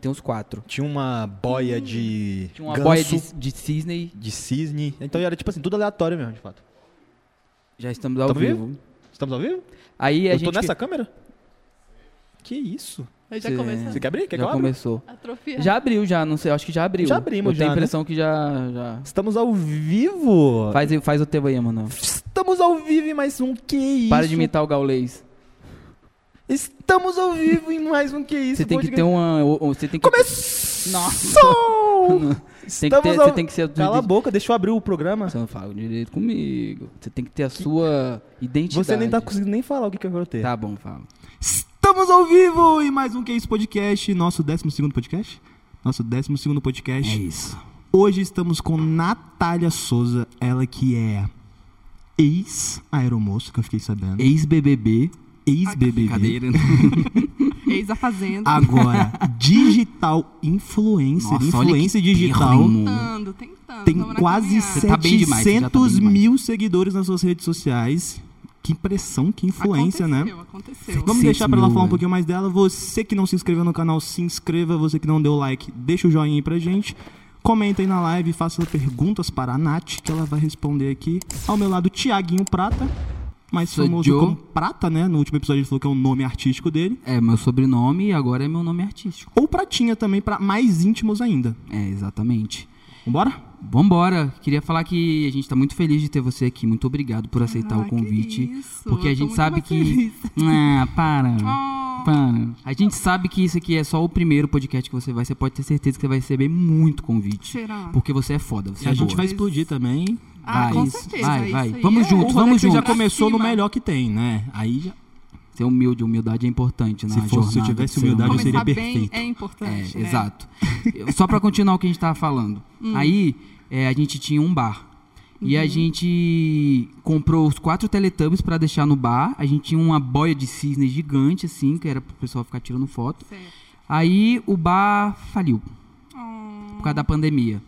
tem uns quatro. Tinha uma boia de. Hum. Tinha uma ganso, boia de, de cisne. de cisne. Então era tipo assim, tudo aleatório mesmo, de fato. Já estamos ao Tamo vivo. Estamos ao vivo? Aí a Tá Eu gente. tô nessa câmera? Que isso? Eu já Cê- começou Você quer abrir? Quer que eu já abra? começou. a atrofiar. Já abriu, já, não sei, acho que já abriu. Já abrimos, Eu tenho já, a né? impressão que já. já. Estamos ao vivo! Faz, aí- faz o teu aí, mano. Estamos ao vivo em mais um Que Isso? Para de imitar o gaulês. Estamos ao vivo em mais um Que Isso? Você tem que ter uma. o- o- Você tem que. Começou! Nossa! Tem que Estamos ter, ao- Você tem que ser. do- Cala a do- boca, deixa eu abrir o programa. Você não fala direito comigo. Você tem que ter a sua identidade. Você nem tá conseguindo nem falar o que, que eu vou ter. Tá bom, fala. Estamos ao vivo em mais um Que Isso Podcast, nosso 12 podcast? Nosso 12 podcast. É isso. Hoje estamos com Natália Souza, ela que é ex-aeromoça, que eu fiquei sabendo. Ex-BBB. Ex-BBB. Cadeira. Ex a Fazenda. Agora, digital influencer, Nossa, olha influencer digital. Tentando, tentando. Tem tamo na quase caminhada. Você tá bem demais, você já tá bem 700 demais. mil seguidores nas suas redes sociais. Que impressão, que influência, né? aconteceu, Aconteceu, Vamos 6 deixar pra ela mil, falar um velho. pouquinho mais dela. Você que não se inscreveu no canal, se inscreva. Você que não deu like, deixa o joinha aí pra gente. Comenta aí na live, faça perguntas para a Nath, que ela vai responder aqui. Ao meu lado, Tiaguinho Prata, mais Sou famoso Joe. como Prata, né? No último episódio ele falou que é o nome artístico dele. É meu sobrenome e agora é meu nome artístico. Ou Pratinha também, pra mais íntimos ainda. É, exatamente. Vambora? Vambora! Queria falar que a gente tá muito feliz de ter você aqui. Muito obrigado por aceitar Ah, o que convite. isso, porque a eu gente tô muito sabe mais que. feliz. Ah, para. Oh, Para. A gente sabe que isso aqui é só o primeiro podcast que você vai. Você pode ter certeza que você vai receber muito convite. será? Porque você é foda, você E é a gente boa. vai explodir também. Ah, vai, com isso, certeza. vai, isso vai. aí Vamos é- junto, O vamos Rolex já junto. começou no Pra cima. melhor que tem, né? Aí já. Ser humilde, humildade é importante na Se fosse- se eu jornada tivesse do ser humildade, eu humano. seria Começar bem perfeito. é É, importante. né? Hum. exato. Eu- Só pra continuar o que a gente tava falando. Aí, é, a gente tinha um bar. E Uhum. a gente comprou os quatro Teletubbies pra deixar no bar. A gente tinha uma boia de cisne gigante, assim, que era pro pessoal ficar tirando foto. Certo. Aí o bar faliu, Oh, por causa da pandemia.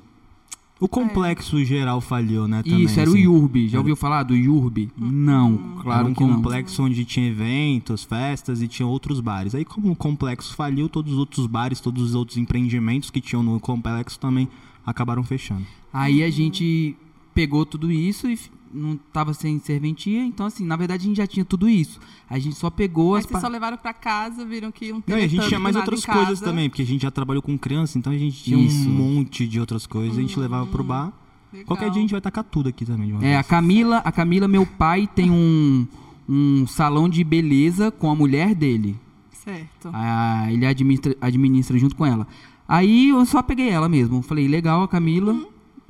O complexo geral falhou, né? Também, Isso, era o assim. Yurb. Já ouviu falar do Yurb? Hum. Não, Claro claro um que não. complexo onde tinha eventos, festas e tinha outros bares. Aí como o complexo faliu, todos os outros bares, todos os outros empreendimentos que tinham no complexo também acabaram fechando. Aí a gente pegou tudo isso e f- não tava sem serventia. Então, assim, na verdade a gente já tinha tudo isso. A gente só pegou mas as vocês pa- só levaram pra casa, viram que um Não, e a gente teletubby tinha mais do nada outras em casa. coisas também, porque a gente já trabalhou com criança, então a gente tinha Isso. um monte de outras coisas, a gente levava pro bar. Hum, Legal. Qualquer dia a gente vai tacar tudo aqui também de uma É, a vez. Camila, a Camila, meu pai, tem um, um salão de beleza com a mulher dele. Certo. Ah, ele administra, administra junto com ela. Aí eu só peguei ela mesmo. Falei, legal a Camila.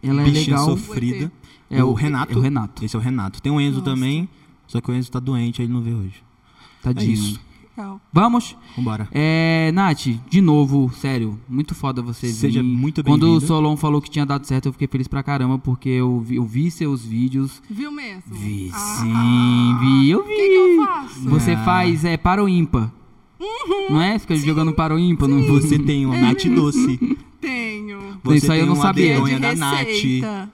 Ela é Bichinha legal. sofrida. É o, o- Renato. é o Renato. Esse é o Renato. Tem o Enzo também, só que o Enzo tá doente, aí ele não veio hoje. Tadinho. É isso. Legal. Vamos? Vambora. É, Nath, de novo, sério, muito foda você Seja vir. muito Quando o bem-vinda. Solon falou que tinha dado certo, eu fiquei feliz pra caramba, porque eu vi, eu vi seus vídeos. Viu mesmo? Vi, Ah, sim, vi, eu O vi. que, que eu faço? Você Ah. Uhum. faz é, para ou ímpar. Não é? Fica jogando para ou ímpar. Não... Você tem uma Nath Doce. Tenho. Você Isso aí eu não tem uma sabia. É Vergonha de Begonha da Nath. receita.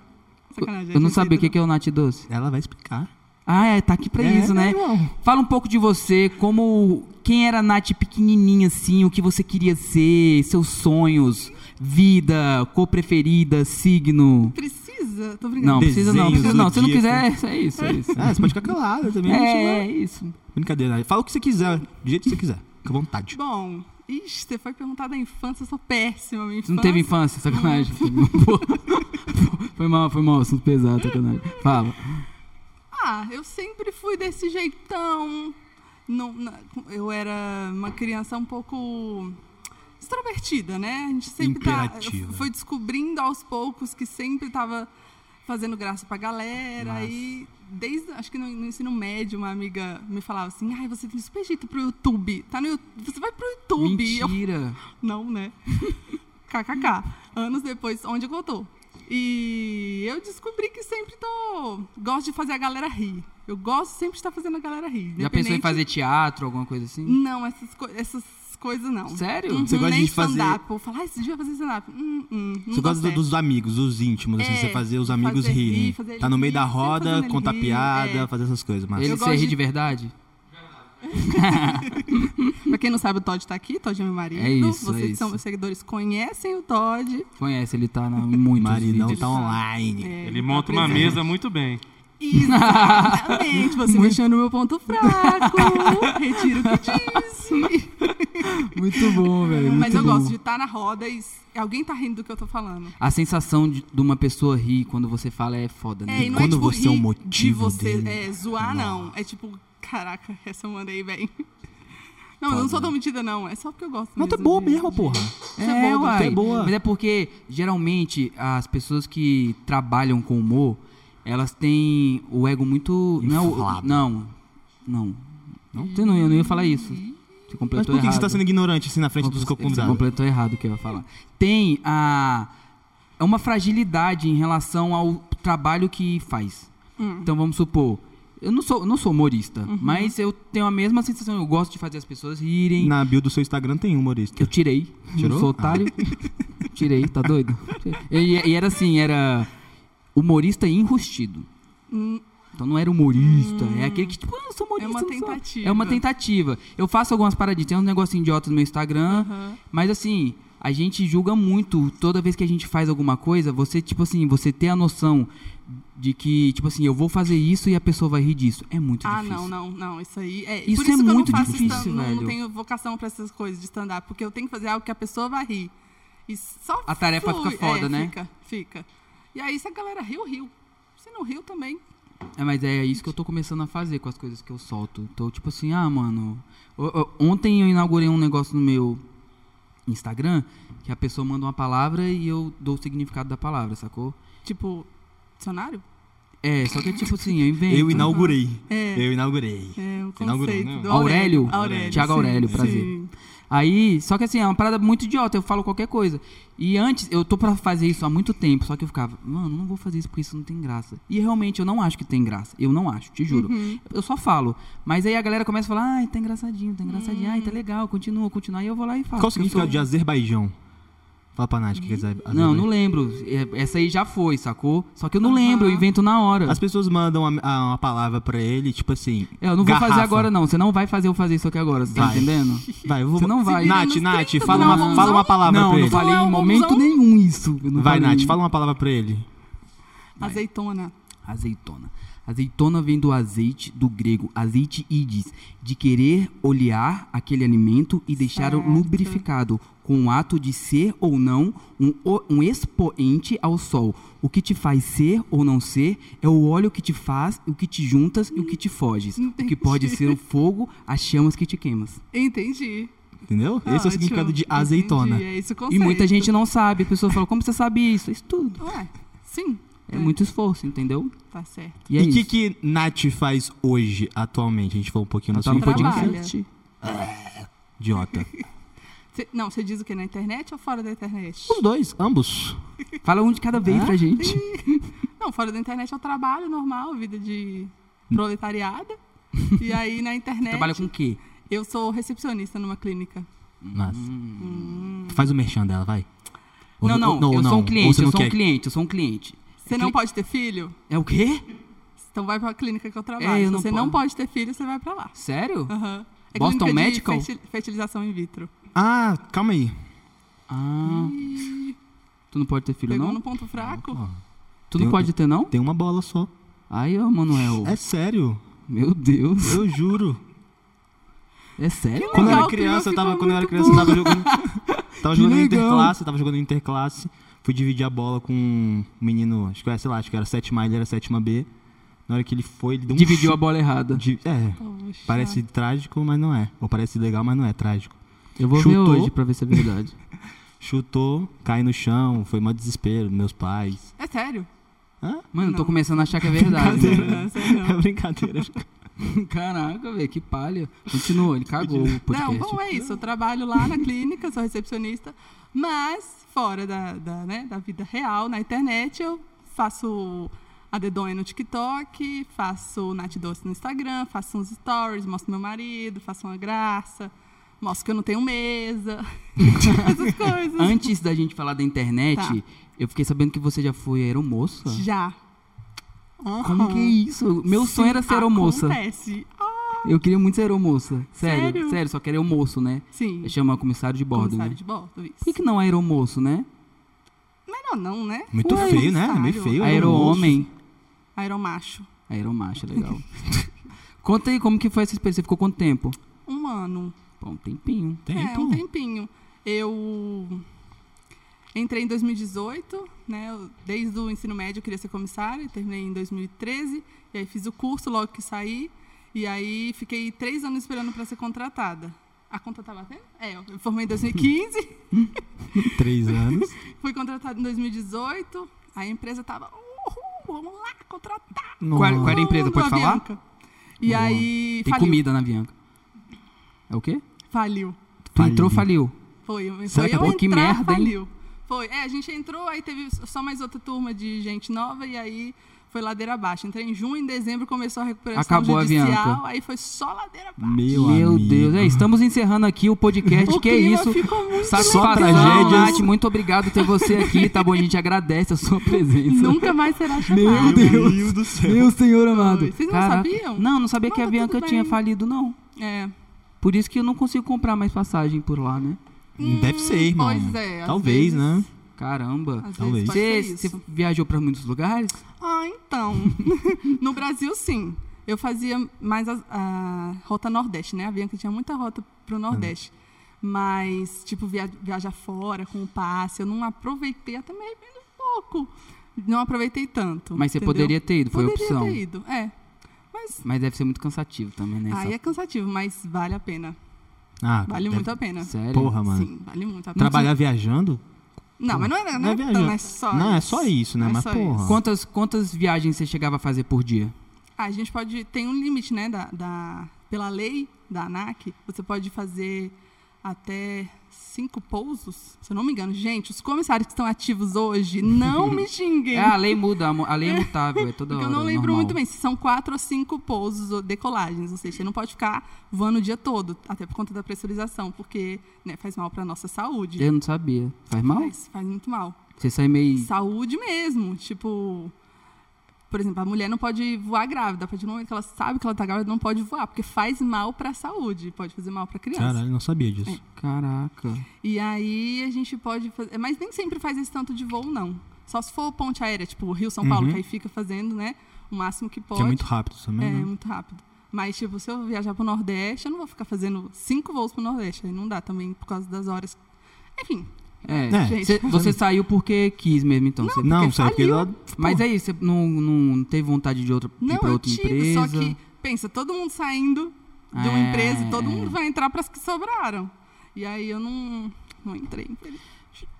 Sacanagem, Eu não receita sabia o que, que é o Nath Doce. Ela vai explicar. Ah, é, tá aqui pra É, isso, né? irmão. Fala um pouco de você, como. Quem era a Nath pequenininha, assim, o que você queria ser, seus sonhos, vida, cor preferida, signo. Precisa? Tô brincando. Não, precisa não, Desenho precisa não. Se não quiser, zodíaco. é isso, é isso. Ah, né? você pode ficar calada também. não É, chama- é isso. Brincadeira. Fala o que você quiser, do jeito que você quiser. Fica à vontade. Bom, ixi, você foi perguntar da infância, eu sou péssima, minha Você infância. não teve infância, sacanagem. foi mal, foi mal, assunto pesado, sacanagem. Fala. Ah, eu sempre fui desse jeitão. Não, na- eu era uma criança um pouco extrovertida, né? A gente sempre tá, Imperativa. foi descobrindo aos poucos que sempre tava fazendo graça pra galera. E desde, acho que no, no ensino médio, uma amiga me falava assim: ai, você tem super jeito pro YouTube. Tá no, Yu- você vai pro YouTube. E eu Mentira. Não, né? KKK. Anos depois, onde eu voltou. E eu descobri que sempre tô. Gosto de fazer a galera rir. Eu gosto sempre de estar fazendo a galera rir. Já pensou em independente- fazer teatro, alguma coisa assim? Não, essas, coi- essas coisas não. Sério? Uhum, Você gosta nem de fazer- stand-up. Eu falo, ah, esse dia eu vou fazer stand-up. Hum, hum, não Você dá gosta do- certo. dos amigos, dos íntimos, assim, É, você fazer os amigos fazer rir, rirem. fazer tá no meio rir, da sempre roda, fazendo ele contar rir, piada, é. fazer essas coisas, mas. Ele Eu ser gosto rir de- de verdade? É. pra quem não sabe, o Todd tá aqui, Todd é meu marido. É isso, Vocês é que são isso. meus seguidores conhecem o Todd. Conhece, ele tá na, em muitos Marinão vídeos. tá online. É, Ele monta uma apresenta. mesa muito bem. Exatamente, você mexeu no meu ponto fraco. Retiro o que disse. Muito bom, velho. é Mas muito eu bom. gosto de estar na roda e s- alguém tá rindo do que eu tô falando. A sensação de, de uma pessoa rir quando você fala é foda, né? É, e não é quando tipo você é o rir de motivo você dele. é, zoar, não. É tipo, caraca, essa eu mandei bem. Não, eu não sou domitida, não. É só porque eu gosto. Mas tu é mesmo boa de- mesmo, de- porra. É, boa, uai. tu é boa. Mas é porque, geralmente, as pessoas que trabalham com humor, elas têm o ego muito. Não, Inflado. não. Não. Não, você não, ia- não ia falar isso. Você completou Mas por que, que errado. você tá sendo ignorante assim na frente dos Você convidados? completou errado o que eu ia falar. Tem a. É uma fragilidade em relação ao trabalho que faz. Hum, Então vamos supor. Eu não sou, não sou humorista, Uhum. mas eu tenho a mesma sensação. Eu gosto de fazer as pessoas rirem. Na bio do seu Instagram tem um, humorista. Eu tirei. Tirou? Ah. Não sou otário. Tirei, tá doido? E, e era assim, era humorista enrustido. Hum. Então não era humorista, é aquele que tipo, ah, eu sou É humorista. uma não sou. tentativa. É uma tentativa. Eu faço algumas paradinhas, tem uns negócios idiotas no meu Instagram, Aham. mas assim, a gente julga muito. Toda vez que a gente faz alguma coisa, você, tipo assim, você ter a noção de que, tipo assim, eu vou fazer isso e a pessoa vai rir disso. É muito Ah, difícil. não, não, não. Isso aí é. Isso por isso é que muito eu não faço difícil, stand- não- Não velho. tenho vocação pra essas coisas de stand-up, porque eu tenho que fazer algo que a pessoa vai rir. E só A tarefa flui. fica foda, É, né? Fica, fica. E aí, se a galera riu, riu. Se não riu também. É, mas é isso que eu tô começando a fazer com as coisas que eu solto. Tô tipo assim, ah, mano. o- o- Ontem eu inaugurei um negócio no meu Instagram que a pessoa manda uma palavra e eu dou o significado da palavra, sacou? Tipo, dicionário? É, só que tipo assim, eu invento. Eu inaugurei. É. Eu inaugurei. É, o Inaugurou, conceito né? do Aurélio? Aurélio. Thiago sim, Aurélio, prazer. sim. Aí, só que assim, é uma parada muito idiota, eu falo qualquer coisa. E antes, eu tô pra fazer isso há muito tempo, só que eu ficava, mano, não vou fazer isso porque isso não tem graça. E realmente eu não acho que tem graça. Eu não acho, te Uhum. juro. Uhum. Eu só falo. Mas aí a galera começa a falar, ai, tá engraçadinho, tá engraçadinho, ai, tá legal, continua, continua. E eu vou lá e faço. É. Qual o Eu significado sou- de Azerbaijão? Fala pra Nath, o que que é Azer- Azerbaijão? Não, não lembro. É, Essa aí já foi, sacou? Só que eu não Aham. lembro, eu invento na hora. As pessoas mandam a- a- uma palavra pra ele, tipo assim. É, Eu não vou fazer garrafa. agora, não. Você não vai fazer eu fazer isso aqui agora, você tá Vai. entendendo? Vai, eu vou. Você não vai. Nath, Se vira nos Nath, 30 fala do uma, Ramon. fala uma palavra não, pra não ele. falei Não, em não momento vamos- nenhum isso. Eu não um Vai, falei. Nath, fala uma palavra pra ele. Azeitona. Azeitona. Azeitona vem do azeite do grego azeite idis, de querer olhar aquele alimento e deixar o Certo. lubrificado, com o ato de ser ou não um, o- um expoente ao sol. O que te faz ser ou não ser é o óleo que te faz, o que te juntas e o que te foges. O que pode ser o fogo, as chamas que te queimas. Entendi. Entendeu? Ah, Esse é o Ótimo. significado de azeitona. Entendi, é esse o E conceito. muita gente não sabe. A pessoa fala, como você sabe isso? É Estudo. Ué, sim. É muito esforço, entendeu? Tá certo. E é e o que, isso. que Nath faz hoje, atualmente? A gente falou um pouquinho no Tá no seu Podinho Trabalha. Cast. idiota. Cê- não, você diz o que? Na internet ou fora da internet? Os dois, ambos. Fala um de cada vez pra gente. Não, fora da internet é o trabalho normal, vida de proletariada. E aí na internet. Trabalha com o quê? Eu sou recepcionista numa clínica. Nossa. Faz o merchan dela, vai. Ou Não, n- não, ou- eu ou sou um Ou cliente, você eu não sou um quer. cliente, eu sou um cliente. Você não pode ter filho? É o quê? Então vai pra clínica que eu trabalho. É, eu Se não você po- não pode ter filho, você vai pra lá. Sério? Aham. É Boston clínica de Medical? fertil- fertilização in vitro. Ah, calma aí. Ah. Tu não pode ter filho, Pegou não? no ponto fraco? Tu não Tem- pode ter, não? Tem uma bola só. Ai, ô, Manuel. É sério. Meu Deus. Eu juro. É sério? Quando eu Legal, era o primeiro criança, eu ficou tava, quando eu era muito criança, eu tava jogando. tava Que jogando legal. interclasse, tava jogando interclasse. Fui dividir a bola com um menino, acho que era, sei lá, acho que era sétima A, ele era sétima B. Na hora que ele foi, ele deu um Dividiu a chute bola errada. de- É, Poxa. parece trágico, mas não é. Ou parece legal, mas não é trágico. Eu vou Chutou. ver hoje pra ver se é verdade. Chutou, cai no chão, foi mó desespero dos meus pais. É sério? Hã? Mano, eu tô Não. começando a achar que é verdade. Brincadeira. mano. Não, é sério não. É brincadeira. Caraca, velho, que palha. Continua, ele cagou o Não, podcast. tipo, né? bom, é isso. Eu trabalho lá na clínica, sou recepcionista, mas fora da, da, né, da vida real, na internet, eu faço a dedonha no TikTok, faço Nath Doce no Instagram, faço uns stories, mostro meu marido, faço uma graça, mostro que eu não tenho mesa, essas coisas. Antes da gente falar da internet, eu fiquei sabendo que você já foi aeromoça. Já. Como que é isso? Meu é sonho era ser aeromoça. Acontece. Ah, Eu queria muito ser moça. Sério, sério, Sério? só que era eu moço, né? Sim. Chama comissário de bordo, Comissário né? de bordo, isso. Por que, que não aeromoço, né? Melhor não, né? Muito Ué, feio, né? É meio comissário. feio. Aero-homem. Aeromacho. Aeromacho, legal. Conta aí como que foi essa experiência. Você ficou quanto tempo? Um ano. Bom, um tempinho. É, um tempinho. Eu entrei em 2018, né? eu- Desde o ensino médio eu queria ser comissária, terminei em 2013, e aí fiz o curso logo que saí, e aí fiquei três anos esperando para ser contratada. A conta tá batendo? É, eu me formei em 2015, Três anos. fui contratada em 2018, aí a empresa tava, uhul, vamos lá, contratar Qual- qual era a empresa? todo Pode mundo, falar? Avianca." E Boa. aí Tem faliu. comida na Bianca. É o quê? Faliu. Tu entrou, faliu. Foi, foi Será que é eu bom? entrar, Que merda, hein? faliu. Foi, é, a gente entrou, aí teve só mais outra turma de gente nova e aí foi ladeira abaixo. Entrei em junho, em dezembro começou a recuperação Acabou a judicial, Avianca. aí foi só ladeira abaixo. Meu, Meu amigo. Deus. É, estamos encerrando aqui o podcast. O que é clima isso? ficou muito Satisfação, tragédias. Nath, muito obrigado ter você aqui, tá bom? A gente agradece a sua presença. Nunca mais será chamado. Meu Deus do céu. Meu senhor amado. Oi, vocês não sabiam? Não, não sabia que a Não, tá Bianca tudo tinha bem. falido, não. É. Por isso que eu não consigo comprar mais passagem por lá, né? Deve ser, irmão. Pois é. às Talvez, vezes- né? Caramba. Às Talvez. vezes pode Você ser você isso. viajou pra muitos lugares? Ah, então. no Brasil, sim. Eu fazia mais a, a rota Nordeste, né? A Bianca tinha muita rota pro Nordeste. Mas, tipo, via, viajar fora com o passe, eu não aproveitei, até me arrependo um pouco. Não aproveitei tanto. Mas você entendeu? poderia ter ido, foi a Poderia opção. ter ido, é. Mas Mas deve ser muito cansativo também, né? aí é cansativo, mas vale a pena. Ah, Vale deve- muito a pena. Sério? Porra, mano. Sim, vale muito a pena. Trabalhar viajando? Não, mas não é, Não não é é, viajar. tão, é só Não, é isso. só isso, né? Não é Mas, só porra. isso. Quantas, quantas viagens você chegava a fazer por dia? Ah, A gente pode. Tem um limite, né? Da, da- pela lei da ANAC, você pode fazer até cinco pousos, se eu não me engano. Gente, os comissários que estão ativos hoje, não me xinguem. É, a lei muda, a mo- a lei é mutável, é toda hora. porque eu não é lembro normal. muito bem se são quatro ou cinco pousos ou decolagens. Ou seja, você não pode ficar voando o dia todo, até por conta da pressurização, porque né, faz mal para nossa saúde. Eu não sabia. Faz É mal? Faz, faz muito mal. Você sai meio. Saúde mesmo, tipo... Por exemplo, a mulher não pode voar grávida. A partir do momento que ela sabe que ela tá grávida, não pode voar, porque faz mal para a saúde. Pode fazer mal para a criança. Caralho, não sabia disso. É, Caraca. E aí a gente pode fazer. Mas nem sempre faz esse tanto de voo, não. Só se for ponte aérea, tipo Rio São Paulo, Uhum. que aí fica fazendo, né? O máximo que Que pode. é muito rápido também, É, né? muito rápido. Mas, tipo, se eu viajar pro Nordeste, eu não vou ficar fazendo cinco voos pro Nordeste. Aí não dá também por causa das horas. Enfim, É. É. gente. Cê- você saiu porque quis mesmo, então. Você- Não, porque sabe porque faliu. lá. Mas é isso, você não, não teve vontade de outra ir Não, pra eu outra tive, empresa. só que, pensa, todo mundo saindo de uma É, empresa, todo é. mundo vai entrar para as que sobraram. E aí eu não, não entrei.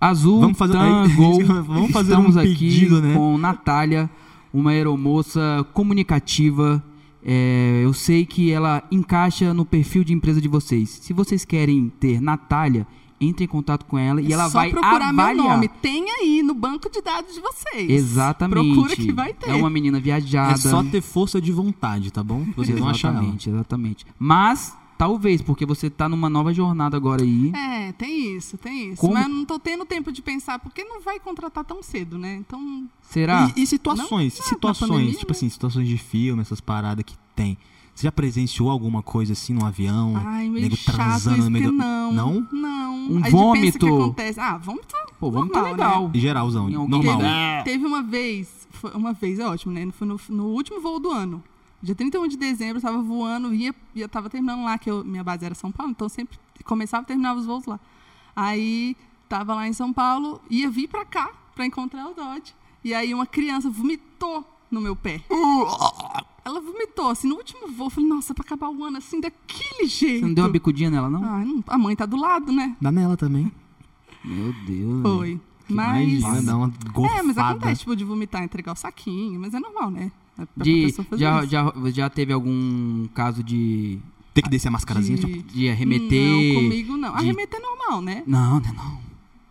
Azul, Vamos fazer- Tango, Vamos fazer estamos um pedido, aqui né? com Natália, uma aeromoça comunicativa. É, eu sei que ela encaixa no perfil de empresa de vocês. Se vocês querem ter Natália, entre em contato com É ela e ela Só vai procurar avaliar. meu nome. Tem aí no banco de dados de vocês. Exatamente. Procura que vai ter. É uma menina viajada. É né? só ter força de vontade, tá bom? Vocês vão achar ela. Exatamente, exatamente. Mas, talvez, porque você tá numa nova jornada agora aí. É, tem isso, tem isso. Como- Mas eu não tô tendo tempo de pensar, porque não vai contratar tão cedo, né? Então, Será? E, e situações, Não, não, situações, na pandemia, tipo assim, situações de filme, essas paradas que tem. Você já presenciou alguma coisa assim no É, avião? ai, meio nego chato transando isso no meio que do- não. Não? Não. Um Aí a gente pensa vômito. que acontece. Ah, vômito Pô, vamos tá normal, né? legal. Geralzão, Em alguém um. normal. que- Teve, teve uma vez, foi- uma vez é ótimo, né? Foi no, no último voo do ano. Dia 31 de dezembro, eu tava voando, ia, ia tava terminando lá, que eu- minha base era São Paulo, então sempre começava e terminava os voos lá. Aí tava lá em São Paulo, ia vir pra cá pra encontrar o Dodge. E aí uma criança vomitou no meu pé. Ela vomitou, assim, no último voo, eu falei, nossa, pra acabar o ano assim, daquele jeito. Você não deu uma bicudinha nela, não? Ah. Ai, não- a mãe tá do lado, né? Dá nela também. Meu Deus. né? velho. Foi. Mas. Imagina, dá uma gorfada. Ah, É, mas né? acontece, tipo, de vomitar, entregar o saquinho, mas é normal, né? É pra De- pessoa fazer já, isso. já, já teve algum caso de, assim, Tem que descer a mascarazinha. De- tipo, de arremeter? Não, comigo não. de- Arremeter é normal, né? Não, não, não.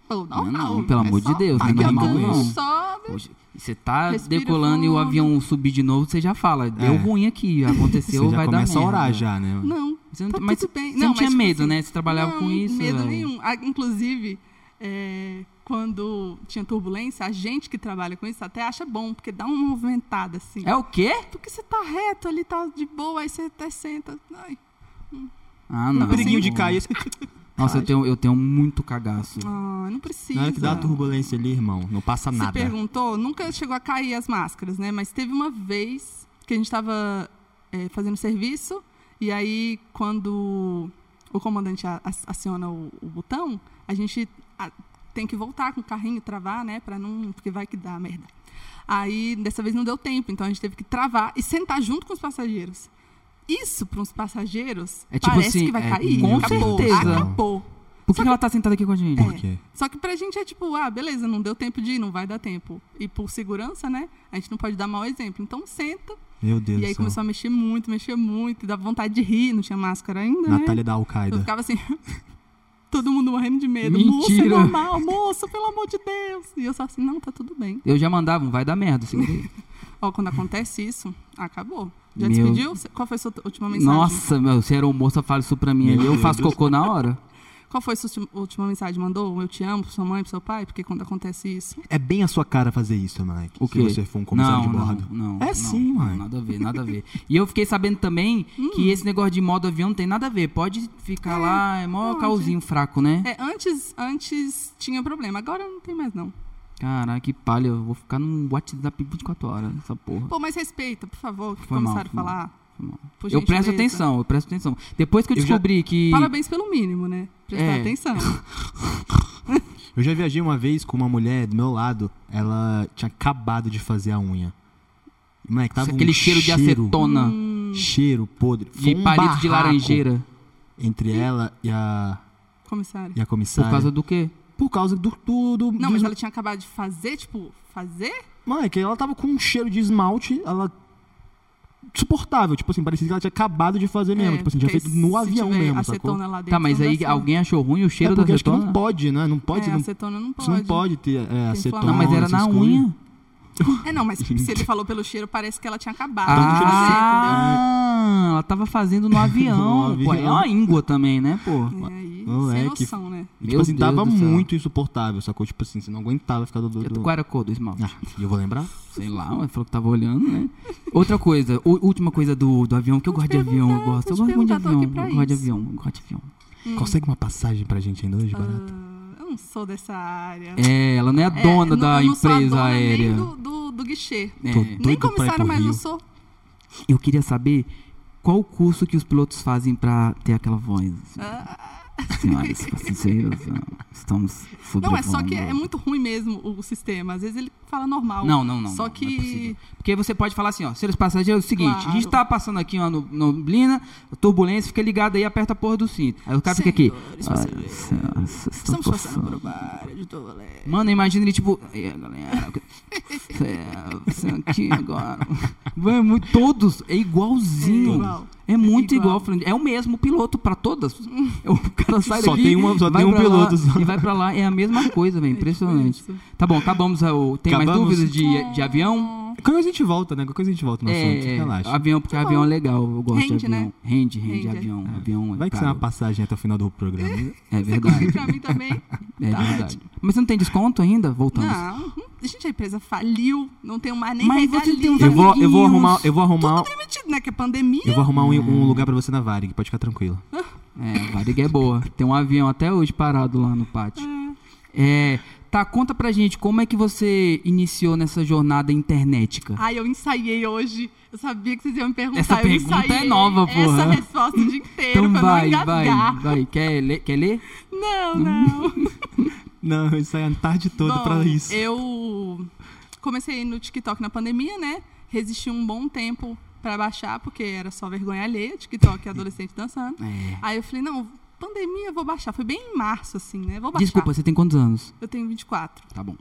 Ou Não, normal. né? não, pelo amor de Deus, não é normal não. Sobe. Hoje- Você tá Respira decolando e o fundo. avião subir de novo, você já fala. Deu É. ruim aqui, aconteceu, Você já vai dar começa merda. a orar já, né? Não, Você não, tá mas tudo bem. você não, mas, tinha tipo medo, assim, né? Você trabalhava não, com isso, medo velho. nenhum. Ah, inclusive, é, quando tinha turbulência, a gente que trabalha com isso até acha bom, porque dá uma movimentada assim. É o quê? Porque você tá reto ali, tá de boa, aí você até senta. Ai, Ah, Um não. periguinho de cair. Nossa, eu tenho, eu tenho muito cagaço. ah, não precisa. Na hora que dá a turbulência ali, irmão, não passa Você nada. perguntou, nunca chegou a cair as máscaras, né? Mas teve uma vez que a gente estava fazendo serviço e aí quando o comandante a- a- aciona o, o botão, a gente a- tem que voltar com o carrinho travar, né? Para não porque vai que dá merda. Aí dessa vez não deu tempo, então a gente teve que travar e sentar junto com os passageiros. Isso para uns passageiros É tipo parece assim, que vai é, cair. com acabou, certeza. acabou. Por que, que ela tá sentada aqui com a gente? É. Por quê? Só que pra gente é tipo, ah, beleza, não deu tempo de ir, não vai dar tempo. E por segurança, né? A gente não pode dar mau exemplo. Então senta. Meu Deus e aí do céu. começou a mexer muito, mexer muito. E dava vontade de rir, não tinha máscara ainda. Uhum. né? Natália da Eu Al-Qaeda. ficava assim. Todo mundo morrendo de medo. Moça, é Mentira. normal, moça, pelo amor de Deus. E eu só assim, não, tá tudo bem. Eu já mandava um, vai dar merda. segura aí. Ó, quando acontece isso, acabou. Já Meu- despediu? Cê- Qual foi a sua última mensagem? Nossa, meu, se era moça, fala isso pra mim ali. Eu faço cocô na hora. Qual foi a sua ulti- última mensagem? Mandou? um Eu te amo, pra sua mãe, pro seu pai? Porque quando acontece isso. É bem a sua cara fazer isso, Mike. O quê? Se você for um não, comissário de bordo. Não, não, É não, sim, não, mãe. Nada a ver, nada a ver. E eu fiquei sabendo também hum, que esse negócio de modo avião não tem nada a ver. Pode ficar É, lá, é mó pode. calzinho fraco, né? É, antes, antes tinha problema, agora não tem mais, não. Caraca, que palha. Eu vou ficar num WhatsApp 24 horas, essa porra. Pô, mas respeita, por favor, que Foi mal, começaram a foi mal, falar. foi mal. Por eu presto gentileza. atenção, eu presto atenção. Depois que eu Eu já- descobri que. Parabéns pelo mínimo, né? Prestar É. atenção. Eu já viajei uma vez com uma mulher do meu lado, ela tinha acabado de fazer a unha. Moleque, tava um aquele cheiro Hum. de acetona Hum, Cheiro podre. Foi e um palito de barraco laranjeira. Entre ela e a, Comissário. e a comissária. Por causa do quê? Por causa do tudo. Não, mas ela tinha acabado de fazer, tipo, fazer? Moleque, ela tava com um cheiro de esmalte, ela. Suportável, tipo assim, parecia que ela tinha acabado de fazer mesmo. É, tipo assim, tinha porque feito no se avião tiver mesmo, sacou? acetona lá dentro. Tá, mas não dá aí certo. alguém achou ruim o cheiro é da porque acho que acetona? não pode, né? Não pode, É, não, acetona não pode. você não pode ter é, acetona. inflamar. Não, mas era essas na coisas. unha. É, não, mas se ele falou pelo cheiro, parece que ela tinha acabado de fazer, entendeu? Ah, ela tava fazendo no avião. No Pô, é avião. uma íngua também, né, pô? É, aí, sem Moleque, noção, né? E, tipo Meu assim, Deus tava do céu. muito insuportável, sacou? Tipo assim, você não aguentava ficar do. do, do... Qual era a cor do esmalte? Ah, e eu vou lembrar? Sei lá, mas falou que tava olhando, né? Outra coisa, u- última coisa do, do avião, que eu Vou gosto te de avião, eu perguntar, gosto. Eu vou te gosto muito de perguntar, tô avião, aqui eu pra gosto de isso. avião, eu gosto de avião. Consegue uma passagem pra gente ainda hoje, barato? Hum, Ah, eu não sou dessa área. É, ela não é a dona É, não- da eu não sou a empresa dona aérea. Nem do, do, do guichê. É. Tô- Nem Doido pra ir comissário, pro mas eu Rio. sou. Eu queria saber qual o curso que os pilotos fazem pra ter aquela voz. Ah. Senhoras, assim, senhores, estamos Não, é só sobrevoando. que é muito ruim mesmo o sistema. Às vezes ele fala normal. Uhum. Não, não, não. não, não Só é que. possível. Porque você pode falar assim, ó, senhores passageiros, é o seguinte, a gente tá Claro. passando aqui uma nu- nublina, turbulência, fica ligado aí, aperta a porra do cinto. Aí o cara fica aqui. Senhores "Olha, passageiros, senhoras, vocês estão Estamos passando passando." por um uma área de turbulência. Mano, imagina ele tipo. "E aí, galera, é, você aqui agora. Vai, muito- todos, é igualzinho. É igual. É muito É igual, igual. Fernando. É o mesmo piloto pra todas. É O cara sai Só daqui, tem uma- só vai tem um pra piloto lá só. E vai pra lá. É a mesma coisa, velho. Impressionante. tipo isso. Ah. tá bom, acabamos. ah, o- Tem mais Acabamos? dúvidas de, de avião? Qualquer coisa a gente volta, né? Qualquer coisa a gente É, volta no assunto, relaxa. avião, porque avião é legal. Eu gosto de Tá Rende, avião. né? Rende, rende, Rende. avião. Avião é Vai que sai caro. uma passagem até o final do programa. É Você conseguiu verdade. pra mim também? Tá É verdade. Mas você não tem desconto ainda? Voltamos. Não. uhum. Gente, a empresa faliu. Não tenho mais nem Mas você tem um uns eu, vou, regalia. eu vou amiguinhos. arrumar. Eu vou arrumar. Tudo demitido, né? Que é pandemia. Eu vou arrumar um, um lugar pra você na Varig, pode ficar tranquilo. É, Varig é boa. Tem um avião até hoje parado lá no pátio. É, tá, conta pra gente como é que você iniciou nessa jornada internetica. Ai, eu ensaiei hoje. Eu sabia que vocês iam me perguntar. Essa eu pergunta é ensaiei nova, porra. Essa resposta o dia inteiro Então pra vai, não vai, engasgar. vai. Quer ler? Quer ler? Não, não. Não, isso aí é a tarde toda Bom, pra isso. Eu comecei no TikTok na pandemia, né? Resisti um bom tempo pra baixar, porque era só vergonha alheia, TikTok e adolescente dançando. É. Aí eu falei, não, pandemia, vou baixar. Foi bem em março, assim, né? Vou baixar. Desculpa, você tem quantos anos? Eu tenho 24. Tá bom.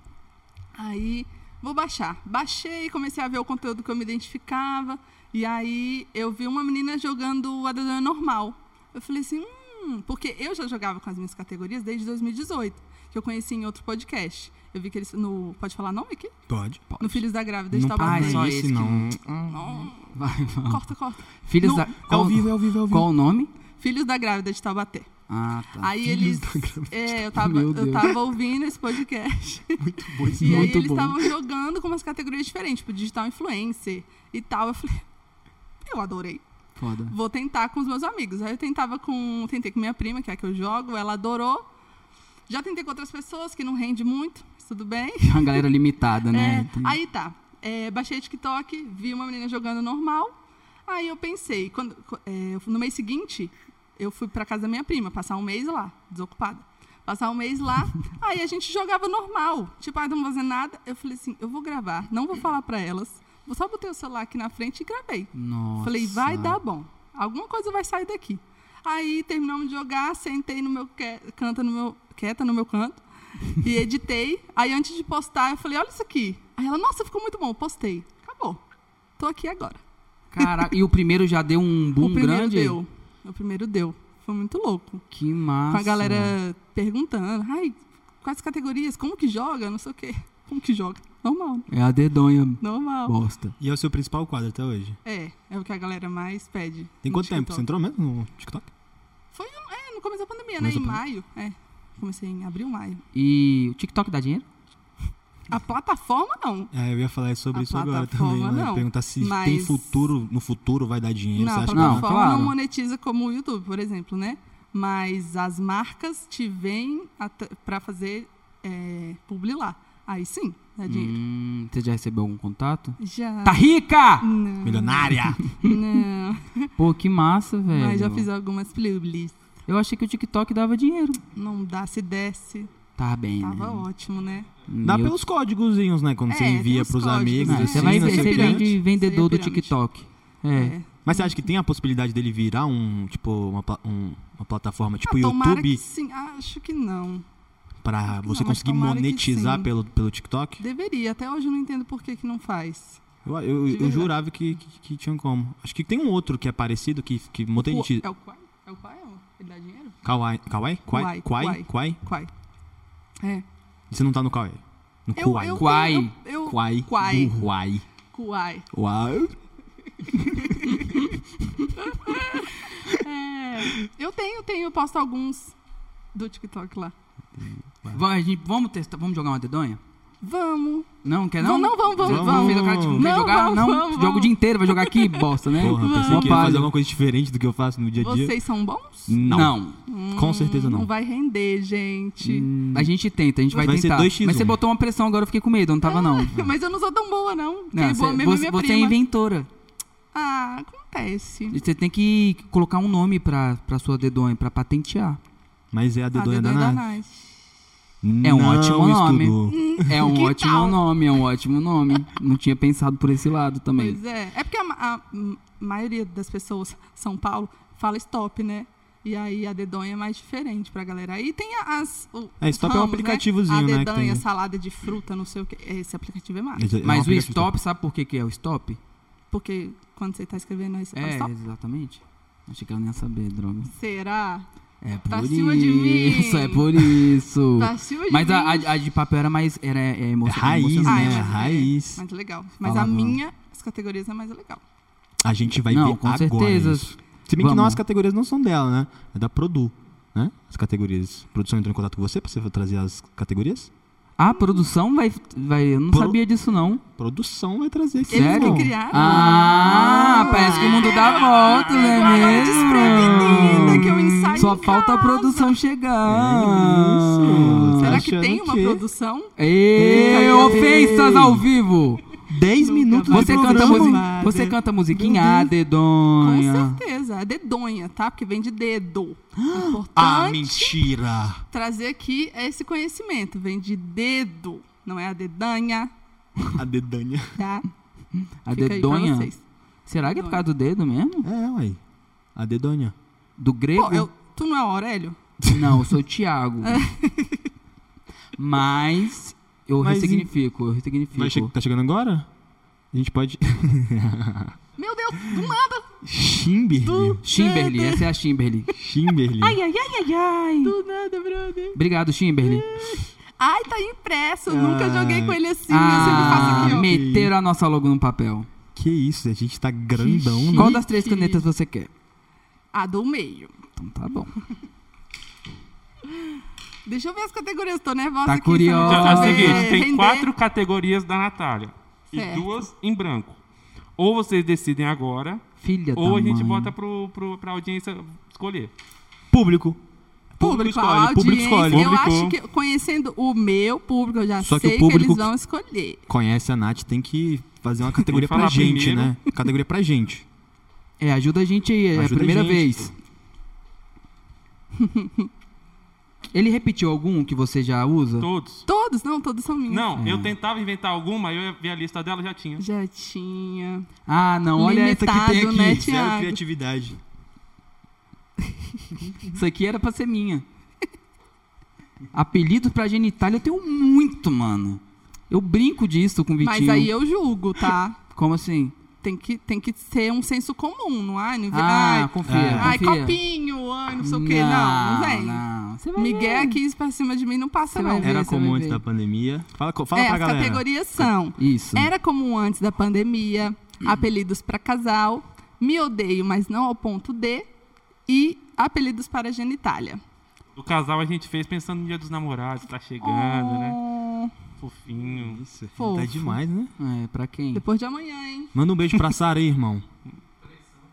Aí, vou baixar. Baixei, comecei a ver o conteúdo que eu me identificava. E aí, eu vi uma menina jogando a dedonha normal. Eu falei assim, hum... Porque eu já jogava com as minhas categorias desde 2018. Que eu conheci em outro podcast. Eu vi que eles... No, pode falar é nome aqui? Pode. No Filhos da Grávida de Não Ai, para só Taubaté. isso, esse que- não. Vai, vai. Corta, corta. Filhos No- da. É ao Qual, vivo, é ao vivo, é ao vivo. qual o nome? Filhos da Grávida de Taubaté. Ah, tá. Aí eles. É, eu tava, Meu eu Deus. tava ouvindo esse podcast. Muito bom esse E aí Muito eles bom. estavam jogando com umas categorias diferentes, tipo digital influencer e tal. Eu falei, eu adorei. Foda. Vou tentar com os meus amigos. Aí eu tentava com. Tentei com minha prima, que é a que eu jogo, ela adorou. Já tentei com outras pessoas, que não rende muito, mas tudo bem. É uma galera limitada, né? É, Tem- aí tá. É, baixei TikTok, vi uma menina jogando normal. Aí eu pensei, quando, co- é, no mês seguinte, eu fui pra casa da minha prima, passar um mês lá, desocupada. Passar um mês lá, aí a gente jogava normal. Tipo, ah, não vou fazer nada. Eu falei assim, eu vou gravar, não vou falar pra elas. Vou só botei o celular aqui na frente e gravei. Nossa. Falei, vai dar bom. Alguma coisa vai sair daqui. Aí terminamos de jogar, sentei no meu que- canta no meu quieta no meu canto e editei. Aí antes de postar, eu falei, olha isso aqui. Aí ela, nossa, ficou muito bom, postei. Acabou. Tô aqui agora. Caraca, e o primeiro já deu um boom o primeiro grande? deu. O primeiro deu. Foi muito louco. Que massa. Com a galera perguntando, ai, quais categorias? Como que joga? Não sei o quê. Como que joga? Normal, É a dedonha normal. bosta. E é o seu principal quadro até hoje. É, é o que a galera mais pede. Tem no quanto tempo? TikTok. Você entrou mesmo no TikTok? Foi um- é, no começo da pandemia, Começo né? Em da maio. É. Comecei em abril, maio. E o TikTok dá dinheiro? A plataforma não. É, eu ia falar sobre A isso agora plataforma, também, né? não. Perguntar se Mas- tem futuro, no futuro vai dar dinheiro. não, você a acha plataforma não? não, Claro. monetiza como o YouTube, por exemplo, né? Mas as marcas te vêm at- pra fazer é, publi lá. Aí sim, dá dinheiro. Hum, você já recebeu algum contato? Já. Tá rica! que Não, é milionária? não. Pô, que massa, velho. Mas já fiz algumas publis. Eu achei que o TikTok dava dinheiro. Não dá, se desce. Tá bem. Tava né? ótimo, né? Dá Meu- pelos códigozinhos, né? Quando É, você tem envia uns pros códigos, amigos, né? É, assim, Você vai não sei você o quê. vende vendedor do Seria pirâmide. TikTok. É. Mas você acha que tem a possibilidade dele virar um, tipo, uma, pla- um- uma plataforma tipo Ah, tomara YouTube que sim. Acho que não. pra que você não, mas conseguir tomara que monetizar sim. pelo, pelo TikTok? Deveria. Até hoje eu não entendo por que, que não faz. Eu, eu, eu verdade. jurava que, que, que tinha como. Acho que tem um outro que é parecido, que, que monetiza. O- É o Quai? É o Quai? ó? Ele dá dinheiro? Kawaii? Kawaii? Kawaii? Kawaii, Kawaii? Kawaii. Kawaii? Quai. É. Você não tá no Kawaii. No Eu, Kuai. eu, Quai. Eu, eu, Kuai. Kuai. Burro. Kuai. Kuai. Uau. É, eu tenho, tenho. Eu posto alguns do TikTok lá. É. Vai, a gente- vamos testar, vamos jogar uma dedonha? Vamos. Não, quer Não, não? não, vamos, vamos, Você Vamos. Fez a vamos. cara de não, quer Não, jogar? vamos, não, vamos, joga o vamos. dia inteiro, vai jogar aqui, bosta, né? Porra, pensei Uma que ia fazer palha. alguma coisa diferente do que eu faço no dia a dia. Vocês são bons? Hum, Não. não. Com certeza não. Hum, Não vai render, gente. A gente tenta, a gente vai, Vai ser tentar. 2x1. Mas você botou uma pressão agora, eu fiquei com medo, eu não tava não. Mas eu não sou tão boa, não. Não, Quem é boa você, Ah, mesmo é você- minha você é prima. inventora. Ah, acontece. Você tem que colocar um nome pra, pra sua dedonha, pra patentear. Mas é a A dedonha dedo é da Nath. danada. É um ótimo nome. É um Que ótimo tal? nome, é um ótimo nome. não tinha pensado por esse lado também. Pois é. É porque a, ma- a m- maioria das pessoas, São Paulo, fala stop, né? E aí a dedonha é mais diferente pra galera. Aí tem a- as. O, Hum, É, os Stop é um ramos, aplicativozinho, né? né, A que dedanha, tem. salada de fruta, não sei o quê. Esse aplicativo é massa. um Mas assim, o tá. stop, sabe por que, que é o stop? Porque quando você tá escrevendo aí, você fala É, stop. exatamente. Achei que ela nem ia saber, droga. Será? É por Tá isso. acima de mim. É por isso. Tá acima de Mas a, mim. a- a de papel era mais. Era, é É emocionante. raiz, Ah, né? é, mas é. raiz. Mais legal. Mas Fala, a mano. minha, as categorias é mais legal. A gente vai Não, ver com agora certeza. isso. Se bem que não, Vamos. as categorias não são dela, né? É da Produ, né? As categorias. A produção entrou em contato com você pra você trazer as categorias? Ah, a produção vai. vai eu não Pro- sabia disso, não. A produção vai trazer aqui. Eles Sério? que criaram. Ah, parece que o mundo dá volta, né? Pegou é. agora mesmo? desprevenida, que eu ensaio Só em falta a casa. produção chegar. É isso. Tá Será que achando tem uma que- produção? Ei, Ei. ofensas ao vivo! 10 Nunca minutos vai de Você programa. canta, programa. musi- Nada. você canta musiquinha, Meu ah, Com dedonha. certeza. É dedonha, tá? Porque vem de dedo. É Importante. Ah, mentira! trazer aqui esse conhecimento. Vem de dedo, não é a dedanha, A dedanha. tá? A Fica aí pra dedonha. vocês. Será que é por causa do dedo mesmo? É, ué. A dedonha. Do grego? Pô, eu- tu não é o Aurélio? Não, eu sou o Thiago. Mas eu Mas ressignifico, eu ressignifico. Vai che- tá chegando agora? A gente pode. Meu Deus, do nada, Schimberly. Shimberly, essa é a Shimberly. Schimberly. ai, ai, ai, ai. do nada, brother. Obrigado, Shimberly. Ai, tá impresso, eu nunca joguei com ele assim, Ah, eu sempre faço aqui, ó. meteram a nossa logo no papel. Que isso, a gente tá grandão, né? Qual das três canetas você quer? A do Ah, meio. Então tá bom. Deixa eu ver as categorias, tô nervosa Tá aqui. curiosa. só Então, pra é o saber seguinte, tem render. quatro categorias da Natália. E Certo. duas em branco. Ou vocês decidem agora, Filha da ou a gente mãe. bota pro, pro, pra audiência escolher. Público. Público, escolhe, a público escolhe. audiência. Eu Público. acho que, conhecendo o meu público, eu já Só que sei o público eles que- vão escolher. Conhece a Nath, tem que fazer uma categoria falar pra gente, primeiro. né? Categoria pra gente. É, ajuda a gente aí, é a Ajuda a primeira gente, vez. Ele repetiu algum que você já usa? Todos. Todos? Não, todos são minhos. Não, eu tentava inventar alguma, eu vi a lista dela já tinha. Já tinha. Ah, não, olha essa que tem Limitado, aqui. né, Zero Thiago? é criatividade. Isso aqui era pra ser minha. Apelido pra genitália eu tenho muito, mano. Eu brinco disso com o Vitinho. Mas aí eu julgo, tá? Como assim? Tem que, tem que ser um senso comum, não é? Não vem- Ah, ai, confia, ai, confia. copinho, ai, não sei o quê. Não, não vem. não. Você vai ver. Uhum. Miguel aqui pra cima de mim não passa, Você vai não. ver. Era você comum vai antes ver. da pandemia. Fala, co- fala é, pra as galera. categorias são. Isso. Era comum antes da pandemia, Uhum. apelidos pra casal, me odeio, mas não ao ponto de, e apelidos para genitália. O casal a gente fez pensando no dia dos namorados, tá chegando, né? Oh, Fofinho. Isso, tá Fofo. demais, né? É, pra quem? Oh, Depois de amanhã, hein? Manda um beijo pra Sara aí, irmão.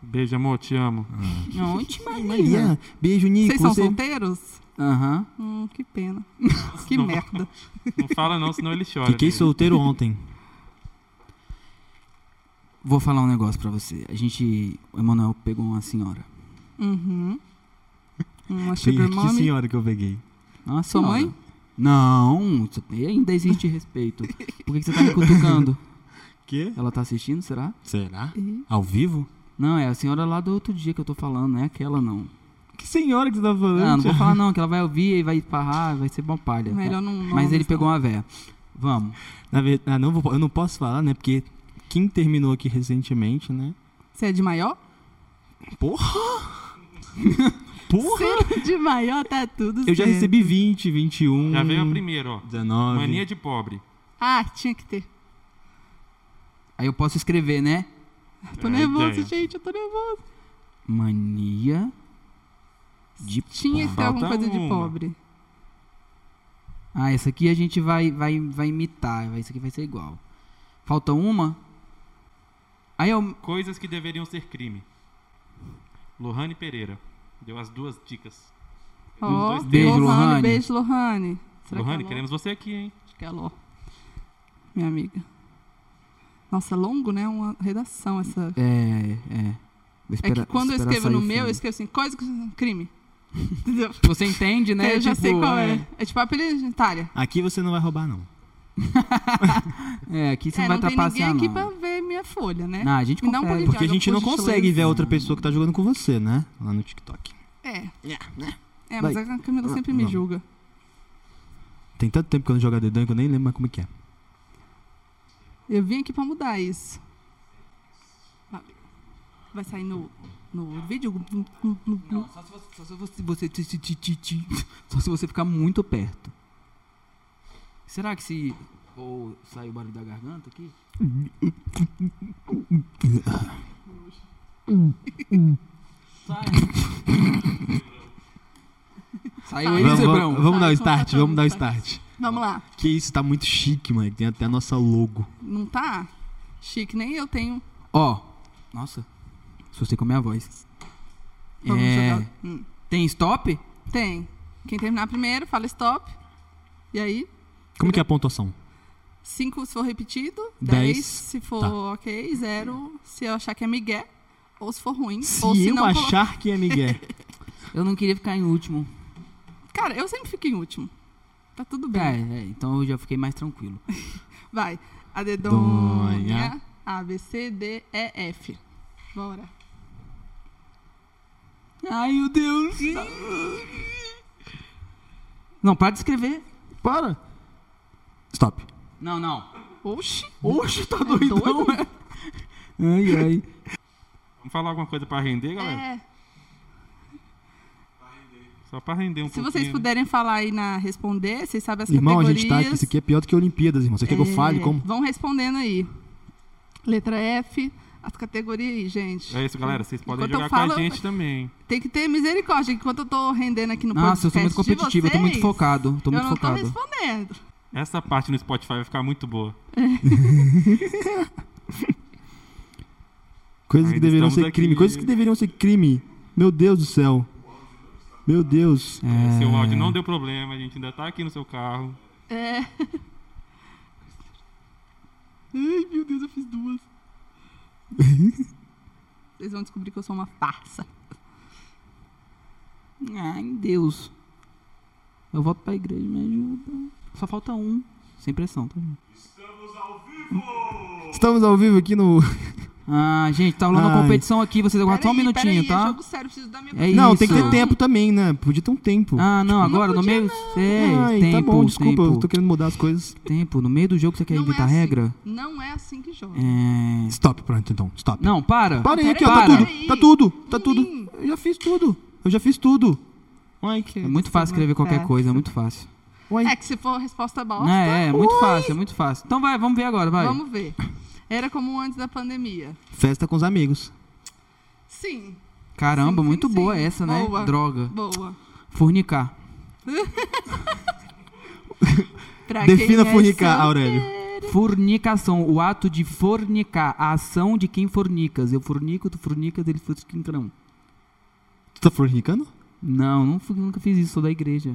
Beijo, amor, te amo. Não, te imagina. Maria, beijo, Nico. Vocês são você- solteiros? Aham. Hum, que pena. que merda. Não fala não, senão ele chora. Fiquei solteiro ontem. Vou falar um negócio pra você. A gente. O Emanuel pegou uma senhora. Uhum. Hum, Uma Sim, sugar que mommy. senhora que eu peguei. Uma Sua senhora. mãe? Não, isso- ainda existe respeito. Por que, que você tá me cutucando? Que? Ela tá assistindo, será? Será? Ih. Ao vivo? Não, é a senhora lá do outro dia que eu tô falando, não é aquela não. Que senhora que você tá falando? Ah, não vou falar não, que ela vai ouvir e vai esparrar, vai ser bom palha. Melhor não. não Mas ele não. pegou uma véia. Vamos. Na verdade, não, vou- eu não posso falar, né? Porque quem terminou aqui recentemente, né? Você é de maior? Porra! Porra! Ser de maior tá tudo Eu já certo. recebi 20, 21. Já veio a primeira, ó. 19. Mania de pobre. Ah, tinha que ter. Aí eu posso escrever, né? Tô É a nervosa, ideia. gente, eu tô nervosa. Mania de Tinha que ter Falta alguma coisa de uma. pobre. Ah, essa aqui a gente vai, vai, vai imitar. Vai, isso aqui vai ser igual. Falta uma. Aí eu. Coisas que deveriam ser crime. Lohane Pereira. Deu as duas dicas. Ó, dois Beijo, Lohane. Beijo, Lohane. Será Lohane, que é Lô? queremos você aqui, hein? Acho que é Lô. Minha amiga. Nossa, longo, né? Uma redação essa. É. É. Vou É esperar- que quando eu esperar escrevo sair no o meu, eu filme. escrevo assim, coisa que... crime. Entendeu? Você entende, né? eu já Tipo, sei qual é. É, tipo apelido de Itália. Aqui você não vai roubar, não. É, aqui você é, não vai não tem ninguém trapacear, aqui não. pra ver minha folha, né? Não, a gente Me dá um confere. pouquinho Porque a Thiago, gente não puxa o consegue chulé. ver a outra pessoa que tá jogando com você, né? Lá no TikTok. É. É, mas a Camila sempre me Não. julga. Tem tanto tempo que eu não jogo a dedão que eu nem lembro mais como é que é. Eu vim aqui pra mudar isso. Valeu. Vai sair no, no vídeo? Não, só se você. Só se você, você- ti- ti- ti- ti- ti- só se você ficar muito perto. Será que se. Ou sai o barulho da garganta aqui? Sai. Saiu ele, Vamos, Ah, Zebrão. vamos, vamos dar o Sai, start, solta, vamos dar o solta. start. Vamos lá. Que isso, tá muito chique, mano. Tem até a nossa logo. Não tá? Chique, nem eu tenho. Ó. Nossa. Assustei com é a minha voz. Vamos É, jogar. Hum. Tem stop? Tem. Quem terminar primeiro, fala stop. E aí, Como que é a pontuação? cinco se for repetido, Dez. 10 se for Tá. ok, zero se eu achar que é migué, ou se for ruim, Se ou se eu não colo- achar que é Miguel. Eu não queria ficar em último. Cara, eu sempre fico em último. Tá tudo bem. É, é, então eu já fiquei mais tranquilo. Vai. A Donha. dedonha. A, B, C, D, E, F. Bora. Ai, meu Deus. Não, para de escrever. Para! Stop. Não, não. Oxi. é Oxe, tá doidão, Ai, ai. Vamos falar alguma coisa pra render, galera? É. Só pra render um Se pouquinho. vocês né? puderem falar aí na responder, vocês sabem as Irmão, a categorias. gente tá aqui. é Isso É. aqui é pior do que Olimpíadas, irmão. Você quer que eu É, fale como? Vão respondendo aí. Letra F, as categorias aí, gente. É isso, galera. Vocês podem Enquanto eu jogar falo, com a gente também. Tem que ter misericórdia, que enquanto eu tô rendendo aqui no podcast Nossa, eu sou muito competitivo, eu tô muito de vocês, focado. Tô eu muito não focado. tô respondendo. Essa parte no Spotify vai ficar muito boa. Coisas que Ainda deveriam estamos ser crime. aqui. Coisas que deveriam ser crime. Meu Deus do céu. Meu Deus. É. Seu áudio não deu problema, a gente ainda tá aqui no seu carro. É. Ai, meu Deus, eu fiz duas. Vocês vão descobrir que eu sou uma farsa. Ai, Deus. Eu volto pra igreja, me ajuda. Só falta um. Sem pressão, tá? gente? Estamos ao vivo aqui no. Ah, gente, tá rolando uma Ai. competição aqui, vocês aguardam só um Peraí, minutinho, peraí, É tá? jogo sério, preciso dar minha É Não, isso. tem que ter tempo também, né? Podia ter um tempo. Ah, não, agora, no podia meio. Ai, É, tá tempo, bom, desculpa, eu tempo, tô querendo mudar as coisas. tempo. No meio do jogo você quer Não é evitar assim. regra? Não é assim que joga. É. Stop, pronto, então. Stop. Não, para. Para aí, aqui, ó. para. Tá Peraí. tudo. Tá tudo. Tá Hum. tudo. Eu já fiz tudo. Eu já fiz tudo. Uai, que. É muito fácil escrever Tá. qualquer coisa, é muito fácil. Uai. É que se for resposta bosta, É, é, muito fácil, é muito fácil. Então vai, vamos ver agora, vai. vamos ver. Era como antes da pandemia. Festa com os amigos. Sim, Caramba, Sim, muito sim, boa sim. essa, né? Boa. Droga. boa. Fornicar. Pra Defina quem é fornicar, solteiro. Aurélio. Fornicação, o ato de fornicar, a ação de quem fornicas. Eu fornico, tu fornicas, ele fornicam. Tu tá fornicando? Não, não fu- nunca fiz isso, sou da igreja.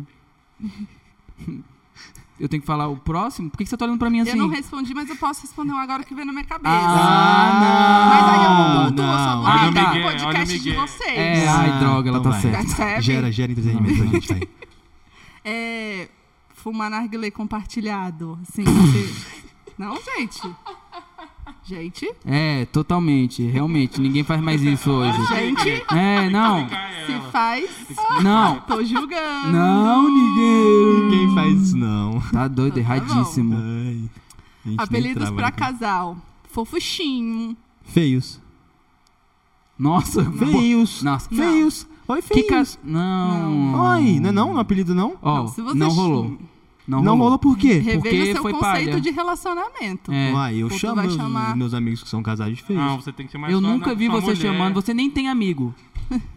Eu tenho que falar o próximo? Por que que você tá olhando pra mim assim? Eu não respondi, mas eu posso responder um agora que vem na minha cabeça. Ah, Mas aí eu não, não pontuo, eu só vou não. ah, Olha o tá. Miguel, olha o podcast de Miguel. vocês. É, ai, droga, ela tá Então vai. certa. Percebe? Gera, gera entretenimento pra gente, tá aí. É, fumar narguilé compartilhado, assim. você- Não, gente. Gente, É, totalmente, realmente. Ninguém faz mais isso hoje. gente, É, não, Ah, é, se faz, não, tô julgando. não, ninguém. Ninguém faz isso, não. Tá doido, Então tá erradíssimo. Ai, a gente nem Apelidos trava, pra né? casal. Fofuchinho. Feios. Nossa, pô. Feios. Nossa. Feios. Oi, Que feios. cas... Não. Oi, não é não? Não é apelido, não? Ó, Não, se não, você chi- rolou. Não, Não rolou por quê? Reveja Porque seu foi conceito palha. de relacionamento. É. Uai, eu Ou tu chamo vai os- chamar- meus amigos que são casados de feios. Não, você tem que chamar Eu sua- nunca vi sua você mulher. chamando. Você nem tem amigo.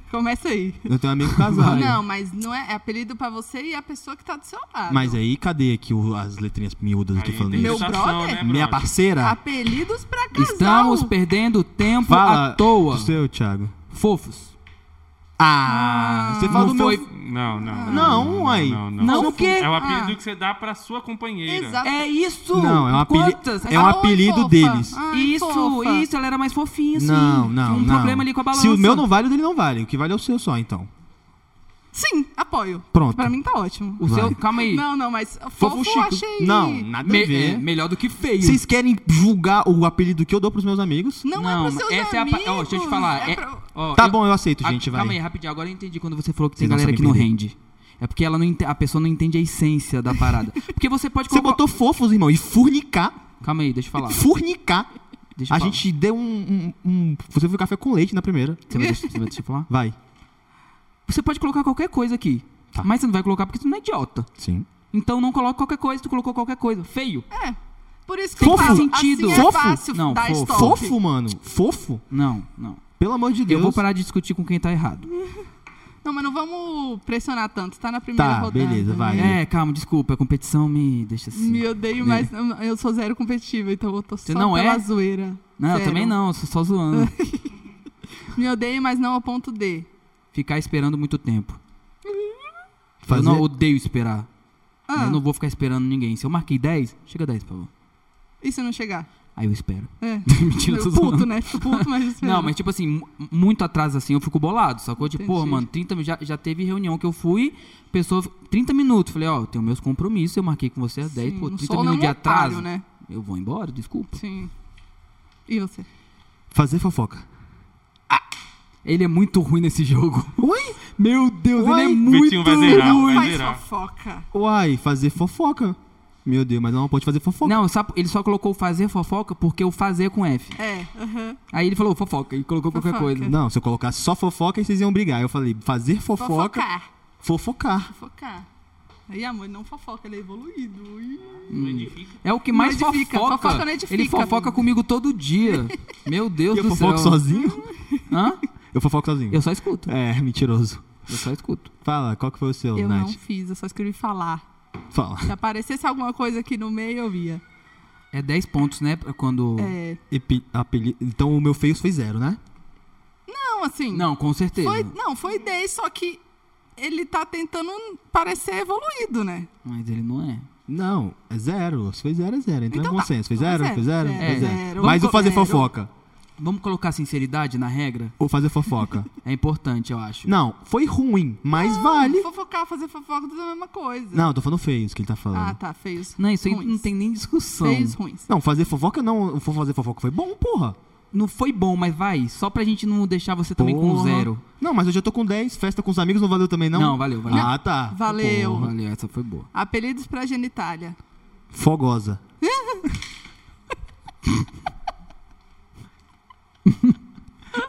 Começa aí. Eu tenho um amigo casado. Vai. Não, mas não é, é apelido pra você e a pessoa que tá do seu lado. Mas é. aí, cadê aqui o- as letrinhas miúdas aqui Aí falando tem Meu isso? estação, brother? né, Minha brother? parceira. Apelidos pra casal. Estamos perdendo tempo Fala à toa. do seu, Thiago. Fofos. Ah, você fala não do foi- meu... Não, não. Não, uai. Não, não. Não o Fofo. quê? É o apelido Ah. que você dá pra sua companheira. Exato. É isso. Não, é um apeli- Quantas? é um Ai, apelido fofa. deles. Ai, Isso, fofa. isso. Ela era mais fofinha, assim. Não, não, Um não. problema ali com a balança. Se o meu não vale, o dele não vale. O que vale é o seu só, então. Sim, apoio. Pronto. Pra mim tá ótimo. O seu... Vai. Calma aí. Não, não, mas fofo, Chico. achei. Não, nada Me- a ver. é, melhor do que feio. Vocês querem julgar o apelido que eu dou pros meus amigos? Não, é mas pros seus essa amigos. é a... pa- Ó, deixa eu te falar. É é- pra- ó, Tá eu- bom, eu aceito, Ah, gente, Calma aí, vai. rapidinho. Agora eu entendi quando você falou que tem Vocês não galera que sabem não perder. rende. É porque ela não ente- a pessoa não entende a essência da parada. Porque você pode Você colocar... botou fofos, irmão, e furnicar. Calma aí, deixa eu falar. Furnicar. Deixa eu A falar. gente deu um, um- um- Você foi café com leite na primeira. Você vai deixar, você vai deixar eu falar? Vai. Você pode colocar qualquer coisa aqui. Tá. Mas você não vai colocar porque você não é idiota. Sim. Então não coloca qualquer coisa, tu colocou qualquer coisa. Feio. É. Por isso que eu Fofo. falo, Sentido. assim é Fofo? fácil Não, dar fofo. stop. Fofo, mano. Fofo? Não, não. Pelo amor de Deus. Eu vou parar de discutir com quem tá errado. Não, mas não vamos pressionar tanto. Tá na primeira Tá, rodada. beleza, vai. É, calma, desculpa. A competição me deixa assim. Me odeio, mas eu sou zero competitiva, então eu tô só Você não pela é? zoeira. Não, eu Zero. também não, eu sou só zoando. Me odeio, mas não ao ponto de. ficar esperando muito tempo. Fazer... Eu não odeio esperar. Ah, Eu não vou ficar esperando ninguém. Se eu marquei 10, chega 10, por favor. E se não chegar? Aí eu espero. É. Mentira, eu tô Eu zoando. puto, né? Fico puto, mas espero. Não, mas tipo assim, mu- muito atrás assim, eu fico bolado, sacou? Tipo, porra, Entendi. mano, 30, mi- já, já teve reunião que eu fui, pessoa, 30 minutos, falei, ó, eu tenho meus compromissos, eu marquei com você às 10, Sim, pô, não 30 sou minutos de nenhum otário, atraso, né? eu vou embora, desculpa. Sim. E você? Fazer fofoca. Ele é muito ruim nesse jogo. Oi? Meu Deus, Uai, ele é Vitinho muito vai zerar, ruim. vai Faz zerar. fofoca. Uai, fazer fofoca. Meu Deus, mas ela não pode fazer fofoca. Não, sabe, ele só colocou fazer fofoca porque eu fazer com F. É, aham. Aí ele falou fofoca e colocou qualquer Fofoca. coisa. Não, se eu colocasse só fofoca, aí vocês iam brigar. Eu falei, fazer fofoca, Fofocar. fofocar. Fofocar. E amor, não fofoca, ele é evoluído. Ih. Não edifica. É o que mais Não edifica, fofoca. fofoca não edifica. Ele fofoca comigo todo dia. Meu Deus eu do céu. fofoco sozinho? Hã? Eu fofoco sozinho. Eu só escuto. É, mentiroso. Eu só escuto. Fala, qual que foi o seu, Eu não Nath? fiz, eu só escrevi falar. Fala. Se aparecesse alguma coisa aqui no meio, eu via. É 10 pontos, né? pra Quando. É, Epi- apeli- Então o meu feio foi zero, né? não, assim. Não, com certeza. Foi, não, foi 10, só que ele tá tentando parecer evoluído, né? Mas ele não é. Não, é zero. Se foi zero, é zero. Então, Então é bom tá. senso. Foi Então zero, é foi zero, zero, foi é zero. zero. Mas o Vamos fazer co- zero. fofoca. Vamos colocar sinceridade na regra? O fazer fofoca. É importante, eu acho. não, foi ruim, mas vale. Fofocar, fazer fofoca, tudo é a mesma coisa. Não, eu tô falando feios que ele tá falando. Ah, tá, feios. Não, isso aí ruins. não tem nem discussão. Feios ruins. Não, fazer fofoca não. Foi fazer fofoca foi bom, porra. Não foi bom, mas vai. Só pra gente não deixar você também com Porra. zero. Não, mas eu já tô com 10. Festa com os amigos não valeu também, não? Não, valeu, valeu. Ah, tá. Valeu. Porra. Olha, essa foi boa. Apelidos pra genitália. Fogosa.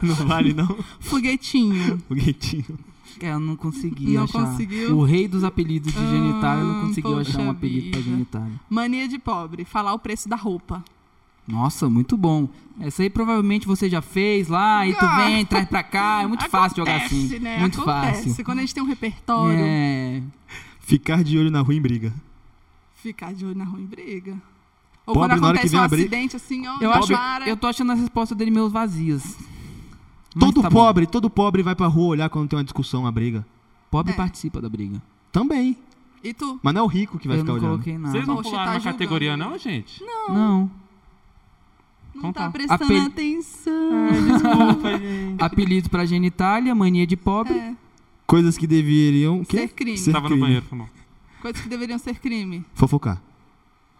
não vale, não? Foguetinho. O guetinho. É, eu não consegui Não achar. conseguiu? O rei dos apelidos de genitália não Ah, conseguiu achar um poxa apelido pra vida. genitália. Mania de pobre. Falar o preço da roupa. Nossa, muito bom. Essa aí provavelmente você já fez lá, e tu Ah. vem, traz pra cá. É muito fácil jogar Acontece, assim. Né? Muito Acontece. fácil. Quando a gente tem um repertório, É. Ficar de olho na rua em briga. ficar de olho na rua em briga. Ou Pobre, quando na hora que acontece vem um a briga- acidente, assim, ó, Eu, na acho, vara. eu tô achando as respostas dele meus vazias. Mas Todo tá bom. pobre, todo pobre vai pra rua olhar quando tem uma discussão, uma briga. Pobre É. participa da briga. Também. E tu? Mas não é o rico que vai eu ficar não olhando. coloquei nada. Vocês não Poxa, pularam tá na julgando. categoria, não, gente? Não. Não Então tá tá. prestando Apel- atenção. Desculpa, gente. Apelido pra genitália, mania de pobre. É, Coisas que deveriam. Que? ser crime. Ser Tava no crime. banheiro, foi mal. Coisas que deveriam ser crime. Fofocar.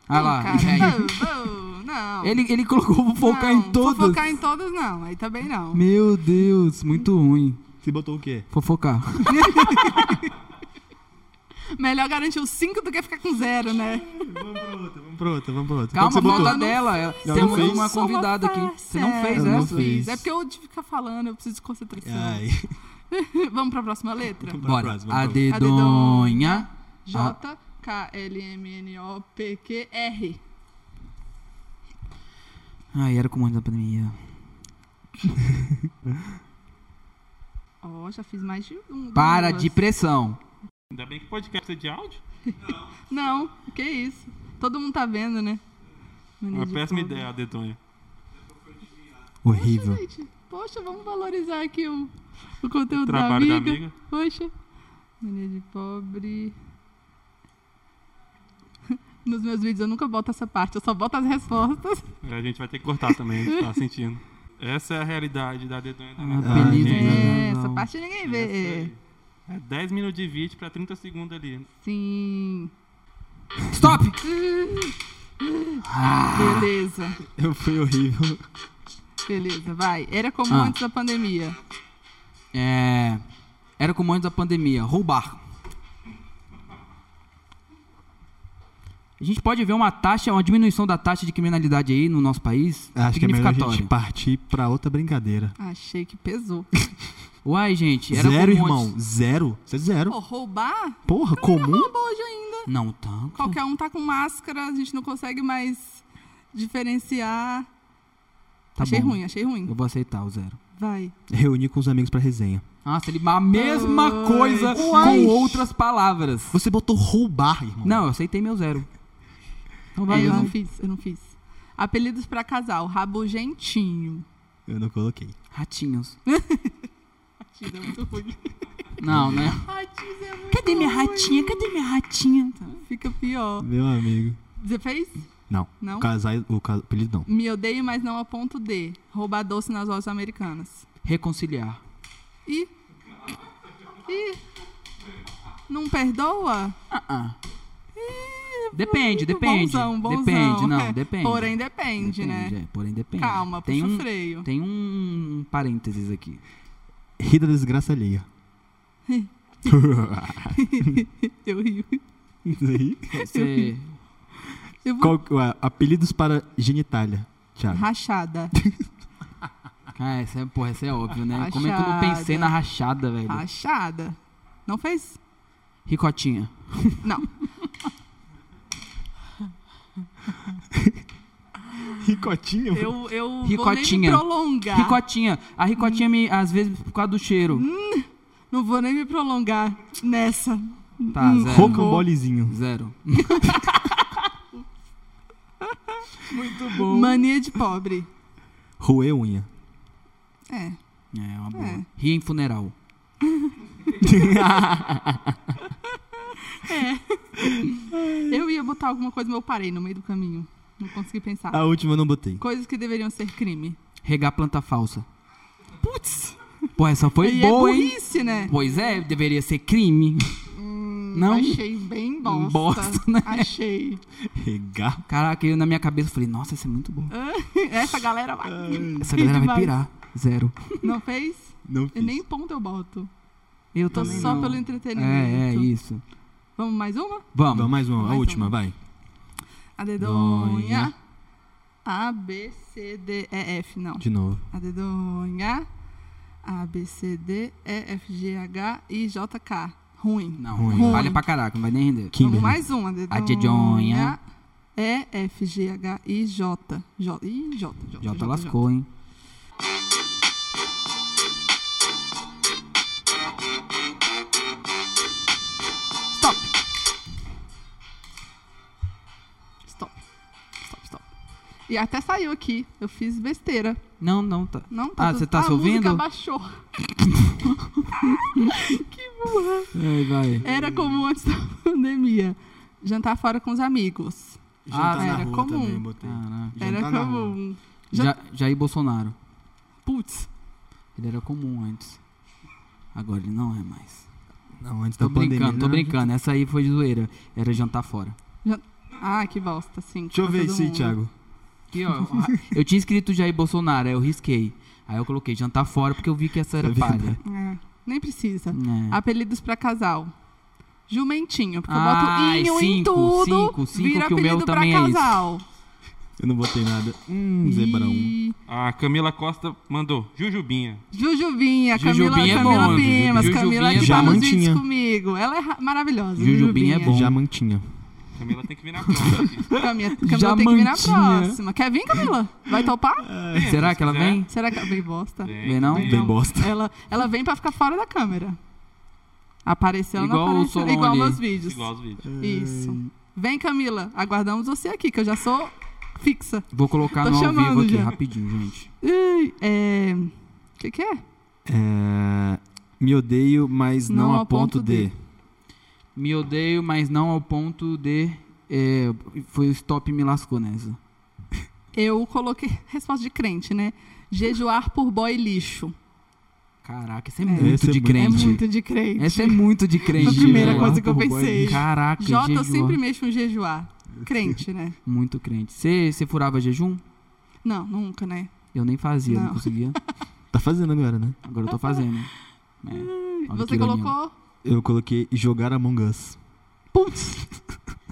Ah Não, lá. cara, é. não, não, não. Ele, ele colocou vou focar Não, em todos. Fofocar em todas, não. Aí também não. Meu Deus, muito ruim. Você botou o quê? Fofocar. Melhor garantir os cinco do que ficar com zero, né? Vamos pra outra, vamos pra outra, vamos pra outra. Calma, Qual que você falta botou? não dela. Ela- Não, Temos não fez? uma convidada aqui. Você não fez Eu não essa? fiz. É porque eu de ficar falando, eu preciso de concentração. Ai, Vamos pra próxima letra? vamos pra Bora. próxima, A vamos pra dedonha. J, K, L, M, N, O, P, Q, R. Ai, era comando da pandemia. Ó, já fiz mais de um. Para duas. de pressão. Ainda bem que podcast é de áudio. Não, que isso. Todo mundo tá vendo, né? Mania Uma de É péssima pobre. ideia, a dedonha. próxima. Horrível. Gente, poxa, vamos valorizar aqui o, o conteúdo Trabalho da, da amiga. amiga. Poxa. Mania de pobre. Nos meus vídeos eu nunca boto essa parte, eu só boto as respostas. É, A gente vai ter que cortar também, a gente tá sentindo. Essa é a realidade da dedonha da Ah, Natália, apelido, gente. né? É, não. essa parte ninguém vê. Essa aí. É 10 minutos de vídeo pra 30 segundos ali. Sim. Stop! Ah. Beleza, Eu fui horrível. beleza, vai. Era comum Ah. antes da pandemia. É. Era comando da pandemia. Roubar. A gente pode ver uma taxa, uma diminuição da taxa de criminalidade aí no nosso país. Acho que é melhor a gente significatória. partir pra outra brincadeira. Achei que pesou. Uai, gente, era zero, comum irmão. antes- Zero. Isso é zero. Pô, roubar? Porra, comum? Rouba hoje ainda. Não tanto. Qualquer um tá com máscara, a gente não consegue mais diferenciar. Tá achei bom. ruim, achei Eu ruim. vou aceitar o zero. Vai. Reunir com os amigos pra resenha. Nossa, ele a mesma Ai. coisa Uai. com outras palavras. Você botou roubar, irmão. Não, eu aceitei meu zero. Então vai, É, eu vai. não fiz, eu não fiz. Apelidos pra casal, rabugentinho. Eu não coloquei. Ratinhos. Tira, é muito ruim. Não, né? Ratinhos é muito Cadê minha ruim. ratinha? Cadê minha ratinha? Fica pior. Meu amigo. Você fez? Não. Não? O casais, o ca- apelido não. Me odeio, mas não a ponto de roubar doce nas lojas americanas. Reconciliar. E. E. Não perdoa? Ah, ah. Depende, muito depende. Um bonzão, bonzão. Depende, não, É. depende. Porém, depende, né? é, porém depende. Calma, tem puxa o um, freio. Tem um parênteses aqui. Rida da desgraça alheia. Eu rio. Isso aí. Você Eu vou... Qual, é? que- ué, apelidos para genitália, Thiago. Rachada. Ah, essa é, porra, essa é óbvio, né? Como é que eu não Rachada. pensei na rachada, velho? Rachada. Não fez? Ricotinha. Não. Ricotinho? Eu, eu vou nem me Ricotinha. prolongar. Ricotinha. A ricotinha, Hum. me, às vezes, por causa do cheiro. Não vou nem me prolongar nessa. Hum, Tá, zero. Rocambolezinho. Zero. Muito bom. Mania de pobre. Roer unha. É. É, uma boa. É. Ria em funeral. Eu ia botar alguma coisa, mas eu parei no meio do caminho. Não consegui pensar. Ah. A última eu não botei. Coisas que deveriam ser crime. Regar planta falsa. Putz! Pô, essa foi Aí boa, é hein? burrice, né? Hum, Pois é, deveria ser crime. Não? Hum, Achei bem bosta. Bosta, né? Achei. Regar. Caraca, eu na minha cabeça falei, nossa, isso é muito bom. Essa galera vai. Essa galera vai demais. pirar. Zero. Não fez? Não fiz. Eu nem ponto eu boto. Eu Tô também só não. pelo É, é entretenimento. isso. Vamos mais uma? Vamos. Vamos, mais uma, a Mais última, uma. vai. A dedonha. A, B, C, D, E, F. Não. De novo. A dedonha. A, B, C, D, E, F, G, H, I, J, K. Ruim. Não, Ruim. ruim. Vale pra caraca, não vai nem render. Kimberly. Vamos mais uma. A dedonha. E, F, G, H, I, J. J, I, J. J, Jota tá lascou, hein? Stop. Stop. Stop, stop. E até saiu aqui. Eu fiz besteira. Não, não, tá. Não, tá Ah, tudo- você tá Ah, se a música ouvindo? baixou. Ai, vai. Era comum antes da pandemia. Jantar fora com os amigos. Ah, era comum. Ah, também, botei. Caraca. Era um- Jantar na rua. comum. Já- Ja, Jair Bolsonaro. Putz. Ele era comum antes. Agora ele não é mais. Não, antes Tô da brincando, pandemia. tô né? brincando. Essa aí foi de zoeira. Era jantar fora. Ah, que bosta, sim. Deixa eu pra ver todo isso aí, mundo. Thiago. Aqui, ó, eu tinha escrito Jair Bolsonaro, aí eu risquei. Aí eu coloquei jantar fora porque eu vi que essa era É palha. É, nem precisa. É. Apelidos pra casal. Jumentinho, porque Ai, eu boto inho em Ah, cinco, tudo, cinco, cinco, vira que o meu apelido pra também é isso. casal. Eu não botei nada. Hum, zebra um. E A Camila Costa mandou Jujubinha. Jujubinha, Camila, Jujubinha é Camila bom, Bimas, Jujubinha Camila é bom. que tá nos Diamantinha. vídeos comigo. Ela é ra- maravilhosa. Jujubinha é bom. Já mantinha. Camila tem que vir na prova. aqui. Camila, Camila tem que vir na Diamantinha. próxima. Quer vir, Camila? Vai topar? É. Será que ela quiser. vem? Será que ela vem bosta? Vem não? Bem bosta. Ela, ela vem pra ficar fora da câmera. Apareceu, ela não Igual o apareceu. Solon Igual ali. meus vídeos. Igual os vídeos. Isso. Vem, Camila. Aguardamos você aqui, que eu já sou fixa. Vou colocar Tô no ao vivo chamando aqui já. rapidinho, gente. Ui, é... O que, que é? É, Me odeio, mas não, a ponto de. Me odeio, mas não ao ponto de. é, foi o stop me lascou nessa. Eu coloquei resposta de crente, né? Jejuar por boy lixo. Caraca, essa é, É. muito Essa é de muito- É crente. muito de crente. Essa é muito de crente. Foi a primeira né? coisa que eu Jejuar por boy pensei. Caraca, Jota, eu jejuar. sempre mexo em jejuar. Crente, né? Muito crente. Você você furava jejum? Não, nunca, né? Eu nem fazia, não, Não. conseguia. Tá fazendo agora, né? Agora eu tô fazendo. É. Olha que Você ironia. colocou... Eu coloquei jogar Among Us. Putz!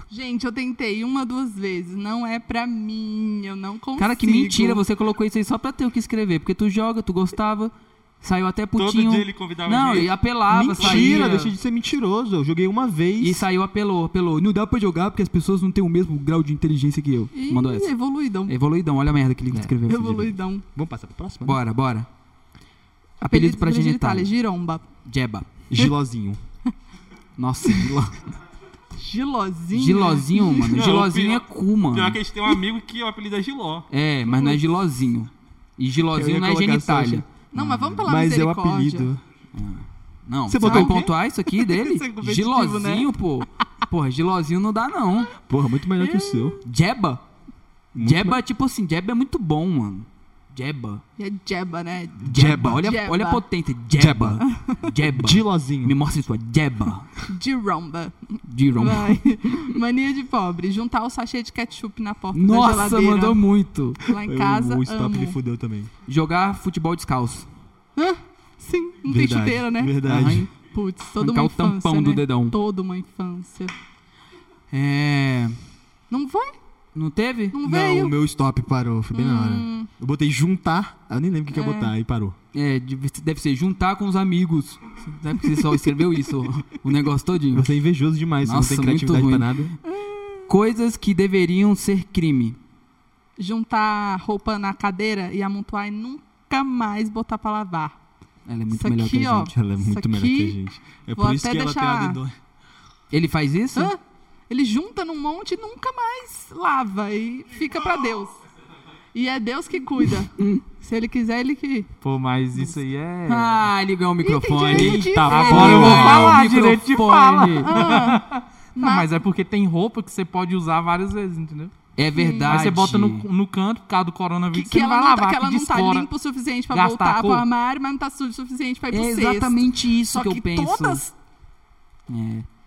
Gente, eu tentei uma, duas vezes. Não é pra mim. Eu não consigo. Cara, que mentira, você colocou isso aí só pra ter o que escrever. Porque tu joga, tu gostava, saiu até Todo putinho. dia ele convidava a Não, gente. e Ah, apelava, Mentira, saía. deixa de ser mentiroso. Eu joguei uma E vez. saiu, apelou, apelou. Não dá pra jogar porque as pessoas não têm o mesmo grau de inteligência que eu. Ih, Mandou essa. evoluidão. Evoluidão, olha a merda que ele É, escreveu. Evoluidão. Vamos passar pra próxima? né? Bora, bora. Apelido pra genitália. Giromba. Jeba. Gilozinho. Nossa, gilo... Gilozinho. gilozinho, mano. Não, gilozinho pior- é cu, mano. Pior que a gente tem um amigo que o apelido é Giló. É, mas não é gilozinho. E Eu gilozinho ia não é colocar só genitália. Não, mas vamos pela Mas é o misericórdia. apelido. Não, Você você botou vai o quê? pontuar isso aqui dele? Isso é competitivo, gilozinho, pô. Porra, gilozinho não dá, não. Porra, muito melhor que o seu. Jeba? Jeba, tipo assim, Jeba é muito bom, mano. Jeba. E é Jeba, né? Jeba. Olha, Jeba. olha a potência. Jeba. Jeba. Me Gilozinho. mostra sua Jeba. Giromba. Jiron. Vai. Mania de pobre. Juntar o sachê de ketchup na porta da Nossa, geladeira. mandou muito. Lá em casa, o stop me amo. fudeu também. Jogar futebol descalço. Sim, não tem verdade, chuteira, né? Verdade. Aham. Putz, toda Arrancar uma o infância, tampão né? do dedão. Toda uma infância. É. Não foi? Não teve? Não, Não, veio. Hum. o meu stop parou. Foi bem na hora. Eu botei juntar. Eu nem lembro o que, que É. ia botar. Aí parou. É, deve deve ser juntar com os amigos. Não é porque você só escreveu isso, o negócio todinho. Você é invejoso demais. Nossa, você não tem muito criatividade pra ruim. nada. Coisas que deveriam ser crime. Juntar roupa na cadeira e amontoar e nunca mais botar pra lavar. Ela é muito Isso melhor que aqui, a ó. gente. Ela é Isso muito melhor que a aqui, gente. É vou por isso até que ela tem deixar- a dedonha. Ele faz isso? Hã? Ele junta num monte e nunca mais lava e fica pra Deus. E é Deus que cuida. Se ele quiser, ele que. Pô, mas isso aí é. Ah, ele ganhou o microfone. direito de Eita, falar. agora eu Ele ganhou vou o falar direito de fala. microfone. Ah, Não, mas é porque tem roupa que você pode usar várias vezes, entendeu? É verdade. Aí você bota no, no canto, por causa do que, coronavírus, que você não ela vai não, tá, lavar, que que, ela não tá descora. limpa o suficiente pra Gasta a voltar pro cor. armário, mas não tá sujo o suficiente pra ir É pro cesto. exatamente isso Só que, que, eu penso. todas, É.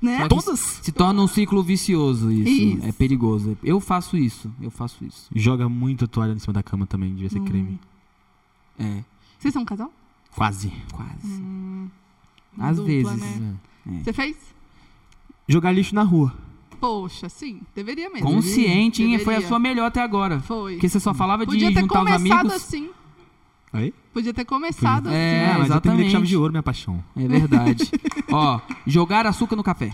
né? Só que Se torna um ciclo vicioso isso. Isso. É perigoso. Eu faço isso. Eu faço isso. Joga muito a toalha em cima da cama também, devia ser Hum. creme. É, Vocês são um casal? Quase. quase. Hum. Hum, Às Dupla, vezes. é. né? Você fez? Jogar lixo na rua. Poxa, sim, deveria mesmo. Consciente, hein? Foi a Deveria. sua melhor até agora. Foi. Porque você só falava Podia de ter juntar os começado amigos. assim. Aí? Ah, Podia ter começado Podia. É, assim. mas eu terminei com chave de exatamente. ouro, minha paixão. É verdade. Ó, jogar açúcar no café.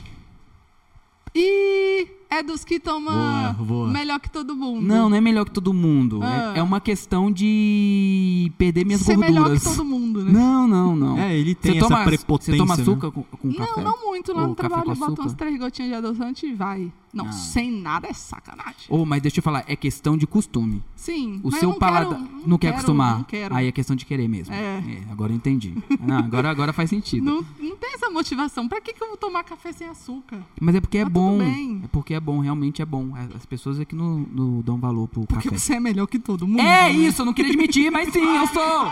E é dos que toma Boa, boa. melhor que todo mundo. Não, não é melhor que todo mundo. Uhum. Ah. É, é uma questão de perder minhas Ser melhor que gorduras. todo mundo, né? Não, não, não. É, ele tem você essa toma, prepotência. Você toma né? açúcar com, com Não, um café? não muito. Lá Ou no café trabalho com bota umas açúcar? três gotinhas de adoçante e vai. Não, Ah. sem nada é sacanagem. Ô, mas deixa eu falar, é questão de costume. Sim, O mas eu seu não paladar quero- não quer quero, acostumar. Não quero. Aí é questão de querer mesmo. É. agora eu entendi. Não, agora, agora faz sentido. Não, não tem essa motivação. Pra que, que eu vou tomar café sem açúcar? Mas é porque é Tá tudo bom. bem. É porque é bom, realmente é bom. As as pessoas aqui não, não dão valor pro Porque café. você é melhor que todo mundo. É né? isso, eu não queria admitir, mas sim, eu sou.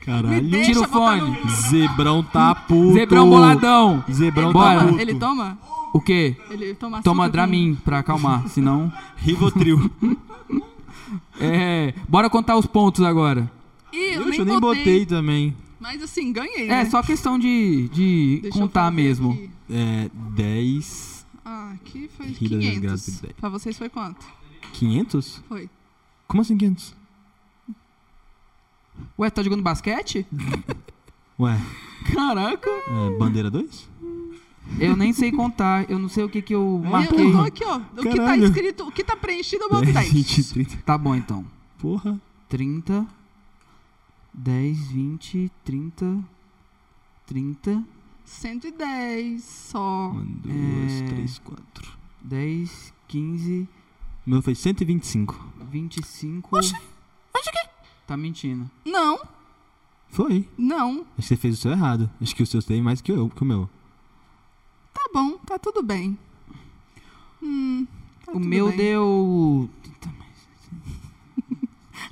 Caralho. Deixa Hum. Tira o botar fone. no- Zebrão tá puto. Zebrão boladão. Zebrão Ele Bora. tá toma, puto. É, ele toma? O quê? Ele toma açúcar Toma com- Dramin pra acalmar, senão... Rivotril. É, bora contar os pontos agora. Ih, eu, Poxa, nem botei. também. Mas assim, ganhei. É, né? só questão de, de Deixa eu contar fazer mesmo. aqui. É, 10... Ah, aqui foi Ri da desgraça de 500. ideia. Pra vocês foi quanto? 500? Foi. Como assim 500? Ué, tá jogando basquete? Ué, Caraca. é, bandeira 2? Eu nem sei contar, eu não sei o que que eu Eu, marquei. eu tô aqui, ó. O que tá Caralho. escrito, o que tá preenchido, eu É, boto 10. 20, 30. Tá bom então. Porra. 30, 10, 20, 30, 30, 110 só. 1, 2, É. 3, 4. 10, 15, O meu foi 125. 25. Oxi, onde que? Tá mentindo. Não, Foi. não. Acho que você fez o seu errado. Acho que o seu tem mais que, eu, que o meu. Tá bom, tá tudo bem. Hum, tá o tudo meu bem. deu.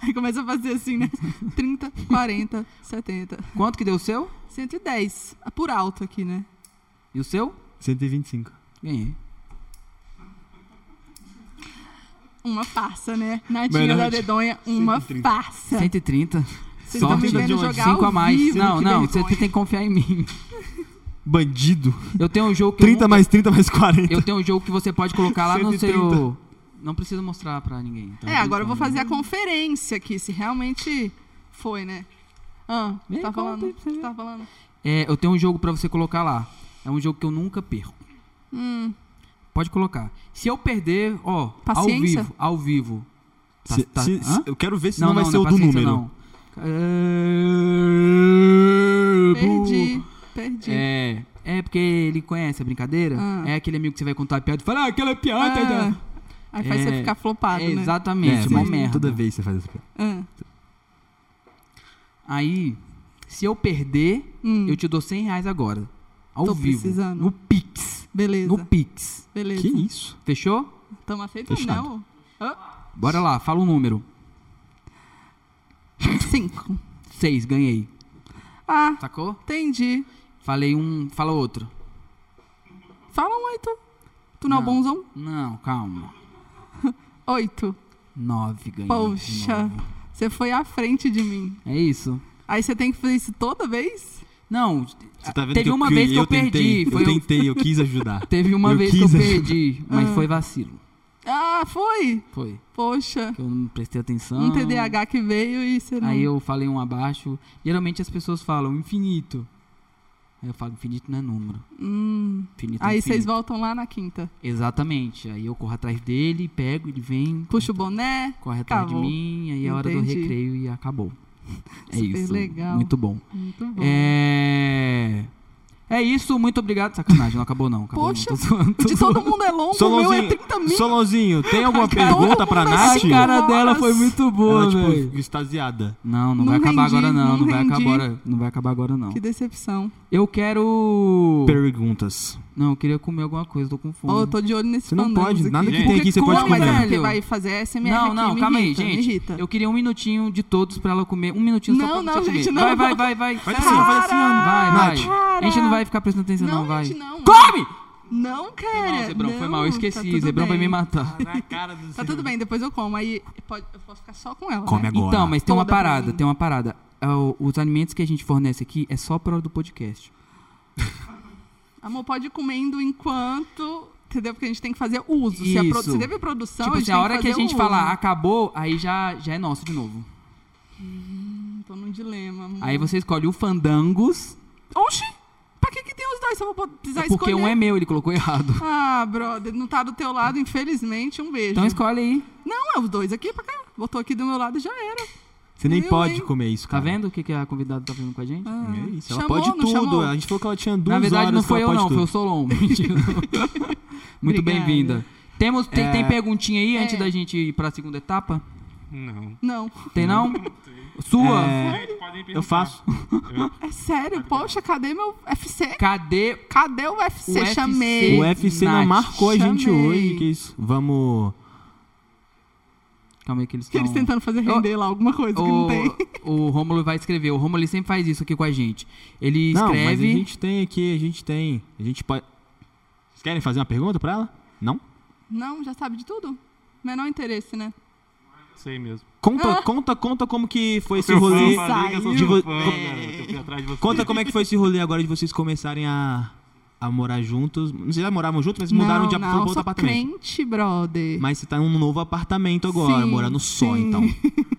Aí começa a fazer assim, né? 30, 40, 70, Quanto que deu o seu? 110. Ah, Por alto aqui, né? E o seu? 125. Ganhei. Uma farsa, né? Nadinha Melhor da de- dedonha, uma 130. farsa. 130. Vocês estão me Sorte vendo de onde? jogar Cinco ao a mais. vivo, não, que não, você vergonha. tem que confiar em mim. Bandido. Eu tenho um jogo que. eu 30 mais 30 mais 40. Eu tenho um jogo que você pode colocar lá no 130. seu. Não precisa mostrar pra ninguém. tá? É, agora eu vou fazer a conferência aqui, se realmente foi, né? Ah, Vem, tá conta aí falando? pra você ver. Tá falando? É, eu tenho um jogo pra você colocar lá. É um jogo que eu nunca perco. Hum, Pode colocar. Se eu perder, ó, Paciência? ao vivo, ao vivo. Tá- Se- tá- se- se- hã? eu quero ver se não, não, vai não, ser não o é do paciência, número. Não. É... perdi, perdi. É, é porque ele conhece a brincadeira. Ah. É aquele amigo que você vai contar a piada e fala, ah, aquela piada. Ah, da-". aí faz você É, ficar flopado, É, né? Exatamente, uma mas merda. Toda vez você faz essa piada. Ah, Aí, se eu perder, hum, eu te dou 100 reais agora. Ao Tô vivo. precisando. No Pix. Beleza, No Pix. beleza. Que isso? Fechou? Tamo aceitando, né, Fechado. não? Bora lá, fala o número. Cinco. 6, ganhei. Ah, Sacou? entendi. Falei um, fala outro. Fala um oito. Tu não é Não. bonzão? Não, calma. Oito. 9 ganhei. Poxa, Nove. você foi à frente de mim. É isso. Aí você tem que fazer isso toda vez? Não, Você tá vendo teve que eu, uma que vez que eu tentei, perdi. Eu Foi um- tentei, eu quis ajudar. teve uma Eu vez que eu quis- perdi, mas Ah. foi vacilo. Ah, foi! Foi. Poxa, Que eu não prestei atenção. um TDAH que veio e você não... Aí eu falei um abaixo. Geralmente as pessoas falam infinito. Aí eu falo, infinito não é número. Hum. Infinito é Aí infinito. vocês voltam lá na quinta. Exatamente. Aí eu corro atrás dele, pego, ele vem. Puxa o boné. Corre atrás Acabou. de mim, aí é a hora do Entendi. recreio e acabou. É Super isso. legal. Muito bom. Muito bom. É... é isso, muito obrigado. Sacanagem, não acabou não. Acabou Poxa. não, tô zoando. De todo mundo é longo, o meu é Solonzinho, 30 mil. Solonzinho, tem alguma Cara, pergunta pra todo mundo A Nath? assim, cara dela Nossa. foi muito boa, Ela, tipo, velho. fica extasiada. Não, não, Não vai acabar rendi, agora não. não Não vai acabar rendi. agora, não vai acabar agora não. Que decepção. Eu quero... Perguntas. Não, eu queria comer alguma coisa, tô com fome. Oh, eu tô de olho nesse Você não fandango pode, aqui. nada que Porque tem aqui você pode como é comer. que vai fazer SMR Não, aqui? não, me calma aí, irrita, me gente. irrita. Eu queria um minutinho de todos pra ela comer. Um minutinho só pra Não, não, você gente, comer. não. Vai, vai, vai, vai. Faz sério. assim, faz assim, Vai, vai. Nath. A gente não vai ficar prestando atenção, Não, não, vai. gente, não. Come! Não, cara. Não, Zebrão, foi não, mal, eu tá esqueci. tudo Zebrão vai bem. me matar. Na cara do Tá tudo bem, depois eu como. Aí pode- eu posso ficar só com ela. Come né? agora. Então, mas tem uma Toda pra parada, mim. tem uma parada. É, o- Os alimentos que a gente fornece aqui é só pra hora do podcast. Amor, pode ir comendo enquanto. Entendeu? Porque a gente tem que fazer uso. Se, a Isso. produ- se teve produção, tipo a assim, gente a tem hora que, fazer um Hum. a gente "Ah, o falar uso. acabou, aí já, já é nosso de novo. Tô num Então, dilema, amor. Aí você escolhe o fandangos, Oxi! Pra que, que tem os dois? Se eu vou precisar porque escolher. um é meu, ele colocou errado. Ah, brother, não tá do teu lado, infelizmente. Um beijo. Então escolhe aí. Não, é os dois aqui pra cá. Botou aqui do meu lado e já era. Você nem Eu, pode hein? comer isso, Tá cara. vendo o que, que a convidada tá fazendo com a gente? Ah, É isso, ela chamou, pode não tudo. é. chamou? A gente falou que ela tinha duas Na verdade, horas não que foi ela eu, não, pode foi o tudo. Solon. Mentira. Muito Obrigada. bem-vinda. Temos, tem, tem perguntinha aí antes É. da gente ir pra segunda etapa? Não. Não. Tem não? Sua? É, Gente, podem perguntar. eu faço. É sério, poxa, cadê meu FC? Cadê? Cadê o UFC? UFC? Chamei. O UFC não Nath, marcou a gente chamei. hoje, que é isso. Vamos... Calma aí que eles Que estão... eles tentando fazer Eu- render lá alguma coisa que não tem. O, o Rômulo vai escrever. O Rômulo ele sempre faz isso aqui com a gente. Ele Não, mas a escreve. gente tem aqui, a gente tem... A gente pode... Vocês querem fazer uma pergunta pra ela? Não? Não, já sabe de tudo? Menor interesse, né? Sei mesmo. Ah. Conta, conta, conta como que foi esse Seu fã, rolê... falei que eu sou De seu vo- fã, garoto. Eu fui atrás de você. Conta como é que foi esse rolê agora de vocês começarem a, a morar juntos. Não sei se já moravam juntos, mas mudaram não, de pro não, eu outro sou apartamento. crente, brother. Mas você tá num novo apartamento agora, Sim, morando só, sim. então.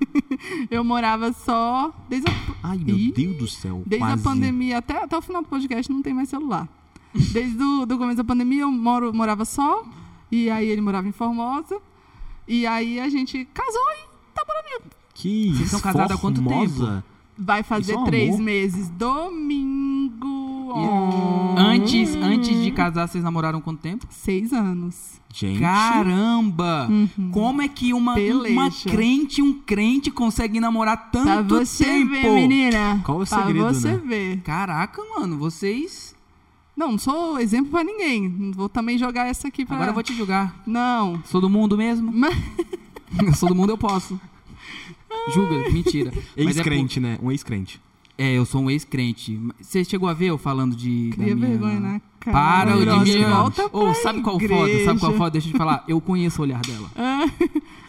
Eu morava só desde a Ai, meu Ih, Deus do céu. Desde quase. a pandemia até, até o final do podcast não tem mais celular. Desde o do começo da pandemia eu moro, morava só, e aí ele morava em Formosa. E aí a gente casou e tá morando junto. Que Vocês são casados há quanto formosa. Vai fazer é um três amor. meses. Domingo. ó, Antes, antes de casar, vocês namoraram quanto tempo? Seis anos. Gente. Caramba! Uhum. Como é que uma, Peleja. uma crente, um crente consegue namorar tanto Pra você tempo? ver, menina. Qual o pra segredo, você né? ver. Caraca, mano, vocês. Não, não sou exemplo pra ninguém. Não Vou também jogar essa aqui pra... Agora eu vou te julgar. Não. Sou do mundo mesmo? Ah. Mas... Eu sou do mundo, eu posso. Julga, mentira. Mas é por- Ex-crente, né? Um ex-crente. É, eu sou um ex-crente. Você chegou a ver eu falando de. Cria da minha... vergonha na cara. Para o Grossa, de mim. Hum. Volta Ô, pra sabe qual igreja. foda? Sabe qual foda? Deixa eu te falar. Eu conheço o olhar dela. Ah,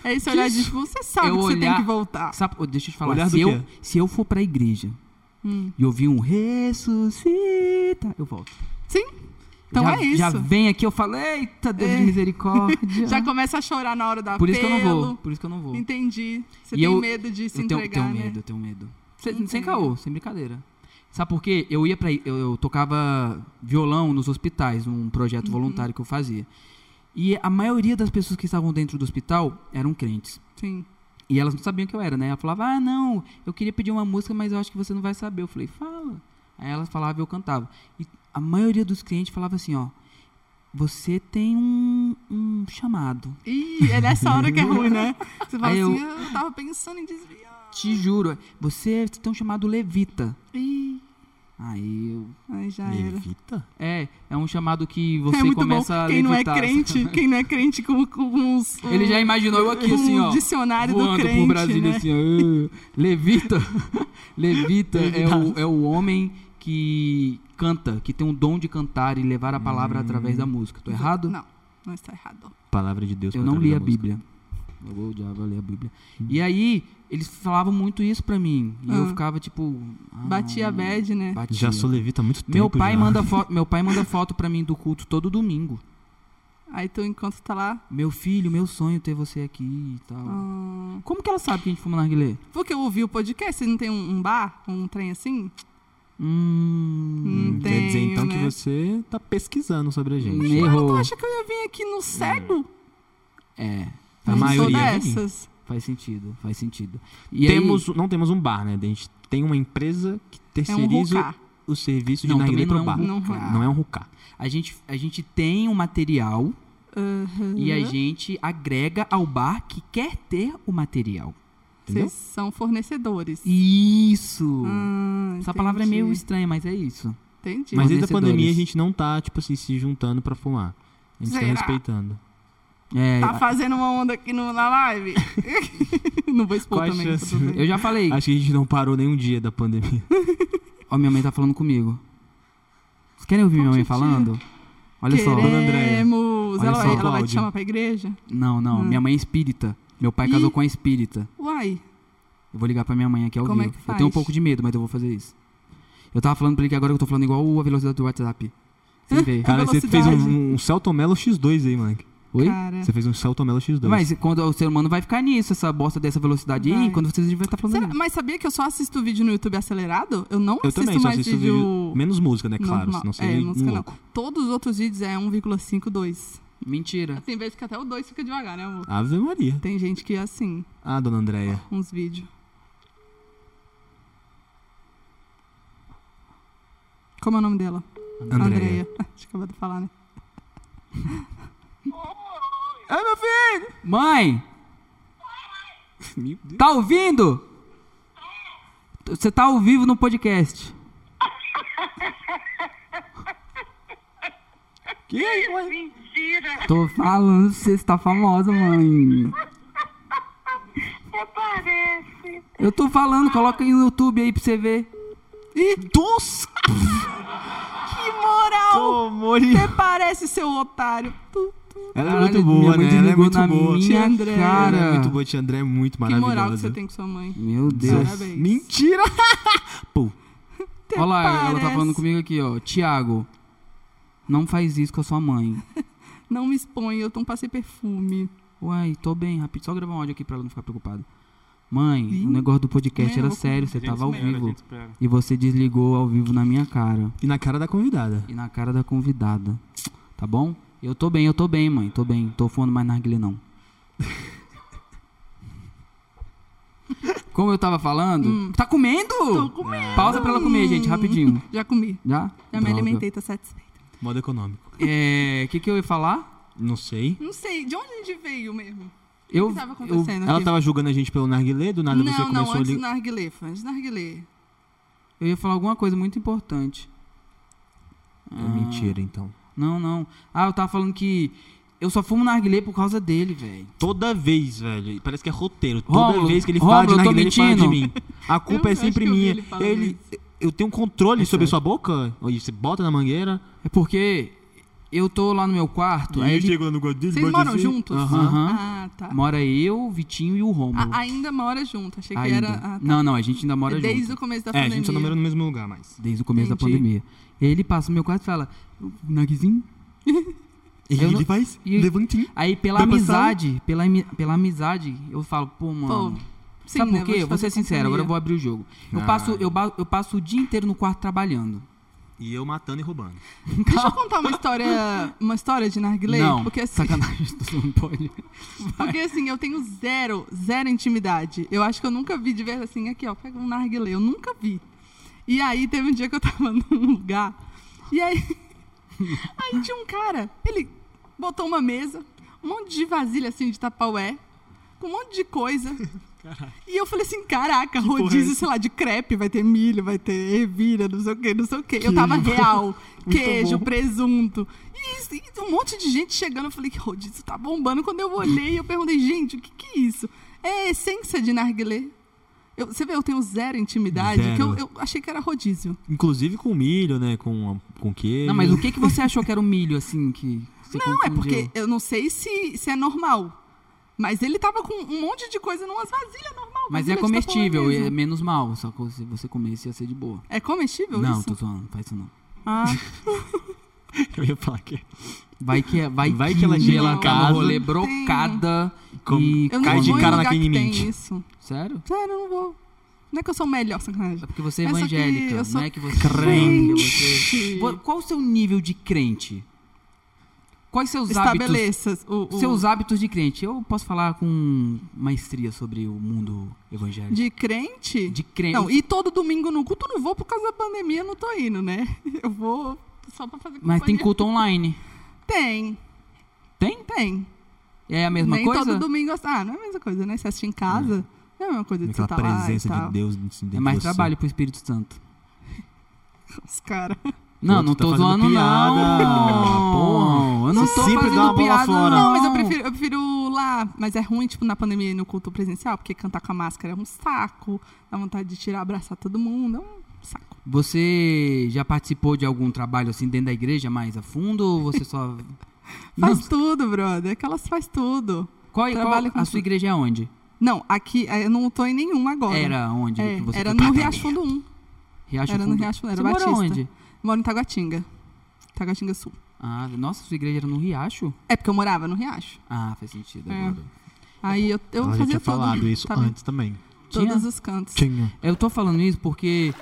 é esse olhar de tipo, você sabe É o que você tem olhar- que voltar. Sabe, ô, deixa eu te falar. Olhar do se, eu, quê? se eu for pra igreja Hum. e ouvir um ressuscita, eu volto. Sim. Então já, é isso. Já Já, vem aqui, eu falo, eita, Deus de É. misericórdia. começa a chorar na hora da Por isso que eu não vou. Por isso que eu não vou. Entendi. Você E tem eu- medo de se eu tenho, entregar, tenho né? medo, eu tenho medo. Sem, sem Entendo. caô, sem brincadeira. Sabe por quê? Eu ia pra. Eu, eu tocava violão nos hospitais, um projeto Uhum. voluntário que eu fazia. E a maioria das pessoas que estavam dentro do hospital eram crentes. Sim. E elas não sabiam que eu era, né? Ela falava, ah, não, eu queria pedir uma música, mas eu acho que você não vai saber. Eu falei, fala. Aí ela falava e eu cantava. E a maioria dos clientes falava assim, ó, você tem um, um chamado. Ih, é nessa hora que é ruim, né? Você fala Aí eu- assim, eu... tava pensando em desviar. Te juro, você tem um chamado levita. Ih, Aí eu... aí já era. Levita? É, é um chamado que você é muito começa bom. a Quem não é levitar. crente, quem não é crente com, com uns... Ele já imaginou eu aqui, um assim, ó, dicionário do voando crente, por Brasília, né? assim, ó. "Ah, Levita, levita é o, é o homem que canta, que tem um dom de cantar e levar a palavra através da música. Tô errado? Hum. Não, não está errado. Palavra de Deus. Eu pra não li a através da música. Bíblia. Eu odiava ler a Bíblia. E aí, eles falavam muito isso pra mim. E eu Ah. ficava tipo. ah, Batia a bad, né? batia. Já sou levita há muito tempo. Meu pai, já. manda foto, meu pai manda foto pra mim do culto todo domingo. Aí tu, enquanto tá lá. Meu filho, meu sonho é ter você aqui e tal. ah, Como que ela sabe que a gente fuma narguilé? porque eu ouvi o podcast, você não tem um, um bar, um trem assim? Hum. Não Quer dizer, tenho, então, né? que você tá pesquisando sobre a gente. Claro, Ah, tu Errou. acha que eu ia vir aqui no cego? É, A Eu não sou maioria é ruim. dessas. faz sentido, faz sentido. E aí- temos, não temos um bar, né? A gente tem uma empresa que É um terceiriza rocar. o serviço de Não, também narguilé não pro é um bar. Não, rocar. Não é um rucá. A gente, a gente tem um material Aham. e a gente agrega ao bar que quer ter o material. entendeu? Vocês são fornecedores. Isso! Ah, Essa palavra é meio entendi, estranha, mas é isso. Entendi. Mas desde a fornecedores. pandemia a gente não tá, tipo assim, se juntando pra fumar. A gente Será? tá respeitando. É, Tá fazendo uma onda aqui no, na live? não vou expor Qual a também. chance? tudo bem. eu já falei. Acho que a gente não parou nenhum dia da pandemia. Ó, minha mãe tá falando comigo. Vocês querem ouvir minha mãe Bom, falando? Olha só. Dona Andréia. Queremos. Olha Ela, só, vai, ela vai Cláudio. te chamar pra igreja? Não, não. Hum. Minha mãe é espírita. Meu pai casou Ih. com a espírita. Uai, Eu vou ligar pra minha mãe aqui ao Como é vivo. que eu faz? tenho um pouco de medo, mas eu vou fazer isso. Eu tava falando pra ele que agora eu tô falando igual a velocidade do WhatsApp. Sem ver. Cara, você fez velocidade. um, um Celton Mello X2 aí, moleque. Oi? cara. Você fez um Celton Mello X2. É. Mas quando o ser humano vai ficar nisso, essa bosta dessa velocidade aí, Vai. quando vocês vai estar Será- falando. mas sabia que eu só assisto vídeo no YouTube acelerado? Eu não eu assisto também só mais assisto vídeo. vídeo... Menos música, né? Claro, normal. senão é, seria música um não. louco. Todos os outros vídeos é 1,52. Mentira. Tem vezes que até o 2 fica devagar, né, amor? Ave Maria. Tem gente que é assim, Ah, dona Andréia. uns vídeos. Como é o nome dela? Andréia. Tinha acabado de falar, né? Mãe! Tá ouvindo? Você tá ao vivo no podcast. Que aí, ué? Mentira! Tô falando, você tá famosa, mãe. Até parece! Eu tô falando, coloca aí no YouTube aí pra você ver. Dos... Que moral! Tomou ali. Você parece seu otário. Tu, tu. Ela é Caralho, minha muito boa, mãe né? Ela é desligou muito na boa. minha Tia Andréia, cara. Ela é muito boa, tia Andréia é muito Que maravilhosa. moral que você tem com sua mãe. Meu Deus. Parabéns. Mentira! Até Olha lá, ela tá parece. falando comigo aqui, ó. Tiago, não faz isso com a sua mãe. Não me exponha, eu não passei perfume. Uai, tô bem, rápido. Só gravar um áudio aqui pra ela não ficar preocupada. Mãe, Ih, o negócio do podcast né, era eu vou- sério, você A gente tava ao espera, a vivo. gente espera. E você desligou ao vivo na minha cara. E na cara da convidada. E na cara da convidada. Tá bom? Eu tô bem, eu tô bem, mãe. Tô bem. Tô fumando mais narguilé, não. Como eu tava falando... Hum. Tá comendo? Tô comendo. Pausa pra ela comer, gente, rapidinho. Já comi. Já? Hum. Já me Droga. alimentei, tá satisfeito. Modo econômico. É... O que que eu ia falar? Não sei. Não sei, de onde a gente veio mesmo? Eu... O que tava eu acontecendo Ela aqui? tava julgando a gente pelo narguilé, do nada É, não, você não, começou antes ali. do narguilé, foi antes do narguilé. eu ia falar alguma coisa muito importante. É mentira, então. Não, não. Ah, eu tava falando que eu só fumo narguilé por causa dele, velho. Toda vez, velho. Parece que é roteiro. Toda Rômulo, vez que ele Rômulo, fala de eu tô narguilé, ele fala de mim. mentindo. A culpa Eu é acho sempre que eu vi minha. ele falando Ele, eu tenho um controle É sobre sério. a sua boca. Aí você bota na mangueira. É porque eu tô lá no meu quarto, aí ele... lá no godinho. Vocês moram juntos? assim? Aham. Ah, tá. mora eu, o Vitinho e o Rômulo. A- ainda mora junto, Ah, achei que Ainda. era. ah, tá. Não, não, a gente ainda mora Desde junto. o começo É, da a pandemia. gente só não mora no mesmo lugar mais. Desde o começo da Entendi. pandemia. E aí ele passa no meu quarto e fala, Nagzinho? Ele Eu não- faz um e- levantinho. Aí pela Vai passar? amizade, pela, ami- pela amizade, eu falo, pô, mano... Pô, sim, Sabe né, por vou te quê? Vou fazer ser sincero, agora eu vou abrir companhia. o jogo. Eu Ah. passo, eu, ba- eu passo o dia inteiro no quarto trabalhando. E eu matando e roubando. Deixa eu contar uma história, uma história de narguilé. não, porque assim, sacanagem, tu não pode. Porque assim, eu tenho zero, zero intimidade. Eu acho que eu nunca vi de ver assim, aqui ó, pega um narguilé, eu nunca vi. E aí teve um dia que eu tava num lugar, e aí, aí tinha um cara, ele botou uma mesa, um monte de vasilha assim de tapaué, com um monte de coisa. E eu falei assim, caraca, rodízio, sei lá, de crepe, vai ter milho, vai ter ervilha, não sei o quê, não sei o quê. Eu tava real, queijo, presunto. E, isso, e um monte de gente chegando, eu falei que rodízio tá bombando. Quando eu olhei, eu perguntei, gente, o que que é isso? É essência de narguilé. Eu- você vê, eu tenho zero intimidade, que eu, eu achei que era rodízio. Inclusive com milho, né? Com, com queijo. Não, mas o que, que você achou que era o milho, assim, que você Não, é confundiu? porque eu não sei se, se é normal. Mas ele tava com um monte de coisa numas vasilhas normal. Mas vasilha é de tapaué comestível, tá mesmo. é menos mal. Só que se você comesse, ia ser de boa. É comestível não, isso? tô zoando, não faz isso não. Ah. Eu ia falar que. Vai que, é- vai Vai que ela chega ela em tá no casa- rolê Não tem. brocada Como- e Eu não come. Cai vou de em cara lugar na quem que mente. tem isso. Sério? Sério, eu não vou. Não é que eu sou melhor, sacanagem. É porque você é É só que evangélica, eu sou não é que você crente. Você- é- Vo- Qual o seu nível de crente? Quais seus hábitos? Estabeleça o, o- Seus hábitos de crente. Eu posso falar com maestria sobre o mundo evangélico. de crente. De crente. Não, e todo domingo no culto eu não vou por causa da pandemia, eu não tô indo, né? Eu vou só pra fazer Mas tem companhia. culto online. Tem, Tem? tem. É a mesma Nem coisa? todo domingo. Ah, não é a mesma coisa, né? Você assiste em casa, não é a mesma coisa de Aquela você tá lá e presença tal. de Deus dentro de É mais você. trabalho pro Espírito Santo. Os cara. Não, tu não tá tô fazendo zoando, piada. não. Eu não Você tô sempre fazendo dá uma bola piada, não. fora. Não, mas eu prefiro, eu prefiro lá. Mas é ruim, tipo, na pandemia e no culto presencial, porque cantar com a máscara é um saco. Dá vontade de tirar, abraçar todo mundo. É um saco. Você já participou de algum trabalho assim dentro da igreja mais a fundo? Ou você só. Faz Não, tudo, brother. É que elas faz tudo. qual, qual- trabalho com a tudo. sua igreja é onde? Não, aqui eh, eu não tô em nenhuma agora. Era onde? É, que você era foi? no Riacho Fundo 1. Riacho era no Fundo. um. Riacho Fundo, um, era você mora Batista. onde? Moro em Taguatinga. Taguatinga Sul. Ah, nossa, sua igreja era no Riacho? É porque eu morava no Riacho. Ah, faz sentido É. agora. Aí eu, Ah, eu Ela já fazia tinha tudo. falado isso Tá bem? antes também. Todos Tinha? os cantos. Tinha. Eu tô falando isso porque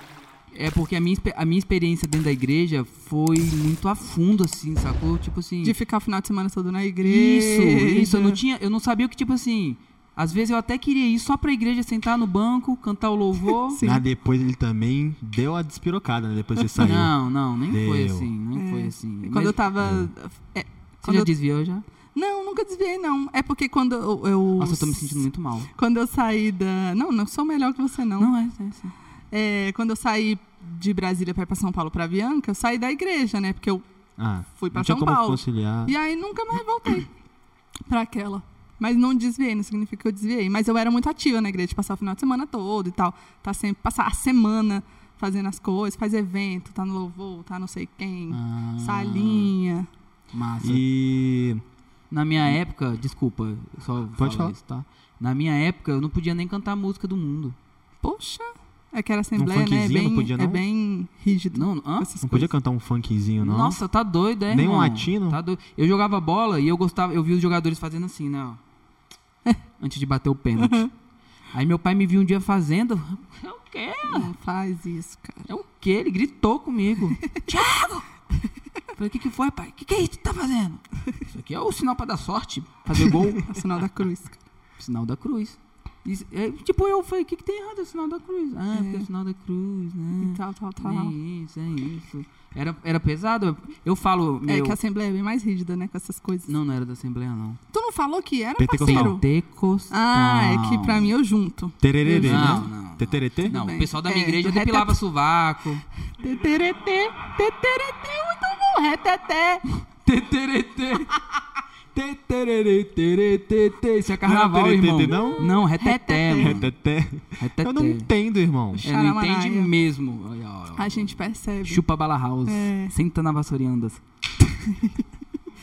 é porque a minha, expe- a minha experiência dentro da igreja foi muito a fundo assim, sacou? Tipo assim, De ficar o final de semana todo na isso, igreja. isso, eu não tinha, eu não sabia que tipo assim, às vezes eu até queria ir só pra igreja sentar no banco, cantar o louvor. Sim. Mas depois ele também deu a despirocada, né? Depois você saiu. Não, não, nem foi Deu. assim, nem É. foi assim. E Mas Quando eu tava. é, você quando já eu- desviou já? Não, nunca desviei, não. É porque quando eu. eu- Nossa, eu tô me sentindo muito mal. Quando eu saí da. Não, não sou melhor que você, não. Não, é, é, sim. É, quando eu saí de Brasília pra ir pra São Paulo pra Bianca, eu saí da igreja, né? Porque eu. Ah, Fui pra não tinha São como Paulo. conciliar. E aí nunca mais voltei pra aquela. Mas não desviei, não significa que eu desviei. Mas eu era muito ativa na igreja, de passar o final de semana todo e tal. Tá sempre. Passar a semana fazendo as coisas, faz evento, tá no louvor, tá não sei quem. Ah, Salinha. Massa. E Na minha época, desculpa, só Pode falar falar. isso, tá? Na minha época, eu não podia nem cantar a música do mundo. Poxa, é que era assembleia, né? É funkzinho, não bem, podia, É não? bem rígido. Não, hã? essas não podia coisas. cantar um funkzinho, não? Nossa, tá doido, é? Nem um irmão? latino? Tá doido. Eu jogava bola e eu gostava, eu vi os jogadores fazendo assim, né? ó. Antes de bater o pênalti. Aí meu pai me viu um dia fazendo. É o quê? Não faz isso, cara. É o quê? Ele gritou comigo. Thiago! Eu Falei, o que, que foi, pai? O que, que é isso que tu tá fazendo? Isso aqui é o sinal pra dar sorte, fazer gol. É o sinal da cruz. cara. Sinal da cruz. Isso- é, tipo, eu falei, o que, que tem errado? É o sinal da cruz. Ah, porque é o sinal da cruz, né? E tá, tal, tal, tal. É isso, é isso. Era, era pesado? Eu falo, É meu... que a Assembleia é bem mais rígida, né? Com essas coisas. Não, não era da Assembleia, não. Tu não falou que era Pentecostal. parceiro? Pentecostal. Ah, é que pra mim eu junto. Tererê, Não, né? não. Teterete? Não, o bem. pessoal da minha É, igreja do depilava sovaco. Teteretê, teteretê, muito bom. é Reteté. Teteretê. Tetererê, terê, tê, tê. Isso é carnaval, Não era irmão. teretê, não? Não, é É reteté, Reteté. mano. É, Teté. É Reteté. Eu não entendo, irmão. É, não Xaramaraia. entende mesmo. Olha, ó, ó. A gente percebe. Chupa bala house. É. Senta na vassourinha andas.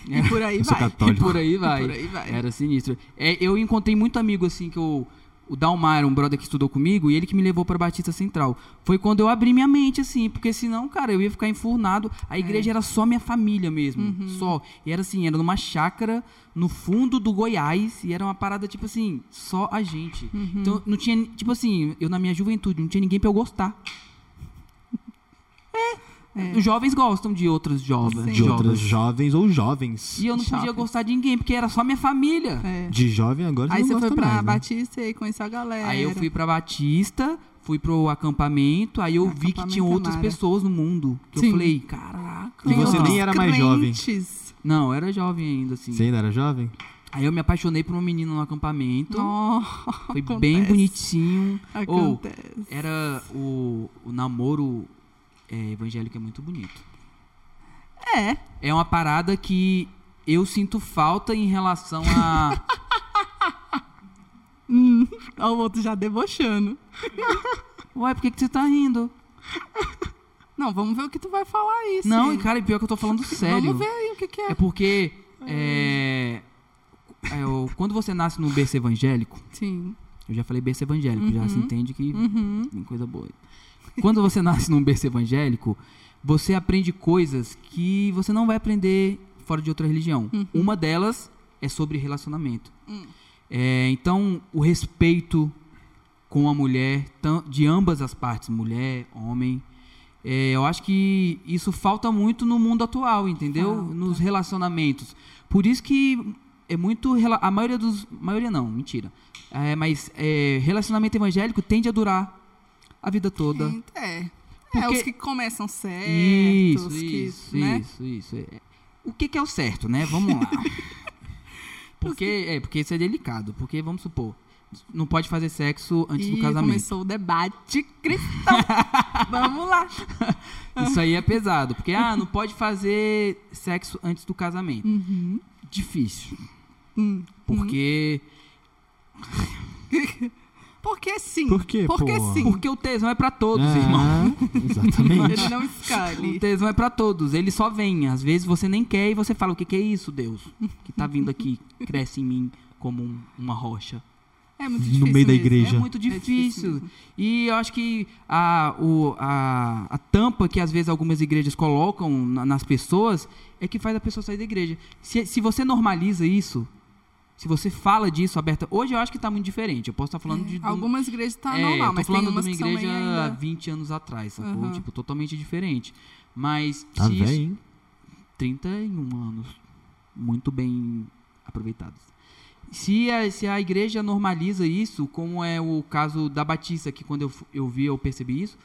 É. E por aí Eu sou vai. E católico. por aí vai. Por aí vai. Era sinistro. É, eu encontrei muito amigo assim que eu. O Dalmar, um brother que estudou comigo, e ele que me levou pra Batista Central. Foi quando eu abri minha mente, assim, porque senão, cara, eu ia ficar enfurnado. A igreja era só minha família mesmo, só. E era assim, era numa chácara, no fundo do Goiás, e era uma parada, tipo assim, só a gente. Uhum. Então, não tinha, tipo assim, eu na minha juventude, não tinha ninguém pra eu gostar. É. Os jovens gostam de outros jovens. De outros jovens ou jovens. E eu não podia Shopping. gostar de ninguém, porque era só minha família. É. De jovem agora Aí você você não foi gosta pra mais, né? Batista e conheceu a galera. Aí eu fui pra Batista, fui pro acampamento, aí eu vi que Acampamento tinha é outras mara. pessoas no mundo. Que eu Sim. falei, caraca. E você mano. nem era mais jovem. jovem. Não, eu era jovem ainda, assim. Você ainda era jovem? Aí eu me apaixonei por uma menina no acampamento. Nossa. foi acontece. bem bonitinho. Ou, Acontece. era o, o namoro é, evangélico é muito bonito. É. É uma parada que eu sinto falta em relação a... Hum, olha o outro já debochando. Ué, por que, que você tá rindo? Não, vamos ver o que tu vai falar aí. sim. Não, e cara, e pior que eu tô falando sério. Vamos ver aí o que, que é. É porque é, é, o- quando você nasce num berço evangélico, Sim. eu já falei berço Uhum. evangélico, já se entende que tem coisa boa. Quando você nasce num berço evangélico, você aprende coisas que você não vai aprender fora de outra religião. Uma delas é sobre relacionamento. É, então, o respeito com a mulher, tam- de ambas as partes, mulher, homem. É, eu acho que isso falta muito no mundo atual, entendeu? Falta. Nos relacionamentos. Por isso que é muito. rela- A maioria dos. Maioria não, mentira. É, mas é, relacionamento evangélico tende a durar a vida toda. É. É, Porque- os que começam certo, Isso, os que, isso, é, né? isso, isso. É, O que, que é o certo, né? Vamos lá. Porque, é, porque isso é delicado. Porque, vamos supor, não pode fazer sexo antes do Ih, casamento. começou o debate cristão. Vamos lá. Isso aí é pesado. Porque, ah, não pode fazer sexo antes do casamento. Uhum. Difícil. Hum. Porque, Porque sim. Por quê, Porque pô? sim. porque o tesão é pra todos, É, irmão. Exatamente. Ele não O escolhe. tesão é pra todos, ele só vem. Às vezes você nem quer e você fala: O que, que é isso, Deus? Que tá vindo aqui, cresce em mim como um- uma rocha. É muito difícil. meio da mesmo. igreja. É muito difícil. difícil mesmo. e eu acho que a, o- a, a tampa que às vezes algumas igrejas colocam na- nas pessoas é que faz a pessoa sair da igreja. Se, se você normaliza isso, se você fala disso aberta. Hoje eu acho que tá muito diferente. Eu posso estar falando de. de um- É, Algumas igrejas tá é, eu normal, tô mas tem falando de umas uma que são igreja meio há ainda... 20 anos atrás, sacou? Aham. Tipo, totalmente diferente. Mas Tá se isso- bem, hein? 31 anos muito bem aproveitados. Se a, se a igreja normaliza isso, como é o caso da Batista, que quando eu, fu- eu vi, eu percebi isso,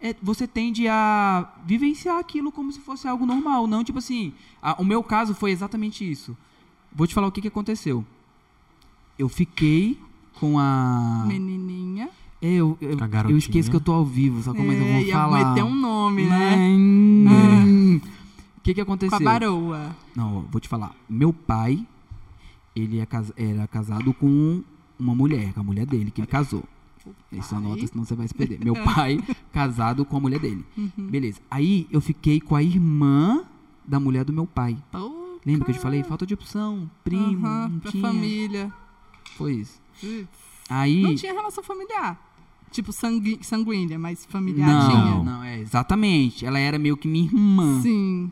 é, você tende a vivenciar aquilo como se fosse algo normal, não tipo assim. a- o meu caso foi exatamente isso. Vou te falar o que, que aconteceu. Eu fiquei com a. Menininha. É, Eu, eu, A eu garotinha. esqueço que eu tô ao vivo, só como é, eu É, vou ia falar. meter um nome, né? Não. O que, que Com aconteceu? a baroa. Não, ó, vou te falar. Meu pai, ele é cas- era casado com uma mulher, com a mulher dele, que ele casou. Isso é anota, senão você vai se perder. Meu pai, casado com a mulher dele. Uhum. Beleza. Aí eu fiquei com a irmã da mulher do meu pai. Pô, Lembra que eu te falei? Falta de opção, primo, aham, não pra tinha. família. Foi isso. Ih, Aí. Não tinha relação familiar. Tipo, sangui- sanguínea, mas familiar não, tinha. não, é, exatamente. Ela era meio que minha irmã. Sim.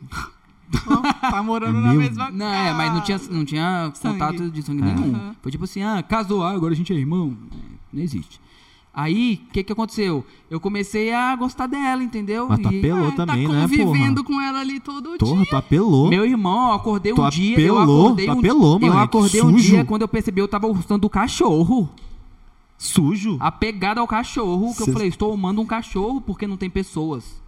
Ó, tá morando na Meu- mesma casa. Não, é, mas não tinha, não tinha Sangue. contato de sangue É. nenhum. Aham. Foi tipo assim, ah, casou, ah, agora a gente é irmão. É, Não existe. Aí, o que que aconteceu? Eu comecei a gostar dela, entendeu? Mas tu E- apelou Ah, também, tá né, convivendo porra? com ela ali todo Porra, dia. tu apelou. Meu irmão, eu acordei um Tu dia, eu apelou, acordei tu um apelou, Eu Tá moleque, acordei um sujo. dia quando eu percebi eu tava usando o cachorro. Sujo. Ah. Apegado ao cachorro, que Cês- eu falei, estou amando um cachorro porque não tem pessoas.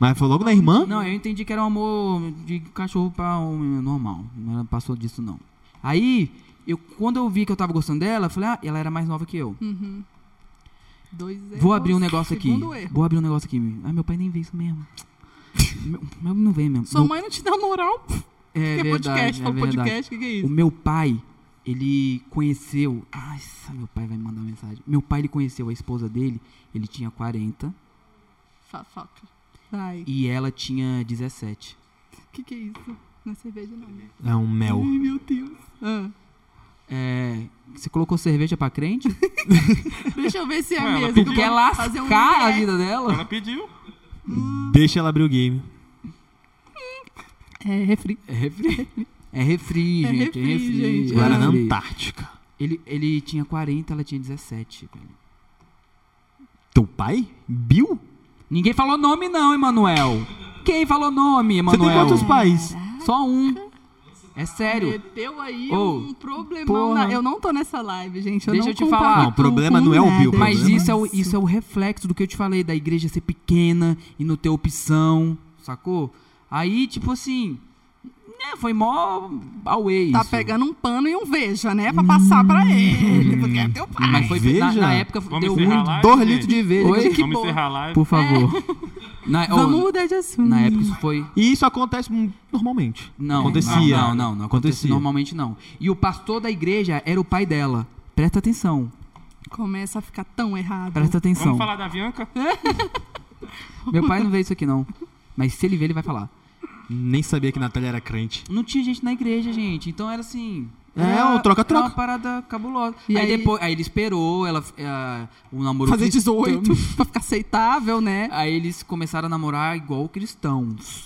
Mas foi logo na irmã? Não, eu entendi que era um amor de cachorro pra homem né, normal. Não era- passou disso, não. Aí, eu, quando eu vi que eu tava gostando dela, eu falei, ah, ela era mais nova que eu. Uhum. Dois Vou erros, abrir um negócio aqui. segundo erro. Vou abrir um negócio aqui. Ai, meu pai nem vê isso mesmo. meu, meu não vê mesmo. Sua Meu- mãe não te dá moral. é que é podcast, fala podcast, o que, que é O isso? meu pai, ele conheceu. Ai, sa- meu pai vai me mandar mensagem. Meu pai, ele conheceu a esposa dele. Ele tinha 40 Fofoca. Vai. O e ela tinha 17. que, que é isso? Não é cerveja, não. né? É um mel. Ai, meu Deus. Ah, É, você colocou cerveja pra crente? deixa eu ver se é Ué, ela mesmo. Tu quer fazer um lascar a react. vida dela? Ela pediu. Deixa ela abrir o game. É, refri. É refri. É refri, É gente. É refri, refri. gente. é Agora na refri. Antártica. Ele, ele tinha 40, ela tinha 17. velho. Teu pai? Bill? Ninguém falou nome, não, Emanuel. Quem falou nome, Você tem Emanuel? quantos pais? Só um. É sério. Meteu aí Ô, um problemão. porra. na- Eu não tô nessa live, gente. Eu Deixa não eu te falar. compactuo Não, o problema com não é o nada. Bill, o Mas problema isso é, o, isso é o reflexo do que eu te falei, da igreja ser pequena e não ter opção, sacou? Aí, tipo assim, né, foi mó away Tá isso. pegando um pano e um veja, né? Pra passar pra Hum. ele. Porque é teu pai. Mas foi na, Veja. na época Vamos deu encerrar ruim. lá. Dois litros de veja. Oi? que Vamos boa. encerrar a live. Por favor. Na, ó, É. Vamos mudar de assunto. na época isso foi E isso acontece hum, normalmente. Não, Acontecia. Não, não, não, não acontecia. Acontecia. Normalmente não. E o pastor da igreja era o pai dela. Presta atenção. Começa a ficar tão errado. Presta atenção. Vamos falar da Bianca? Meu pai não vê isso aqui não. Mas se ele vê, ele vai falar. Nem sabia que Natália era crente. Não tinha gente na igreja, gente. Então era assim, É, um troca-troca. É uma parada cabulosa. E aí, aí- depois, aí ele esperou, ela, eh, o namoro Fazer cristão. 18 pra ficar aceitável, né? Aí eles começaram a namorar igual cristãos.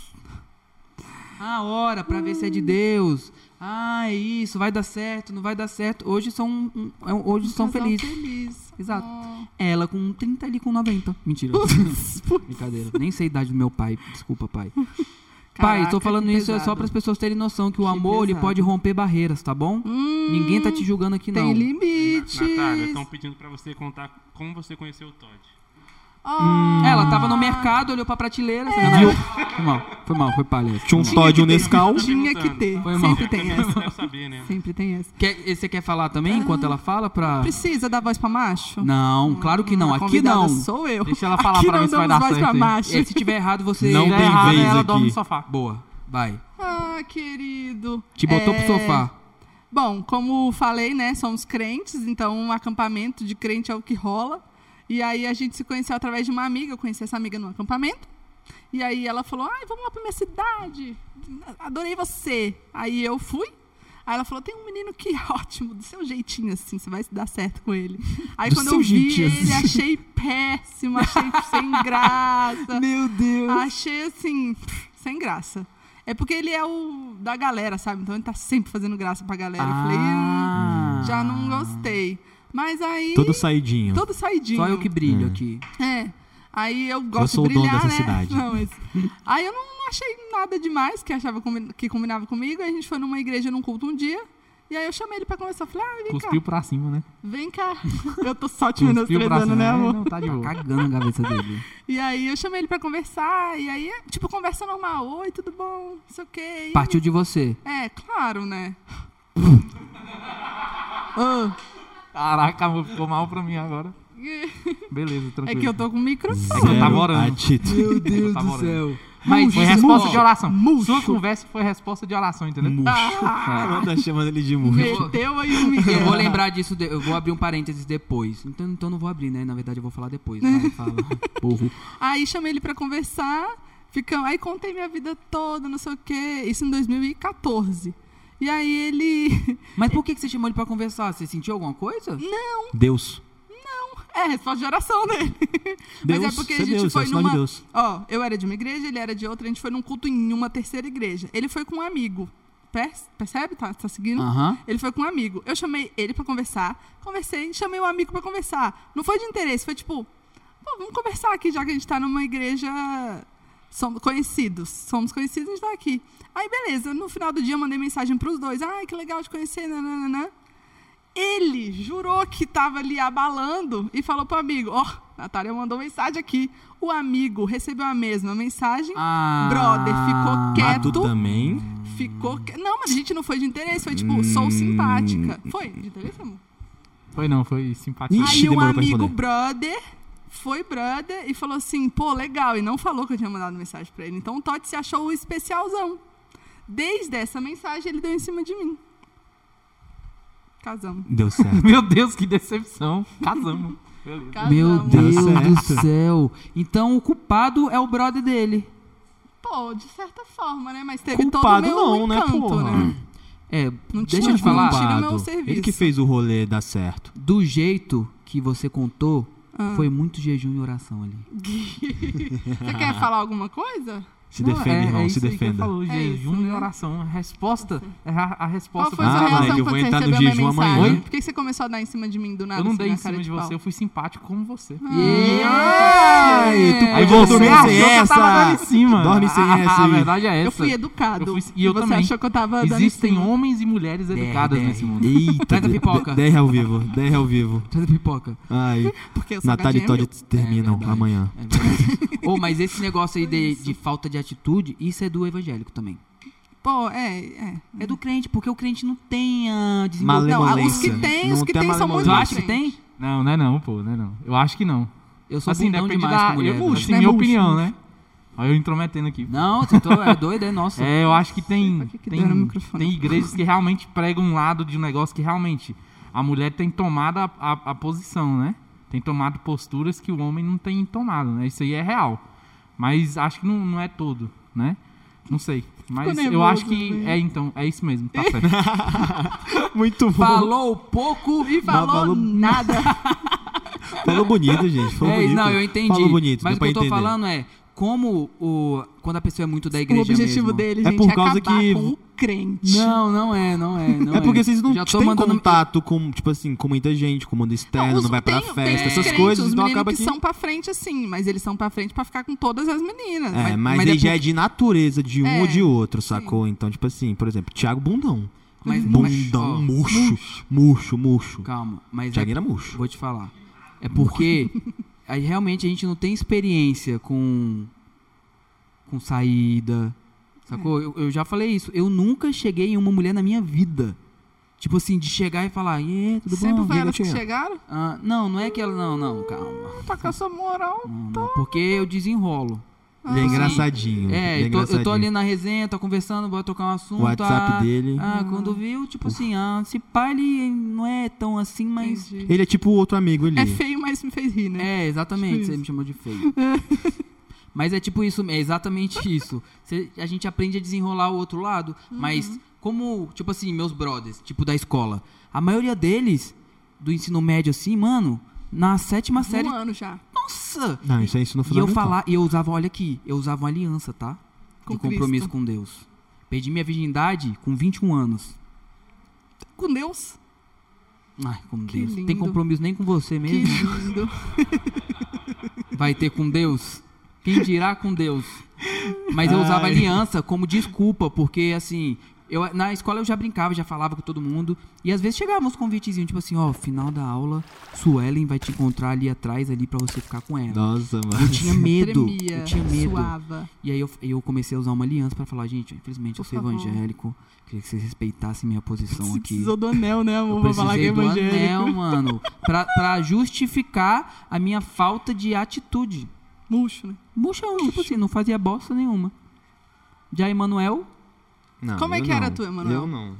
Ah, ora, pra ver se é de Deus. Ah, é isso, vai dar certo, não vai dar certo. Hoje são, um- é um- hoje são Casal felizes. feliz. Exato. Oh. Ela com 30 ali com 90. Mentira. Brincadeira. Nem sei a idade do meu pai. Desculpa, pai. pai, Caraca, tô falando que isso é só pesado. para as pessoas terem noção que o Que amor ele pesado. pode romper barreiras, tá bom? Ninguém tá te julgando aqui não. Hum, Tem limites. Natália, estão pedindo pra você contar como você conheceu o Todd. Oh. Ela tava no mercado, olhou pra prateleira, É. viu? Foi mal, foi mal, foi palhaço. Tinha um Todd e um Nescau. Tinha que ter. Foi mal. Sempre tem Você essa. deve saber, né? Sempre tem essa. Quer, e você quer falar também enquanto ela fala pra. Precisa dar voz pra macho? Não, claro que não. A Aqui convidada não. Sou eu. Deixa ela falar Aqui pra não mim se vai dar damos voz certo. pra hein? macho. É, se tiver errado, você. Se Não der tem errado, vez ela aqui. dorme no sofá. Boa, vai. Ah, querido. Te botou É, pro sofá. Bom, como falei, né, somos crentes, então um acampamento de crente é o que rola. E aí a gente se conheceu através de uma amiga, eu conheci essa amiga no acampamento. E aí ela falou: "Ai, vamos lá para minha cidade. Adorei você". Aí eu fui. Aí ela falou: "Tem um menino que é ótimo, do seu jeitinho assim, você vai se dar certo com ele". Aí Do quando seu eu vi jeitinho, ele, assim. achei péssimo, achei sem graça. Meu Uhum. Deus. Ah. Achei assim, sem graça. É porque ele é o da galera, sabe? Então ele tá sempre fazendo graça pra galera. Eu falei, "Hum, Ah, já não gostei. Mas aí. Todo saidinho. todo saidinho. Só eu que brilho aqui. É. Aí eu gosto sou o de brilhar, dono dessa né? cidade. Não, mas- Aí eu não achei nada demais que achava combi- que combinava comigo. Aí a gente foi numa igreja num culto um dia. E aí eu chamei ele pra conversar. Eu Falei, ah, vem Cuspiu pra cima, né? cá, vem cá. Eu tô só te Cuspiu pra menosprezando, cima. né, É, amor? Não, tá de Tá boa. cagando a cabeça dele. E aí eu chamei ele pra conversar. E aí, tipo, conversa normal. Oi, tudo bom? Não sei o quê. E Partiu de você. É, claro, né? Caraca, amor, ficou mal pra mim agora. Beleza, É tranquilo. que eu tô com microfone. É que eu tava orando. Atitude. Meu Deus Tá do morando. céu. Mas Foi isso- resposta de ó, oração. Sua conversa foi resposta de oração, entendeu? Ela tá chamando ele de murcho. Meteu aí um o Miguel. Eu vou lembrar disso, de- eu vou abrir um parênteses depois. Então, então não vou abrir, né? Na verdade, eu vou falar depois. Vai, fala. Burro. Aí chamei ele pra conversar. Ficamos, aí contei minha vida toda, não sei o quê. Isso em 2014. E aí ele. Mas por que, que você chamou ele pra conversar? Você sentiu alguma coisa? Deus. É, resposta de oração dele. Deus, Mas é porque a você é gente Deus, foi é o sinal de numa. Deus. Ó, eu era de uma igreja, ele era de outra, a gente foi num culto em uma terceira igreja. Ele foi com um amigo. Perce- Percebe? Tá, tá seguindo? Aham. Ele foi com um amigo. Eu chamei ele pra conversar. Conversei, chamei o amigo pra conversar. Não foi de interesse, foi tipo, pô, vamos conversar aqui, já que a gente tá numa igreja. Somos conhecidos. Somos conhecidos, a gente tá aqui. Aí, beleza. No final do dia, eu mandei mensagem pros dois. Ai, que legal te conhecer, nananana. Ele jurou que tava ali abalando e falou pro amigo: Ó, Natália mandou mensagem aqui. O amigo recebeu a mesma mensagem. Ah. Brother, ficou Ah, quieto. tu também? Ficou. que- Não, mas a gente não foi de interesse, foi tipo, sou simpática. Foi de interesse, amor? Foi não, foi simpatia. Ixi, Aí um demorou pra amigo responder. brother foi brother e falou assim, pô, legal. E não falou que eu tinha mandado mensagem pra ele. Então o Todd se achou o especialzão. Desde essa mensagem ele deu em cima de mim. Casamos. Deu certo. Meu Deus, que decepção. Casamos. Beleza. Casamos. Meu Deus Deu do céu. Então o culpado é o brother dele. Pô, de certa forma, né? Mas teve Culpado todo o meu não, né, encanto, porra? né? É, Não deixa tinha eu te falar. culpa. tira meu Culpado. serviço. Ele que fez o rolê dar certo. Do jeito que você contou, foi muito jejum e oração ali. Ah. Você quer falar alguma coisa? Se Não, defenda, é- irmão, é se isso aí que defenda. eu falo, jejum isso, e né? oração. A resposta é a, a resposta. Qual foi pra- a sua Ah, reação moleque, eu quando vou você entrar no recebeu minha jejum mensagem? amanhã. Por que você começou a dar em cima de mim do nada? Eu não assim, dei na em cara cima de pau? Ah. você, eu fui simpático como você. Ai, É, tu Aí podia você dormir achou sem que eu tava essa. dando em cima. Dorme sem A- a- essa A, aí. verdade é essa. Eu fui educado. Eu fui- e eu você também. achou que eu tava dando em Existem cima. homens e mulheres educadas DR. é nesse mundo. Eita, Traz a de- pipoca. de- DR ao vivo, DR ao vivo. Traz a é pipoca. Ai, Porque eu sou Natália e gatinha Todd terminam verdade. amanhã. É verdade. Ô, mas esse negócio aí de, de falta de atitude, isso é do evangélico também. mesmo. Pô, é, é. É do crente, porque o crente não tem a Male- desenvolvimento. Não, ah, os que Malemolência. tem, os Não que tem tem são muito Tu malemolência. acha que inocentes. tem? Não, não é não, pô, não é não. Eu acho que não. Eu sou assim, bundão depende demais da... com mulher. eu, velho. assim, minha murcho, opinião, né? Olha eu intrometendo aqui. Não, você tô, é doido, é nossa. É, eu acho que tem, pra que que tem, deram o microfone. tem igrejas que realmente pregam um lado de um negócio que realmente a mulher tem tomado a, a, a posição, né? Tem tomado posturas que o homem não tem tomado, né? Isso aí é real. Mas acho que não, não é todo, né? Não sei. Mas Ficou eu acho nervoso, que. né? É então, é isso mesmo, tá certo. Muito bom. Falou pouco e Falou, falou- nada. Falou bonito, gente. Falou É, bonito. não, eu entendi. Falou bonito, Mas deu o que pra eu tô entender. falando é como o quando a pessoa é muito da igreja O objetivo mesmo. dele, É gente, por causa acabar que- com o crente. Não, não é, não é, não É porque vocês não Já tô têm mandando- contato com, tipo assim, com muita gente, com o mundo externo, não, os- vai pra tem- tem festa, os essas crentes, coisas, Os então meninos acaba que, que... são pra frente, assim, mas eles são pra frente pra ficar com todas as meninas. É, mas, mas aí é já é de natureza de um É, ou de outro, sacou? Então, tipo assim, por exemplo, Thiago Bundão. Mas- Bundão, mas- ó, murcho, murcho, murcho. Calma, mas é Thiago era murcho. Vou te falar. É porque aí realmente a gente não tem experiência com com saída. Sacou? Eu, eu já falei isso. Eu nunca cheguei em uma mulher na minha vida. Tipo assim, de chegar e falar, e aí, tudo Sempre bom? foi Diga elas que tchau." chegaram? Ah, não, não é que ela. Não, não, calma. Tá com a sua moral. Assim, Não, não, porque eu desenrolo. Ah, Ele é engraçadinho. É, ele é eu tô, eu tô engraçadinho. ali na resenha, tô conversando, vou trocar um assunto. O WhatsApp ah, dele. Ah, quando viu, tipo assim, ah, se pá, ele não é tão assim, mas. Entendi. Ele é tipo o outro amigo ali. É feio, mas me fez rir, né? É, exatamente. Tipo Você isso. me chamou de feio. mas é tipo isso, é exatamente isso. Cê- a gente aprende a desenrolar o outro lado, mas Uhum. como, tipo assim, meus brothers, tipo da escola, a maioria deles, do ensino médio assim, mano, na sétima É série. Um ano já. Nossa! Não, isso é ensino E eu fundamental. falar, e eu usava, olha aqui, eu usava uma aliança, tá? tá." Com de compromisso Cristo. com Deus. Perdi minha virgindade com 21 anos. Com Deus. Ai, com Que Deus. Tem lindo. compromisso nem com você Que mesmo? lindo. vai ter com Deus? Quem dirá com Deus? Mas eu usava aliança como desculpa, porque assim, eu, na escola eu já brincava, já falava com todo mundo. E às vezes chegavam uns convitezinhos, tipo assim, ó, final da aula, Suelen vai te encontrar ali atrás ali pra você ficar com ela. Nossa, mano. Eu tinha medo, Tremia, eu tinha medo. suava. E aí eu, eu comecei a usar uma aliança pra falar, gente, infelizmente eu Por sou favor. evangélico, queria que vocês respeitassem minha posição Você Então aqui. precisou do anel, né, Eu amor? Pra falar que é precisei do anel, evangélico. mano, pra, pra justificar a minha falta de atitude. Murcho, né? Murchão, tipo assim, não fazia bosta nenhuma. Já Emanuel, Não, Como é eu que era não. a tua, Emanuel? Eu não.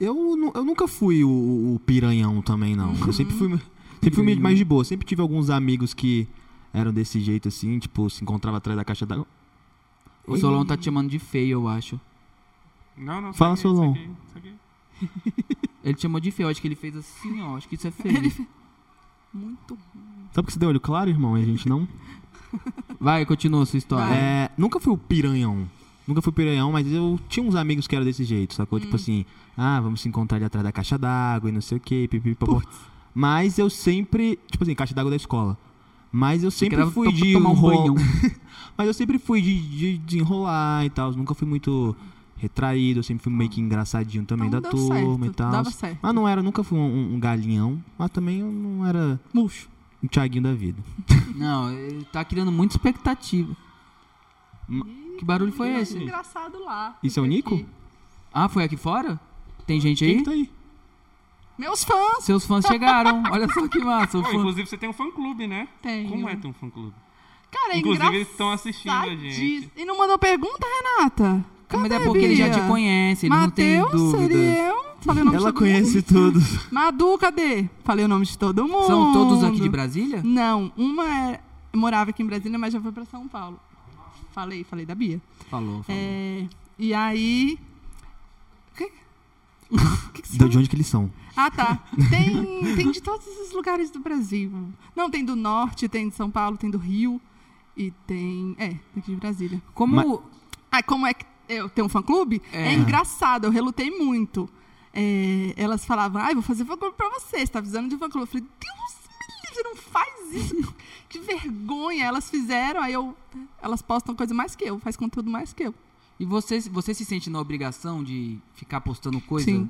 Eu, nu- eu nunca fui o, o piranhão também, não. Eu sempre fui, sempre fui meio mais de boa. Sempre tive alguns amigos que eram desse jeito, assim, tipo, se encontrava atrás da caixa d'água. o Solon tá te chamando de feio, eu acho. Não, não. Fala, saquei, Solon. saquei, saquei. Ele te chamou de feio, acho que ele fez assim, ó, acho que isso é feio. Muito. Sabe que você deu olho claro, irmão? E a gente não. Vai, continua a sua história. É, nunca fui o piranhão. Nunca fui o piranhão, mas eu tinha uns amigos que eram desse jeito, sacou? Hum. Tipo assim, ah, vamos se encontrar ali atrás da caixa d'água e não sei o quê, pipipopó. Mas eu sempre, tipo assim, caixa d'água da escola. Mas eu sempre era fui to- de tomar um enro- banhão. Mas eu sempre fui de, de desenrolar e tal. Nunca fui muito retraído, eu sempre fui meio que engraçadinho também Então da deu turma certo, e tal. dava certo. Mas não era, nunca fui um, um galinhão, mas também eu não era Murcho. um Thiaguinho da vida. Não, ele tá criando muita expectativa. Que barulho foi Acho esse? um engraçado lá. Isso é o Nico? Ah, foi aqui fora? Tem gente Quem aí? que tá aí? Meus fãs. Seus fãs chegaram. Olha só que massa. o Pô, fã- inclusive, você tem um fã-clube, né? Tenho. Como é ter um fã-clube? Cara, é Inclusive, eles estão assistindo a engraçadíssimo. gente. E não mandou pergunta, Renata? Mas é Cadê, porque ele já te Bia? conhece, ele não tem Mateus, dúvida. Ariel. Falei é o nome Ela de todo mundo. conhece todos. Madu, cadê? Falei o nome de todo mundo. São todos aqui de Brasília? Não, uma é- morava aqui em Brasília, mas já foi pra São Paulo. Falei, falei da Bia. Falou, falou. É, e aí. De de onde que eles são? Ah, tá. Tem, tem de todos os lugares do Brasil. Não, tem do norte, tem de São Paulo, tem do Rio. E tem. É, daqui de Brasília. Como. Ah, como é que eu tenho um fã-clube? É. É. engraçado, eu relutei muito. É, elas falavam, ai, vou fazer fã-clube pra você, você tá avisando de fã-clube. Eu falei, Deus me livre, não faz isso. que vergonha. Elas fizeram, aí eu... Elas postam coisa mais que eu, faz conteúdo mais que eu. E você, você se sente na obrigação de ficar postando coisa? Sim.